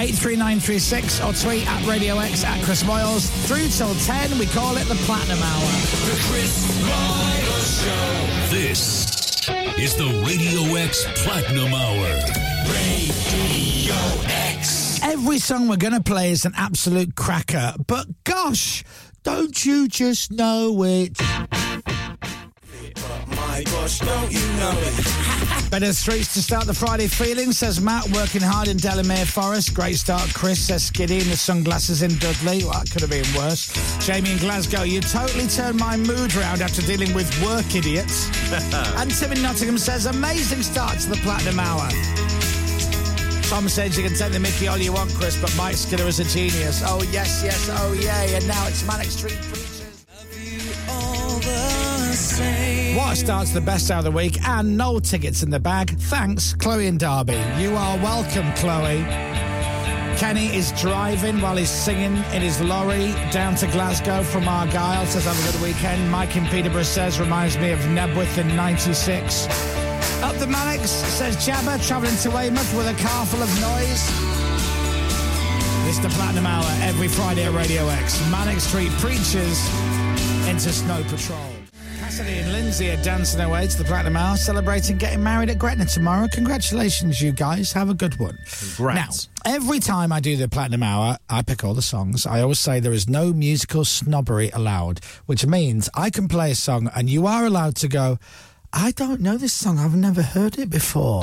83936 or tweet at Radio X at Chris Moyles. Through till 10, we call it the Platinum Hour. The Chris Miles Show. This is the Radio X Platinum Hour. Radio X. Every song we're going to play is an absolute cracker, but gosh, don't you just know it? My gosh, don't you know it? Better streets to start the Friday feeling, says Matt, working hard in Delamere Forest. Great start, Chris, says Skiddy, and the sunglasses in Dudley. Well, that could have been worse. Jamie in Glasgow, you totally turned my mood round after dealing with work idiots. and Tim in Nottingham says, amazing start to the Platinum Hour. Tom says you can take the mickey all you want, Chris, but Mike Skinner is a genius. Oh, yes, yes, oh, yay. And now it's Manic Street Preachers. What starts the best out of the week and no tickets in the bag. Thanks, Chloe and Derby. You are welcome, Chloe. Kenny is driving while he's singing in his lorry down to Glasgow from Argyle. Says, have a good weekend. Mike in Peterborough says, reminds me of Nebworth in 96. Up the Mannix, says Jabba, travelling to Weymouth with a car full of noise. It's the Platinum Hour every Friday at Radio X. Manic Street Preachers into Snow Patrol. Cassidy and Lindsay are dancing away to the Platinum Hour, celebrating getting married at Gretna tomorrow. Congratulations, you guys. Have a good one. Congrats. Now, every time I do the Platinum Hour, I pick all the songs. I always say there is no musical snobbery allowed, which means I can play a song and you are allowed to go, I don't know this song. I've never heard it before.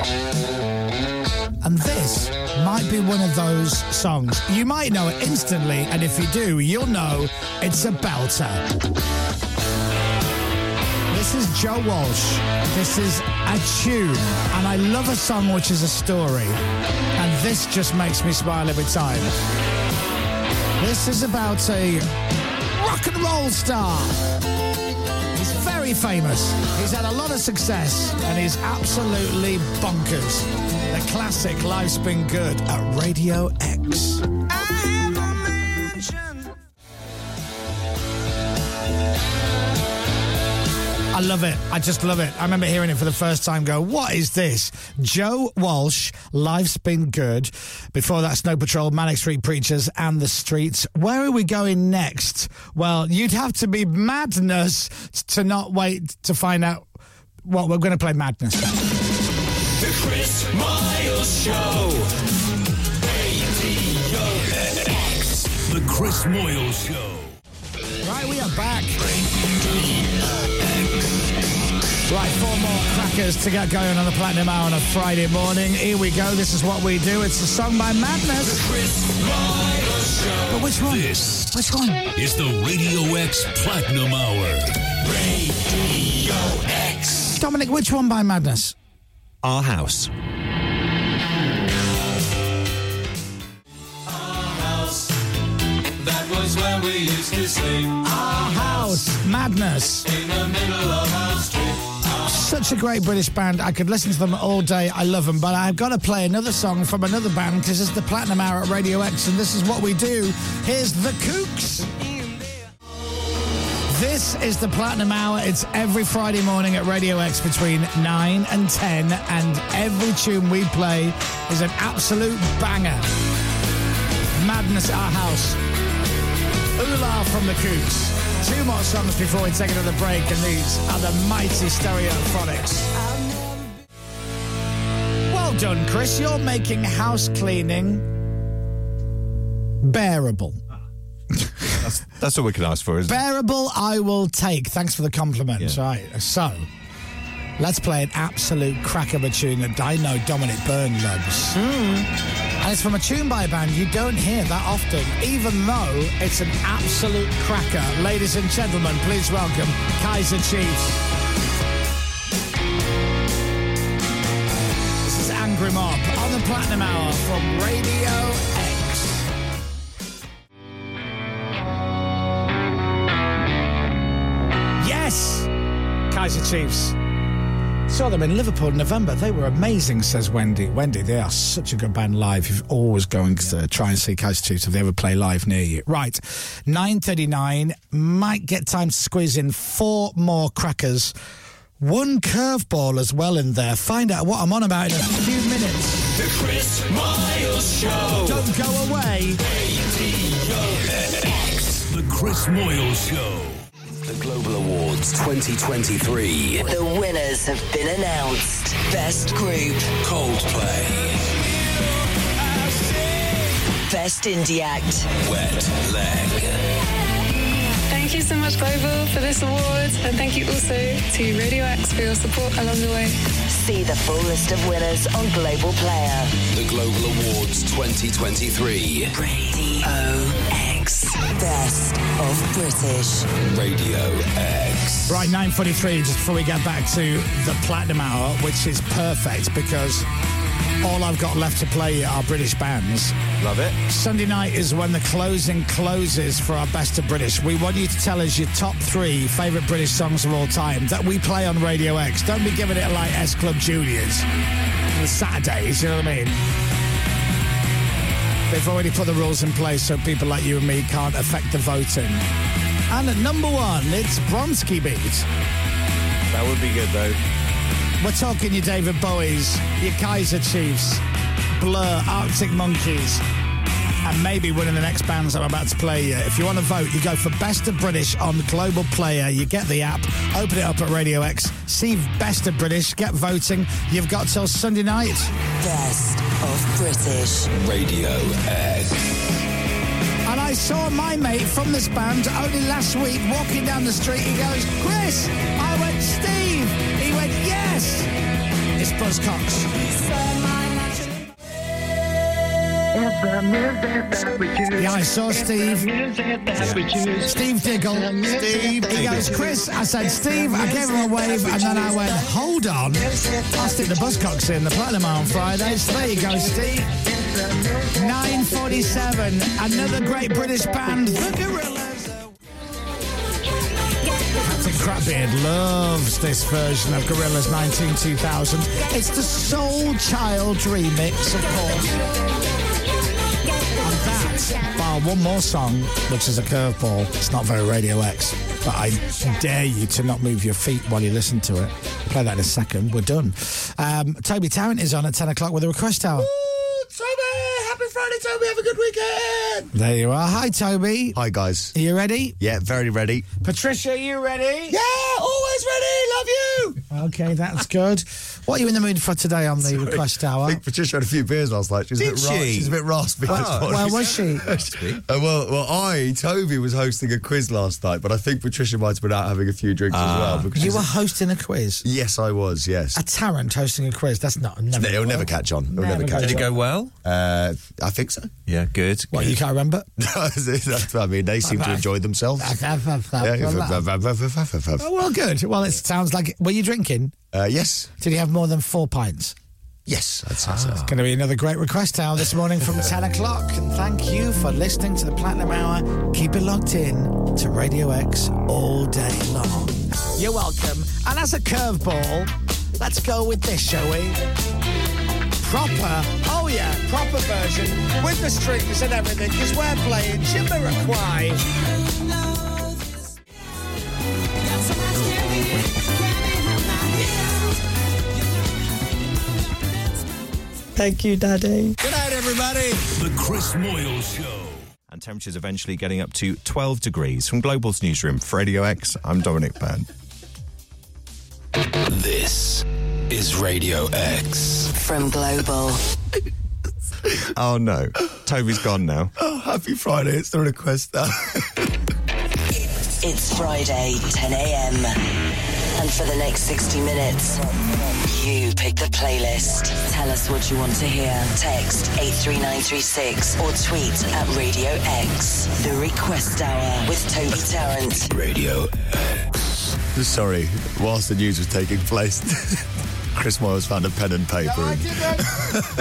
And this might be one of those songs. You might know it instantly, and if you do, you'll know it's a belter. This is Joe Walsh. This is a tune, and I love a song which is a story. And this just makes me smile every time. This is about a rock and roll star. He's very famous. He's had a lot of success, and he's absolutely bonkers. The classic "Life's Been Good" at Radio X. I love it. I just love it. I remember hearing it for the first time go, what is this? Joe Walsh, Life's Been Good. Before that, Snow Patrol, Manic Street Preachers, and The Streets. Where are we going next? Well, you'd have to be madness to not wait to find out what we're going to play madness. The Chris Miles Show. Radio X. The Chris Moyle Show. Right, we are back. Right, four more crackers to get going on the Platinum Hour on a Friday morning. Here we go. This is what we do. It's a song by Madness. But which one? This Which one? is the Radio X Platinum Hour. Radio X. Dominic, which one by Madness? Our house. That was where we used to sleep. Our house. Madness. In the middle of our street. Such a great British band. I could listen to them all day. I love them. But I've got to play another song from another band because it's the Platinum Hour at Radio X and this is what we do. Here's The Kooks. This is the Platinum Hour. It's every Friday morning at Radio X between 9 and 10. And every tune we play is an absolute banger. Madness at Our House. Oolah from the Kooks. Two more songs before we take another break, and these are the mighty stereophonics. Well done, Chris. You're making house cleaning bearable. That's, that's all we could ask for, isn't it? Bearable, I will take. Thanks for the compliments. Right, so let's play an absolute crack of a tune that I know Dominic Byrne loves. And it's from a tune by a band you don't hear that often, even though it's an absolute cracker. Ladies and gentlemen, please welcome Kaiser Chiefs. This is Angry Mob on the Platinum Hour from Radio X. Yes! Kaiser Chiefs. Saw them in Liverpool in November. They were amazing, says Wendy. Wendy, they are such a good band live. You've always going to try and see Coast if they ever play live near you. Right, 9.39. Might get time to squeeze in four more crackers. One curveball as well in there. Find out what I'm on about in a few minutes. The Chris Miles Show. Don't go away. The Chris Moyles Show. The Global Awards 2023. The winners have been announced. Best group. Coldplay. Best indie act. Wet Leg. Thank you so much, Global, for this award, and thank you also to Radio X for your support along the way. See the full list of winners on Global Player. The Global Awards 2023. Radio X. Best of British. Radio X. Right, 9.43, just before we get back to the Platinum Hour, which is perfect because all I've got left to play are British bands. Love it. Sunday night is when the closing closes for our Best of British. We want you to tell us your top three favourite British songs of all time that we play on Radio X. Don't be giving it like S Club Juniors on Saturdays, you know what I mean? They've already put the rules in place so people like you and me can't affect the voting. And at number one, it's Bronski Beat. That would be good, though. We're talking your David Bowies, your Kaiser Chiefs, Blur, Arctic Monkeys, and maybe one of the next bands I'm about to play you. If you want to vote, you go for Best of British on the Global Player. You get the app, open it up at Radio X, see Best of British, get voting. You've got till Sunday night. Best of British. Radio X. And I saw my mate from this band only last week walking down the street. He goes, Chris. I went, Steve. He went, yes. It's Buzz Cox. Yeah, I saw Steve. Steve Diggle. Steve. He goes, Chris. I said, Steve. I gave him a wave, and then I went, hold on. I stick the Buzzcocks in the Platinum Hour on Friday. So there you go, Steve. 947. Another great British band, The Gorillas. Captain Crabbeard loves this version of Gorillas 19 2000. It's the Soul Child remix, of course. That, bar one more song, which is a curveball. It's not very Radio X, but I dare you to not move your feet while you listen to it. Play that in a second. We're done. Um, Toby Tarrant is on at 10 o'clock with a request hour. Happy Friday, Toby. Have a good weekend. There you are. Hi, Toby. Hi, guys. Are you ready? Yeah, very ready. Patricia, are you ready? Yeah, always ready. Love you. Okay, that's good. What are you in the mood for today on the request hour? I think Patricia had a few beers last night. She's a Did bit ra- she? She's a bit raspy. Oh. this morning. Where was she? *laughs* Uh, well, well, I, Toby, was hosting a quiz last night, but I think Patricia might have been out having a few drinks as well. Because you she's- were hosting a quiz. Yes, I was, yes. A Tarrant hosting a quiz. That's not. Never It'll *laughs* never catch on. It'll Never never catch goes on. Did it go well? Uh, I think so. Yeah, good. What, you can't *laughs* remember? That's what I mean. They seem to enjoy themselves. Oh, *laughs* Uh, well, good. Well, it sounds like. Were you drinking? yes. Did you have more than four pints? Yes, I'd say so. It's going to be another great request hour this morning from 10 o'clock. And thank you for listening to the Platinum Hour. Keep it locked in to Radio X all day long. You're welcome. And as a curveball, let's go with this, shall we? Proper, oh yeah, proper version with the strings and everything, because we're playing Jamiroquai. Thank you, Daddy. Good night, everybody. The Chris Moyles Show. And temperatures eventually getting up to 12 degrees. From Global's newsroom for Radio X, I'm Dominic Byrne. This is Radio X. From Global. Oh, no. Toby's gone now. Oh, happy Friday. It's the request *laughs* hour. It's Friday, 10 a.m. And for the next 60 minutes, you pick the playlist. Tell us what you want to hear. Text 83936 or tweet at Radio X. The Request Hour with Toby Tarrant. Radio Sorry, whilst the news was taking place, *laughs* Chris Moyles found a pen and paper.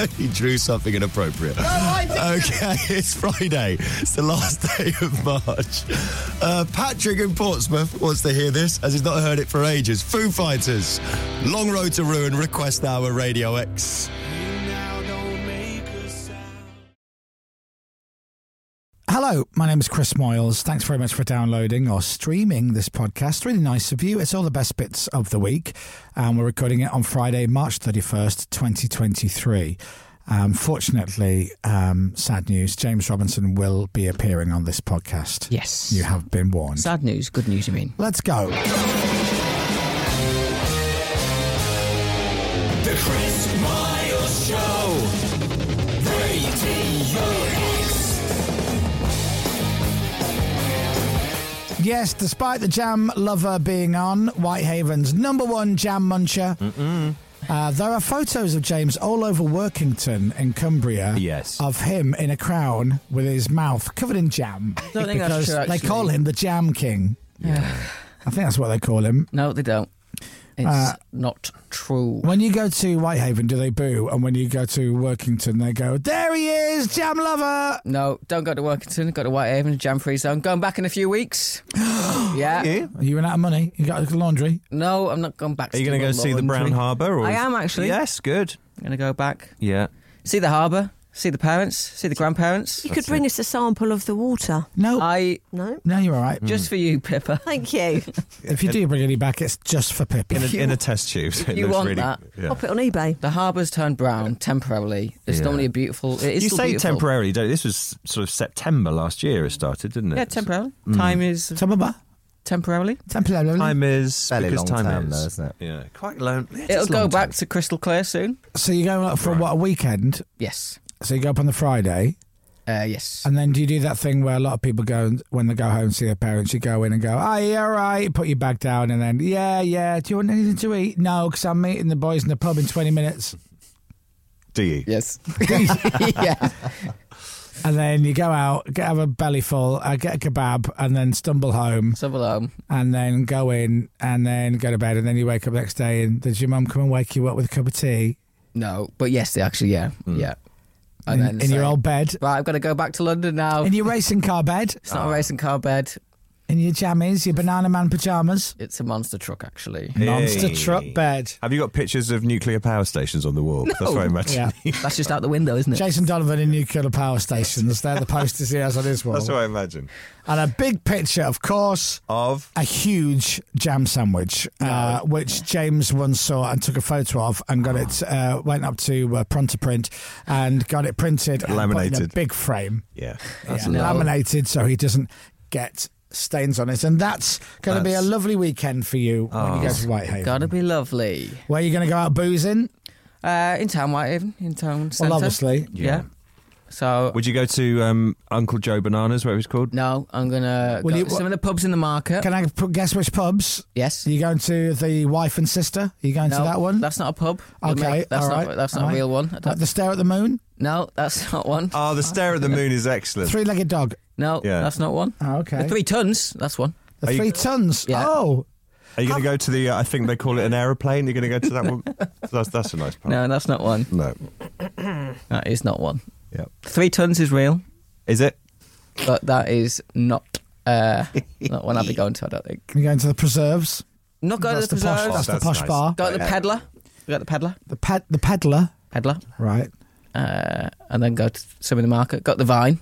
and *laughs* he drew something inappropriate. okay, *laughs* it's Friday. It's the last *laughs* day of March. Uh, Patrick in Portsmouth wants to hear this as he's not heard it for ages. Foo Fighters, Long Road to Ruin, Request Hour, Radio X. Hello, my name is Chris Moyles. Thanks very much for downloading or streaming this podcast. Really nice of you. It's all the best bits of the week, and we're recording it on Friday, March 31st, 2023. Um, fortunately, um, sad news James Robinson will be appearing on this podcast. Yes. You have been warned. Sad news, good news, you mean? Let's go. The Chris Miles Show. Radio X. Yes, despite the jam lover being on, Whitehaven's number one jam muncher. Uh, there are photos of James all over Workington in Cumbria. Yes. Of him in a crown with his mouth covered in jam. don't think because that's true, they call actually. him the Jam King. I think that's what they call him. No, they don't. It's not true. When you go to Whitehaven, do they boo? And when you go to Workington, they go, There he is, jam lover. No, don't go to Workington. Go to Whitehaven, jam free zone. Going back in a few *gasps* weeks. yeah. You? You ran out of money. You got the laundry. No, I'm not going back. Are you to gonna do go my see the laundry. Brown Harbour, or I is- am actually. Yes, good. I'm going to go back. Yeah. See the harbour. See the parents. See the grandparents. You could bring us a sample of the water. No. I. No. No, you're all right. Just for you, Pippa. Thank you. *laughs* If you do bring any back, it's just for Pippa. In a, in a test tube. *laughs* *laughs* It you looks want really, that? yeah. Pop it on eBay. The harbour's turned brown temporarily. It's Yeah. normally a beautiful. It is you still say beautiful. temporarily, don't you? This was sort of September last year it started, didn't it? Yeah, temporarily. Mm. Time is Temporarily. Temporarily. Temporarily. Time is Fairly because long time, term, is. though, isn't it? Yeah, quite long. it It'll is go long back to crystal clear soon. So you go up for what, a weekend? Yes. So you go up on the Friday? Uh, yes. And then do you do that thing where a lot of people go, and when they go home and see their parents, you go in and go, oh, yeah, all right, put your bag down, and then, yeah, yeah, do you want anything to eat? No, because I'm meeting the boys in the pub in 20 *laughs* minutes. Do you? *laughs* Yes. yeah. *laughs* And then you go out, get have a belly full, uh, get a kebab, and then stumble home. Stumble home. And then go in, and then go to bed, and then you wake up the next day, and does your mum come and wake you up with a cup of tea? No, but yes, they actually, yeah, Mm. yeah. In- in your old bed. Right, I've got to go back to London now. In your racing car bed. It's not a racing car bed. In your jammies, your banana man pajamas. It's a monster truck, actually. Monster truck bed. Have you got pictures of nuclear power stations on the wall? That's very much. *laughs* *laughs* Yeah. That's just out the window, isn't it? Jason Donovan in nuclear power stations. They're the posters he has on his wall. That's what I imagine. And a big picture, of course, of a huge jam sandwich, uh, which James once saw and took a photo of, and got it. Uh, went up to uh, Pronto Print and got it printed, and put in a Laminated. big frame. Yeah. Yeah, laminated so he doesn't get stains on it. And that's going to be a That's- lovely weekend for you when you Oh. go to Whitehaven. Gotta be lovely. Where are you going to go out boozing? Uh, in town, Whitehaven, in town centre. obviously. Yeah. Yeah. So. Would you go to um, Uncle Joe Bananas, where it was called? No, I'm gonna Will go you- to some of the pubs in the market. Can I p- guess which pubs? Yes. Are you going to the wife and sister? Are you going no, to that one? That's not a pub. Okay, that's all not. right, That's all not a right. real one. I Like don't- the stare at the moon? Ah. No, that's *laughs* not one. Oh, the stare at the moon is excellent. Three legged dog? No, Yeah. that's not one. Oh, okay. The *coughs* three tons. That's one. The Are you- three tons? Oh. Are you going to go to the? Uh, I think they call it an aeroplane. You're going to go to *laughs* that one. That's that's a nice part. No, that's not one. No. That is not one. Yeah. Three tons is real. Is it? But that is not *laughs* uh, not one I'll be going to. I don't think. You're going to the preserves? Not going That's to the, the posh- preserves. that's the That's posh nice. bar. Go to the Yeah. peddler. We got the peddler. The, ped- the peddler? Peddler. Right. Uh, and then go to some in the market. Got the vine.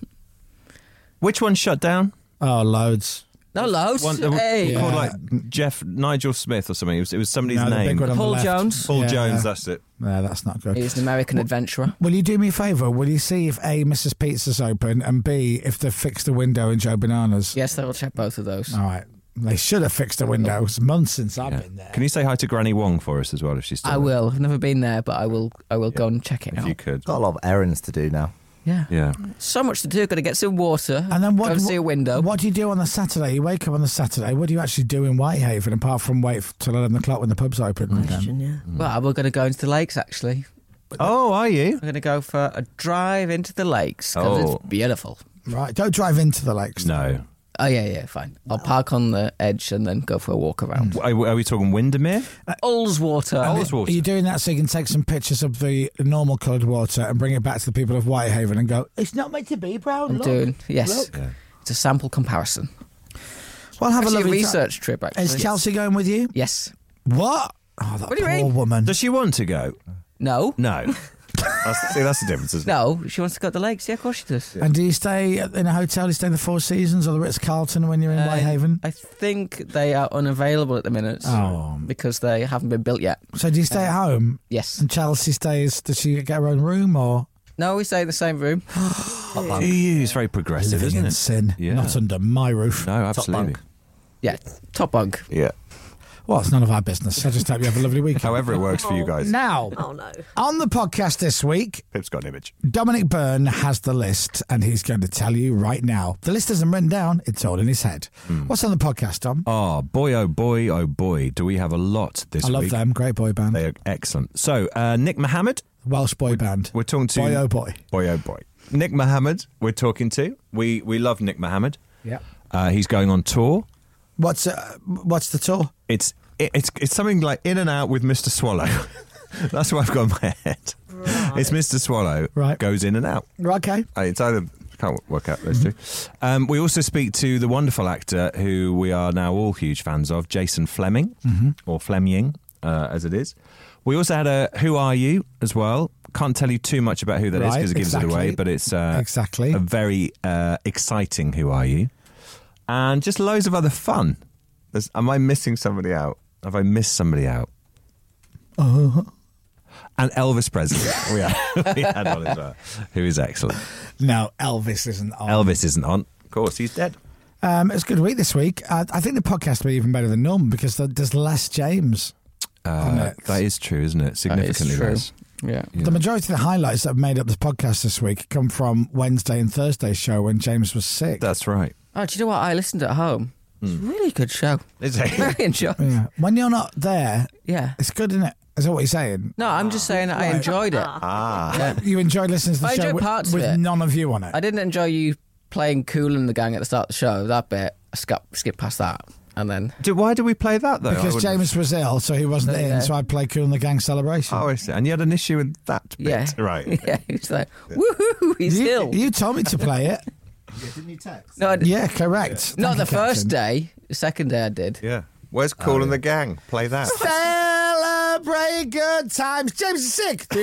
Which one shut down? Oh, loads. No loads. One, they were hey. Called like Jeff Nigel Smith or something. It was, it was somebody's No, the name. big one on the Paul left. Jones. Paul Yeah. Jones. That's it. No, that's not good. He's an American adventurer. Will you do me a favour? Will you see if A, Mrs. Pizza's open, and B, if they've fixed the window in Joe Bananas? Yes, they will check both of those. All right. They should have fixed the window. It's months since I've Yeah. been there. Can you say hi to Granny Wong for us as well if she's still I will. I've never been there, but I will. I will go and check it there? out. If you could. Got a lot of errands to do now. Yeah. Yeah. So much to do. Got to get some water. And then Go what? and see a window. What do you do on the Saturday? You wake up on the Saturday. What do you actually do in Whitehaven apart from wait f- till eleven o'clock when the pubs open? Mm. again? Well, we're going to go into the lakes actually. Oh, are you? We're going to go for a drive into the lakes because Oh. it's beautiful. Right. Don't drive into the lakes. No. Oh yeah, yeah, fine. I'll park on the edge and then go for a walk around. Are, we- are we talking Windermere? Uh, Oh, Ullswater. Are you doing that so you can take some pictures of the normal coloured water and bring it back to the people of Whitehaven and go, It's not meant to be brown. I'm look. doing yes. Look. It's a sample comparison. Well, have Actually, a lovely ti- research trip. Actually, Is Chelsea going with you? Yes. What? Oh, that poor woman. Does she want to go? No. No. *laughs* that's, see, that's the difference, isn't No, she wants to go to the lakes. Yeah, of course she does. And do you stay in a hotel? Do you stay in the Four Seasons or the Ritz Carlton when you're in Whitehaven? Uh, I think they are unavailable at the minute Oh. because they haven't been built yet. So do you stay at home? Uh, Yes. And Chelsea stays. Does she get her own room or? No, we stay in the *gasps* same room. it? EU is very progressive, Living isn't in it? sin, not under my roof. No, absolutely. Yeah, top bunk. Yeah. Well, it's none of our business. I just hope you have a lovely weekend. However it works for you guys. Now, on the podcast this week, Pip's got an image. Dominic Byrne has the list, and he's going to tell you right now. The list isn't written down; it's all in his head. Hmm. What's on the podcast, Dom? Ah, boy, oh boy, oh boy, do we have a lot this I love week. them. Great boy band. They are excellent. So, uh, Nick Mohammed. Welsh boy band. We're talking to. Boy, oh boy. Boy, oh boy. Nick Mohammed, we're talking to. We, we love Nick Mohammed. Yeah. Uh, he's going on tour. What's uh, what's the tour? It's it, it's it's something like In and Out with Mr. Swallow. *laughs* That's what I've got in my head. It's Mr. Swallow Right. goes in and out. Okay. Uh, It's either can't work out those two. Mm-hmm. Um, we also speak to the wonderful actor who we are now all huge fans of, Jason Fleming, Mhm. or Fleming, uh, as it is. We also had a Who Are You as well. Can't tell you too much about who that is Right, because it gives exactly. it away, but it's uh, Exactly. a very uh, exciting Who Are You, and just loads of other fun. There's, am I missing somebody out? Have I missed somebody out? Uh-huh. And *laughs* Elvis Presley, we had, we had on as well, who is excellent. No, Elvis isn't on. Elvis isn't on. Of course, he's dead. Um, it's a good week this week. Uh, I think the podcast will be even better than normal because there- there's less James. on Uh, it. that is true, isn't it? Significantly true. less. Yeah. The majority of the highlights that have made up the podcast this week come from Wednesday and Thursday's show when James was sick. That's right. Oh, do you know what? I listened at home. It's Hmm. a really good show. Is *laughs* it? Very enjoyable. Yeah. When you're not there, yeah, it's good, isn't it? Is that what you're saying? *laughs* No, I'm just saying that I Right. enjoyed it. Ah. You enjoyed listening to the I show enjoyed with, parts of with it. none of you on it. I didn't enjoy you playing Cool and the Gang at the start of the show. That bit, I skip, skip past that. And then. Did, why did we play that, though? I because wouldn't- James was ill, so he wasn't in, yeah. so I played Cool and the Gang Celebration. Oh, I see. And you had an issue with that bit. Yeah. *laughs* *laughs* Right. Yeah, he was like, woohoo, he's you, ill. you told me to play it. Didn't you text? no, I d- Yeah, correct. not Thank you, the first Captain. Oh, day. The second day I did. Yeah. Where's Cool and the Gang? Play that. Celebrate good times. James is sick. *laughs*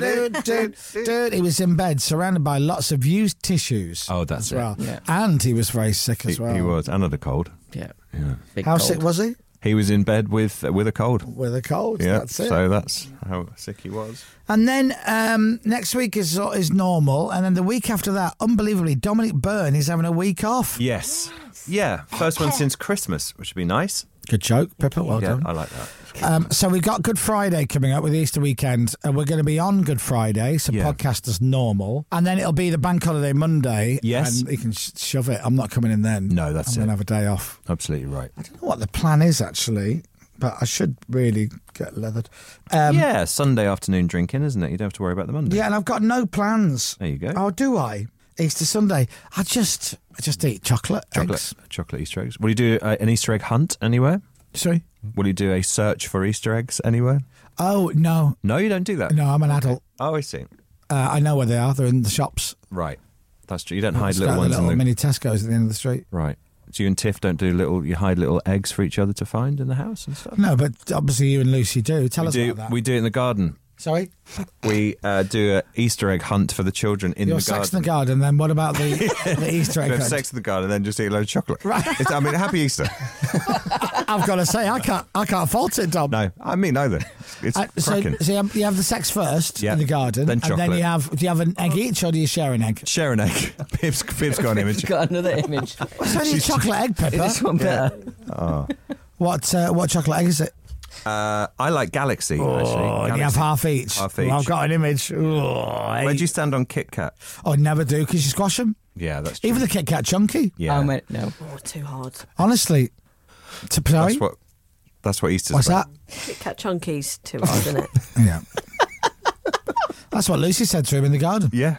Do-do-do-do-do-do. *laughs* he was in bed, surrounded by lots of used tissues. Oh, that's as it. well. Yeah. And he was very sick He, as well. he was. Another cold. Yeah. Yeah. Big How cold. sick was he? He was in bed with uh, with a cold. With a cold. Yeah. That's it. So that's how sick he was. And then um, next week is is normal, and then the week after that, unbelievably, Dominic Byrne is having a week off. Yes. Yeah. First one since Christmas, which would be nice. Good joke, Pippa. Well yeah, done. I like that. Um, so we've got Good Friday coming up with Easter weekend, and we're going to be on Good Friday, so podcast as normal, and then it'll be the bank holiday Monday. Yes. and you can sh- shove it. I'm not coming in then. No, I'm that's it. gonna have a day off. Absolutely right. I don't know what the plan is actually, but I should really get leathered. Um, yeah, Sunday afternoon drinking, isn't it? You don't have to worry about the Monday. yeah, and I've got no plans. There you go. Oh, do I? Easter Sunday. I just, I just eat chocolate, chocolate, eggs. chocolate Easter eggs. Will you do uh, an Easter egg hunt anywhere? Sorry. Will you do a search for Easter eggs anywhere? Oh no, No, you don't do that. no, I'm an adult. Oh, I see. Uh, I know where they are. They're in the shops. Right. That's true. You don't Just hide little like ones the little in the. mini Tesco's at the end of the street. Right. So you and Tiff don't do little. You hide little eggs for each other to find in the house and stuff. No, but obviously you and Lucy do. Mm, Tell we us do. about that. We do it in the garden. Sorry, We uh, do a Easter egg hunt for the children in your the garden. sex in the garden. Then what about the, *laughs* *laughs* the Easter We egg? have hunt? sex in the garden and then just eat a load of chocolate. Right. It's, I mean, *laughs* happy Easter. I've got to say, I can't. I can't fault it, Dom. No, I mean neither. It's I- so, cracking. so you have- you have the sex first Yeah. in the garden, Then and then chocolate. you have. Do you have an egg each, or do you share an egg? Share an egg. Pip's, Pip's got an He's image. got another image. It's *laughs* only a chocolate egg, Pepper. this one better. Oh. What uh, what chocolate egg is it? Uh, I like Galaxy, actually. Oh, and you have Galaxy. half each. Half Well, I've each. got an image. Oh, Where do you stand on Kit Kat? I never do because you squash them. Yeah, that's true. Even the Kit Kat chunky. yeah, I went, no. Oh, too hard. Honestly, to sorry. that's what that's what Easter's What's about. that? Kit Kat Chunky's too hard, isn't it? *laughs* Yeah. That's what Lucy said to him in the garden. *laughs* Yeah,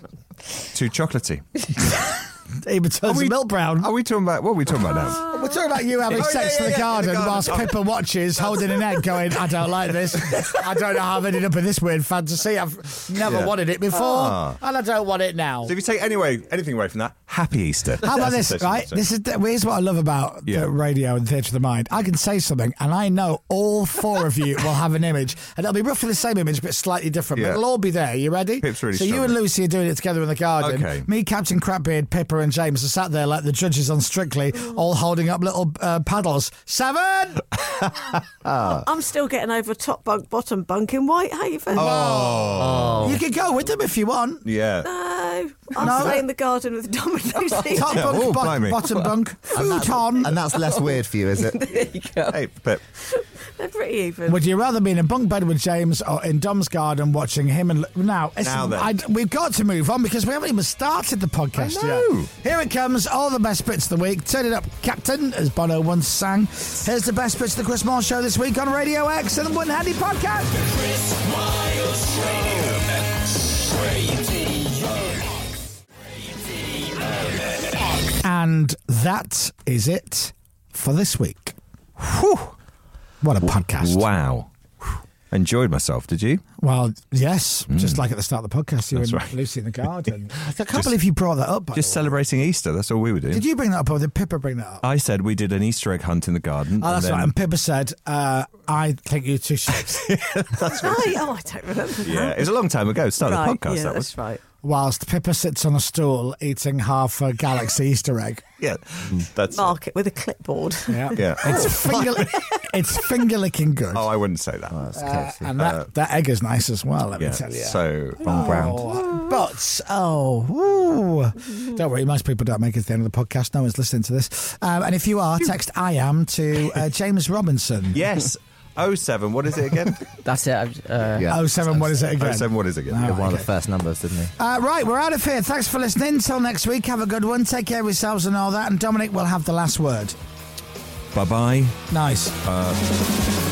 too chocolatey. even turns we- the milk brown. Are we talking about what are we talking about now? We're talking about you having Oh, yeah, sex yeah, in the yeah, in the garden garden. whilst Oh. Pippa watches, holding an egg, going, I don't like this. I don't know how I've ended up in this weird fantasy. I've never Yeah. wanted it before, Ah. and I don't want *laughs* it now. So if you take anyway anything away from that, happy Easter. How That's about this, essentially right? what I'm This is here's what I love about Yeah. the radio and theatre of the mind. I can say something, and I know all four of you will have an image, and it'll be roughly the same image, but slightly different. Yeah. But it'll all be there. You ready? Pip's really so you strong. and Lucy are doing it together in the garden. Okay. Me, Captain Crapbeard, Pippa, and James are sat there like the judges on Strictly, all holding up little uh, paddles. *laughs* Seven. *laughs* Uh. I'm still getting over top bunk, bottom bunk in Whitehaven. Oh. You can go with them if you want. Yeah. No, I'll stay in the garden with Domino's. Top Yeah, bunk, oh, bo- blimey. bottom bunk, And that's- futon. and that's less weird for you, is *laughs* it? there you go. Hey, Pip. They're pretty even. Would you rather be in a bunk bed with James or in Dom's garden watching him and now? it's- Now then. I, we've got to move on because we haven't even started the podcast yet. Here it comes, all the best bits of the week. Turn it up, Captain, as Bono once sang. Here's the best bits of the Chris Moore Show this week on Radio X and the One Handy Podcast. And that is it for this week. Whew. What a podcast! Wow. Enjoyed myself, did you? Well, yes, just like at the start of the podcast, you That's were right. Lucy in the garden. I can't Just- believe you brought that up. Oh, by Just the way. celebrating Easter, that's all we were doing. Did you bring that up, or did Pippa bring that up? I said we did an Easter egg hunt in the garden. Oh, that's and right. then- And Pippa said, uh, "I think you two should." Right, Oh, I don't remember *laughs* Yeah, that. it was a long time ago. Start right, the podcast, yeah, that was. that's right. Whilst Pippa sits on a stool eating half a galaxy Easter egg. Yeah, that's. Mark it with a clipboard. Yeah, Yeah. It's finger, it's finger licking good, Oh, I wouldn't say that. Uh, and that, that egg is nice as well. Let yeah, me tell you. so wrong ground. Oh, But oh, woo. don't worry, most people don't make it to the end of the podcast. No one's listening to this. Um, and if you are, text I am to uh, James Robinson. *laughs* Yes. 07, what is it again? *laughs* That's it. I've, uh, Oh seven, what is it again? 07, what is it again? All right, one of okay. the first numbers, didn't he? Uh, right, we're out of here. Thanks for listening. Till next week, have a good one. Take care of yourselves and all that. And Dominic will have the last word. Bye bye. Um, Nice. Uh, Uh,